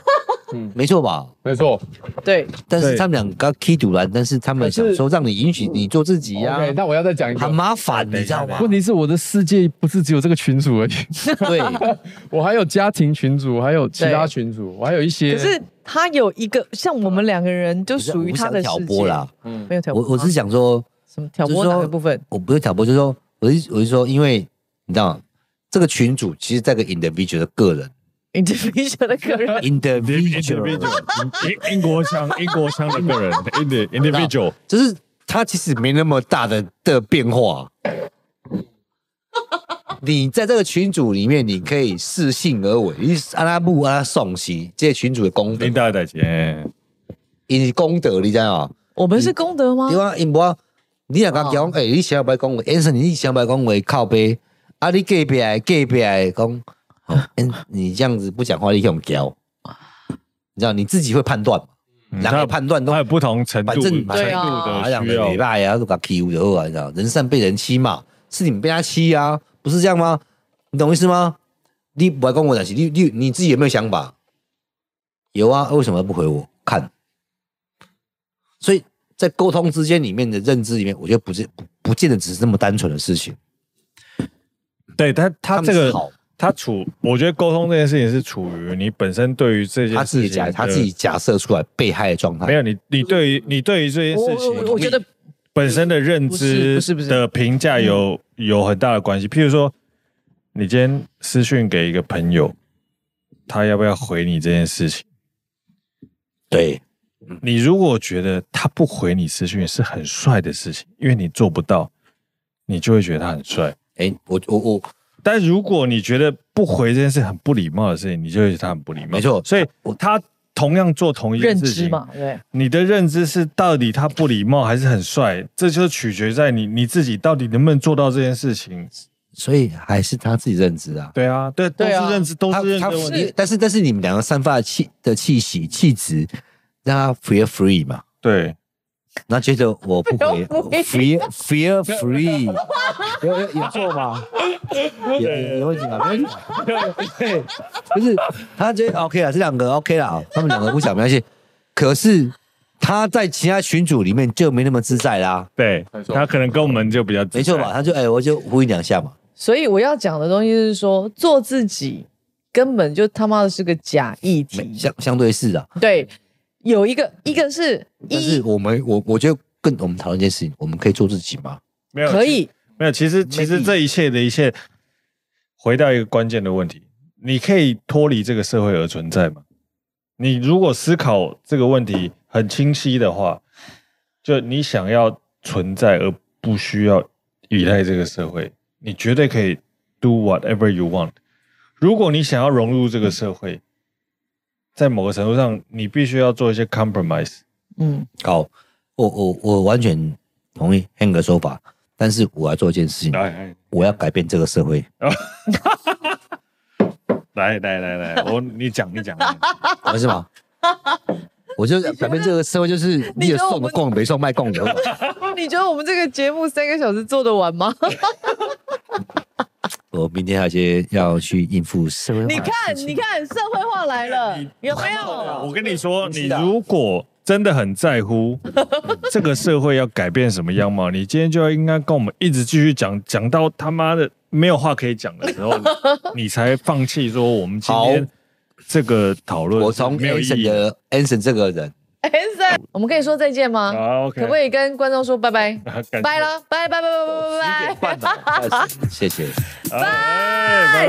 S5: 嗯，
S1: 没错吧？
S5: 没错。
S2: 对，
S1: 但是
S3: 对
S1: 他们两个 key 堵拦，但是他们
S5: 可是嗯
S1: 想说让你允许你做自己呀、
S5: OK，那我要再讲一
S1: 很
S5: 个。
S1: 麻烦，你知道吗？
S5: 问题是我的世界不是只有这个群主而已，
S1: 对，
S5: 我还有家庭群主，我还有其他群主，我还有一些。
S2: 可是他有一个像我们两个人就
S1: 不是
S2: 属于
S1: 我不
S2: 他
S1: 想
S2: 的
S1: 挑
S2: 世
S1: 拨
S2: 界，
S1: 啦，
S5: 嗯，
S2: 没有挑
S1: 我
S2: 拨吗，
S1: 我是想说，
S2: 什么挑
S1: 就是
S2: 拨哪
S1: 说
S2: 个部分？
S1: 我不是挑拨，就是说我是我是说，因为你知道吗这个群主其实在个 individual 的个人
S2: individual 的 个人
S1: individual，
S3: individual，英英国腔，英国腔 的个人，indi individual，
S1: 就是他其实没那么大的的变化。你在这个群组里面，你可以适性而为，你阿拉布阿拉送西，这些群主的功德
S3: 林，大大姐，
S1: 因是功德，你知道吗？
S2: 我们是功德吗
S1: 对？啊，因无你若甲讲，诶、你想白讲话，Anson，你想白讲话靠背，啊，你隔壁的隔壁的讲，哦，嗯你这样子不讲话，你用教，你知道你自己会判断嘛？
S3: 嗯
S1: 两个判断都
S3: 他有不同程度
S1: 反正
S3: 程度
S2: 对啊
S1: 啊，
S3: 的
S1: 两
S3: 需
S1: 个
S3: 要
S1: 礼。拜啊，都把 Q 的后啊，你知道，人善被人欺嘛，是你们被他欺啊，不是这样吗？你懂我意思吗？你不爱跟我讲，你你你自己有没有想法？有啊，为什么不回我？看，所以在沟通之间里面的认知里面，我觉得不是不不见得只是那么单纯的事情。
S3: 对他，他
S1: 们
S3: 这
S1: 是
S3: 个
S1: 好，
S3: 他处，我觉得沟通这件事情是处于你本身对于这件事情
S1: 他自己假
S3: 的
S1: 他自己假设出来被害的状
S3: 没
S1: 态，
S3: 有你，你对于你对于这件
S2: 我
S3: 事
S2: 我
S3: 情，
S2: 我我觉得
S3: 本身的认知
S2: 不是不是不是嗯
S3: 的评价有有很大的关系。譬如说，你今天私讯给一个朋友，他要不要回你这件事情，
S1: 对，
S3: 你如果觉得他不回你私讯是很帅的事情，因为你做不到，你就会觉得他很帅。
S1: 哎，我我我
S3: 但如果你觉得不回这件事很不礼貌的事情，你就会觉得他很不礼貌。
S1: 没错
S3: 所以他同样做同一件
S2: 认
S3: 事
S2: 知
S3: 情，
S2: 嘛，对，
S3: 你的认知是到底他不礼貌还是很帅，这就取决在你你自己到底能不能做到这件事情。
S1: 所以还是他自己认知啊。
S3: 对啊，对，都
S2: 对啊
S3: 是认知，都
S1: 他
S3: 是认知
S1: 他
S3: 的问题。
S1: 你但是但是你们两个散发的气的气息气质，让他 feel free 嘛，
S3: 对，
S1: 然后接着我不回
S2: Feel
S1: ，feel feel free，有有有错吗？有有有问题吗？啊没问题。 对，就是他觉得 OK 了，这两个 OK 了，他们两个不想没关系。可是他在其他群组里面就没那么自在啦，
S3: 对
S5: 没，错
S3: 他可能跟我们就比较
S1: 没错吧？？他就哎、我就呼应两下嘛。
S2: 所以我要讲的东西是说，做自己根本就他妈的是个假议
S1: 没
S2: 题。
S1: 相相对是啊，
S2: 对，有一个一个是
S1: 但是
S2: 一
S1: 我们我我觉得更我们讨论一件事情，我们可以做自己吗？
S3: 没有
S2: 可以，
S3: 没有，其实其实这一切的一切，回到一个关键的问题：你可以脱离这个社会而存在吗？你如果思考这个问题很清晰的话，就你想要存在而不需要依赖这个社会，你绝对可以 do whatever you want。如果你想要融入这个社会，在某个程度上，你必须要做一些 compromise。
S2: 嗯，
S1: 好，我我我完全同意 Hank 的说法，但是我要做一件事情，
S3: 来
S1: 我要改变这个社会。
S3: 来来来来，我你讲你讲，你讲
S1: 不是吗？我就改变这个社会，就是你也送的供，没送卖供的。
S2: 哦你觉得我们这个节目三个小时做得完吗？
S1: 我明天还有一些要去应付社会化的
S2: 你看，
S1: 事情
S2: 你看，社会化来 了，有没
S3: 我
S2: 有？
S3: 跟你说，你如果真的很在乎这个社会要改变什么样貌，你今天就要应该跟我们一直继续讲，讲到他妈的没有话可以讲的时候，你才放弃说我们今天
S1: 好
S3: 这个讨论
S1: 我从
S3: 没有意
S1: Anson
S3: 义啊
S1: 的 Anson 这个人，
S2: 哎 Anson，我们可以说再见吗？
S3: 好，OK，
S2: 可不可以跟观众说拜拜？
S3: 感 谢
S2: 拜了，拜拜拜拜拜拜拜。
S1: 谢谢。
S3: 哎拜拜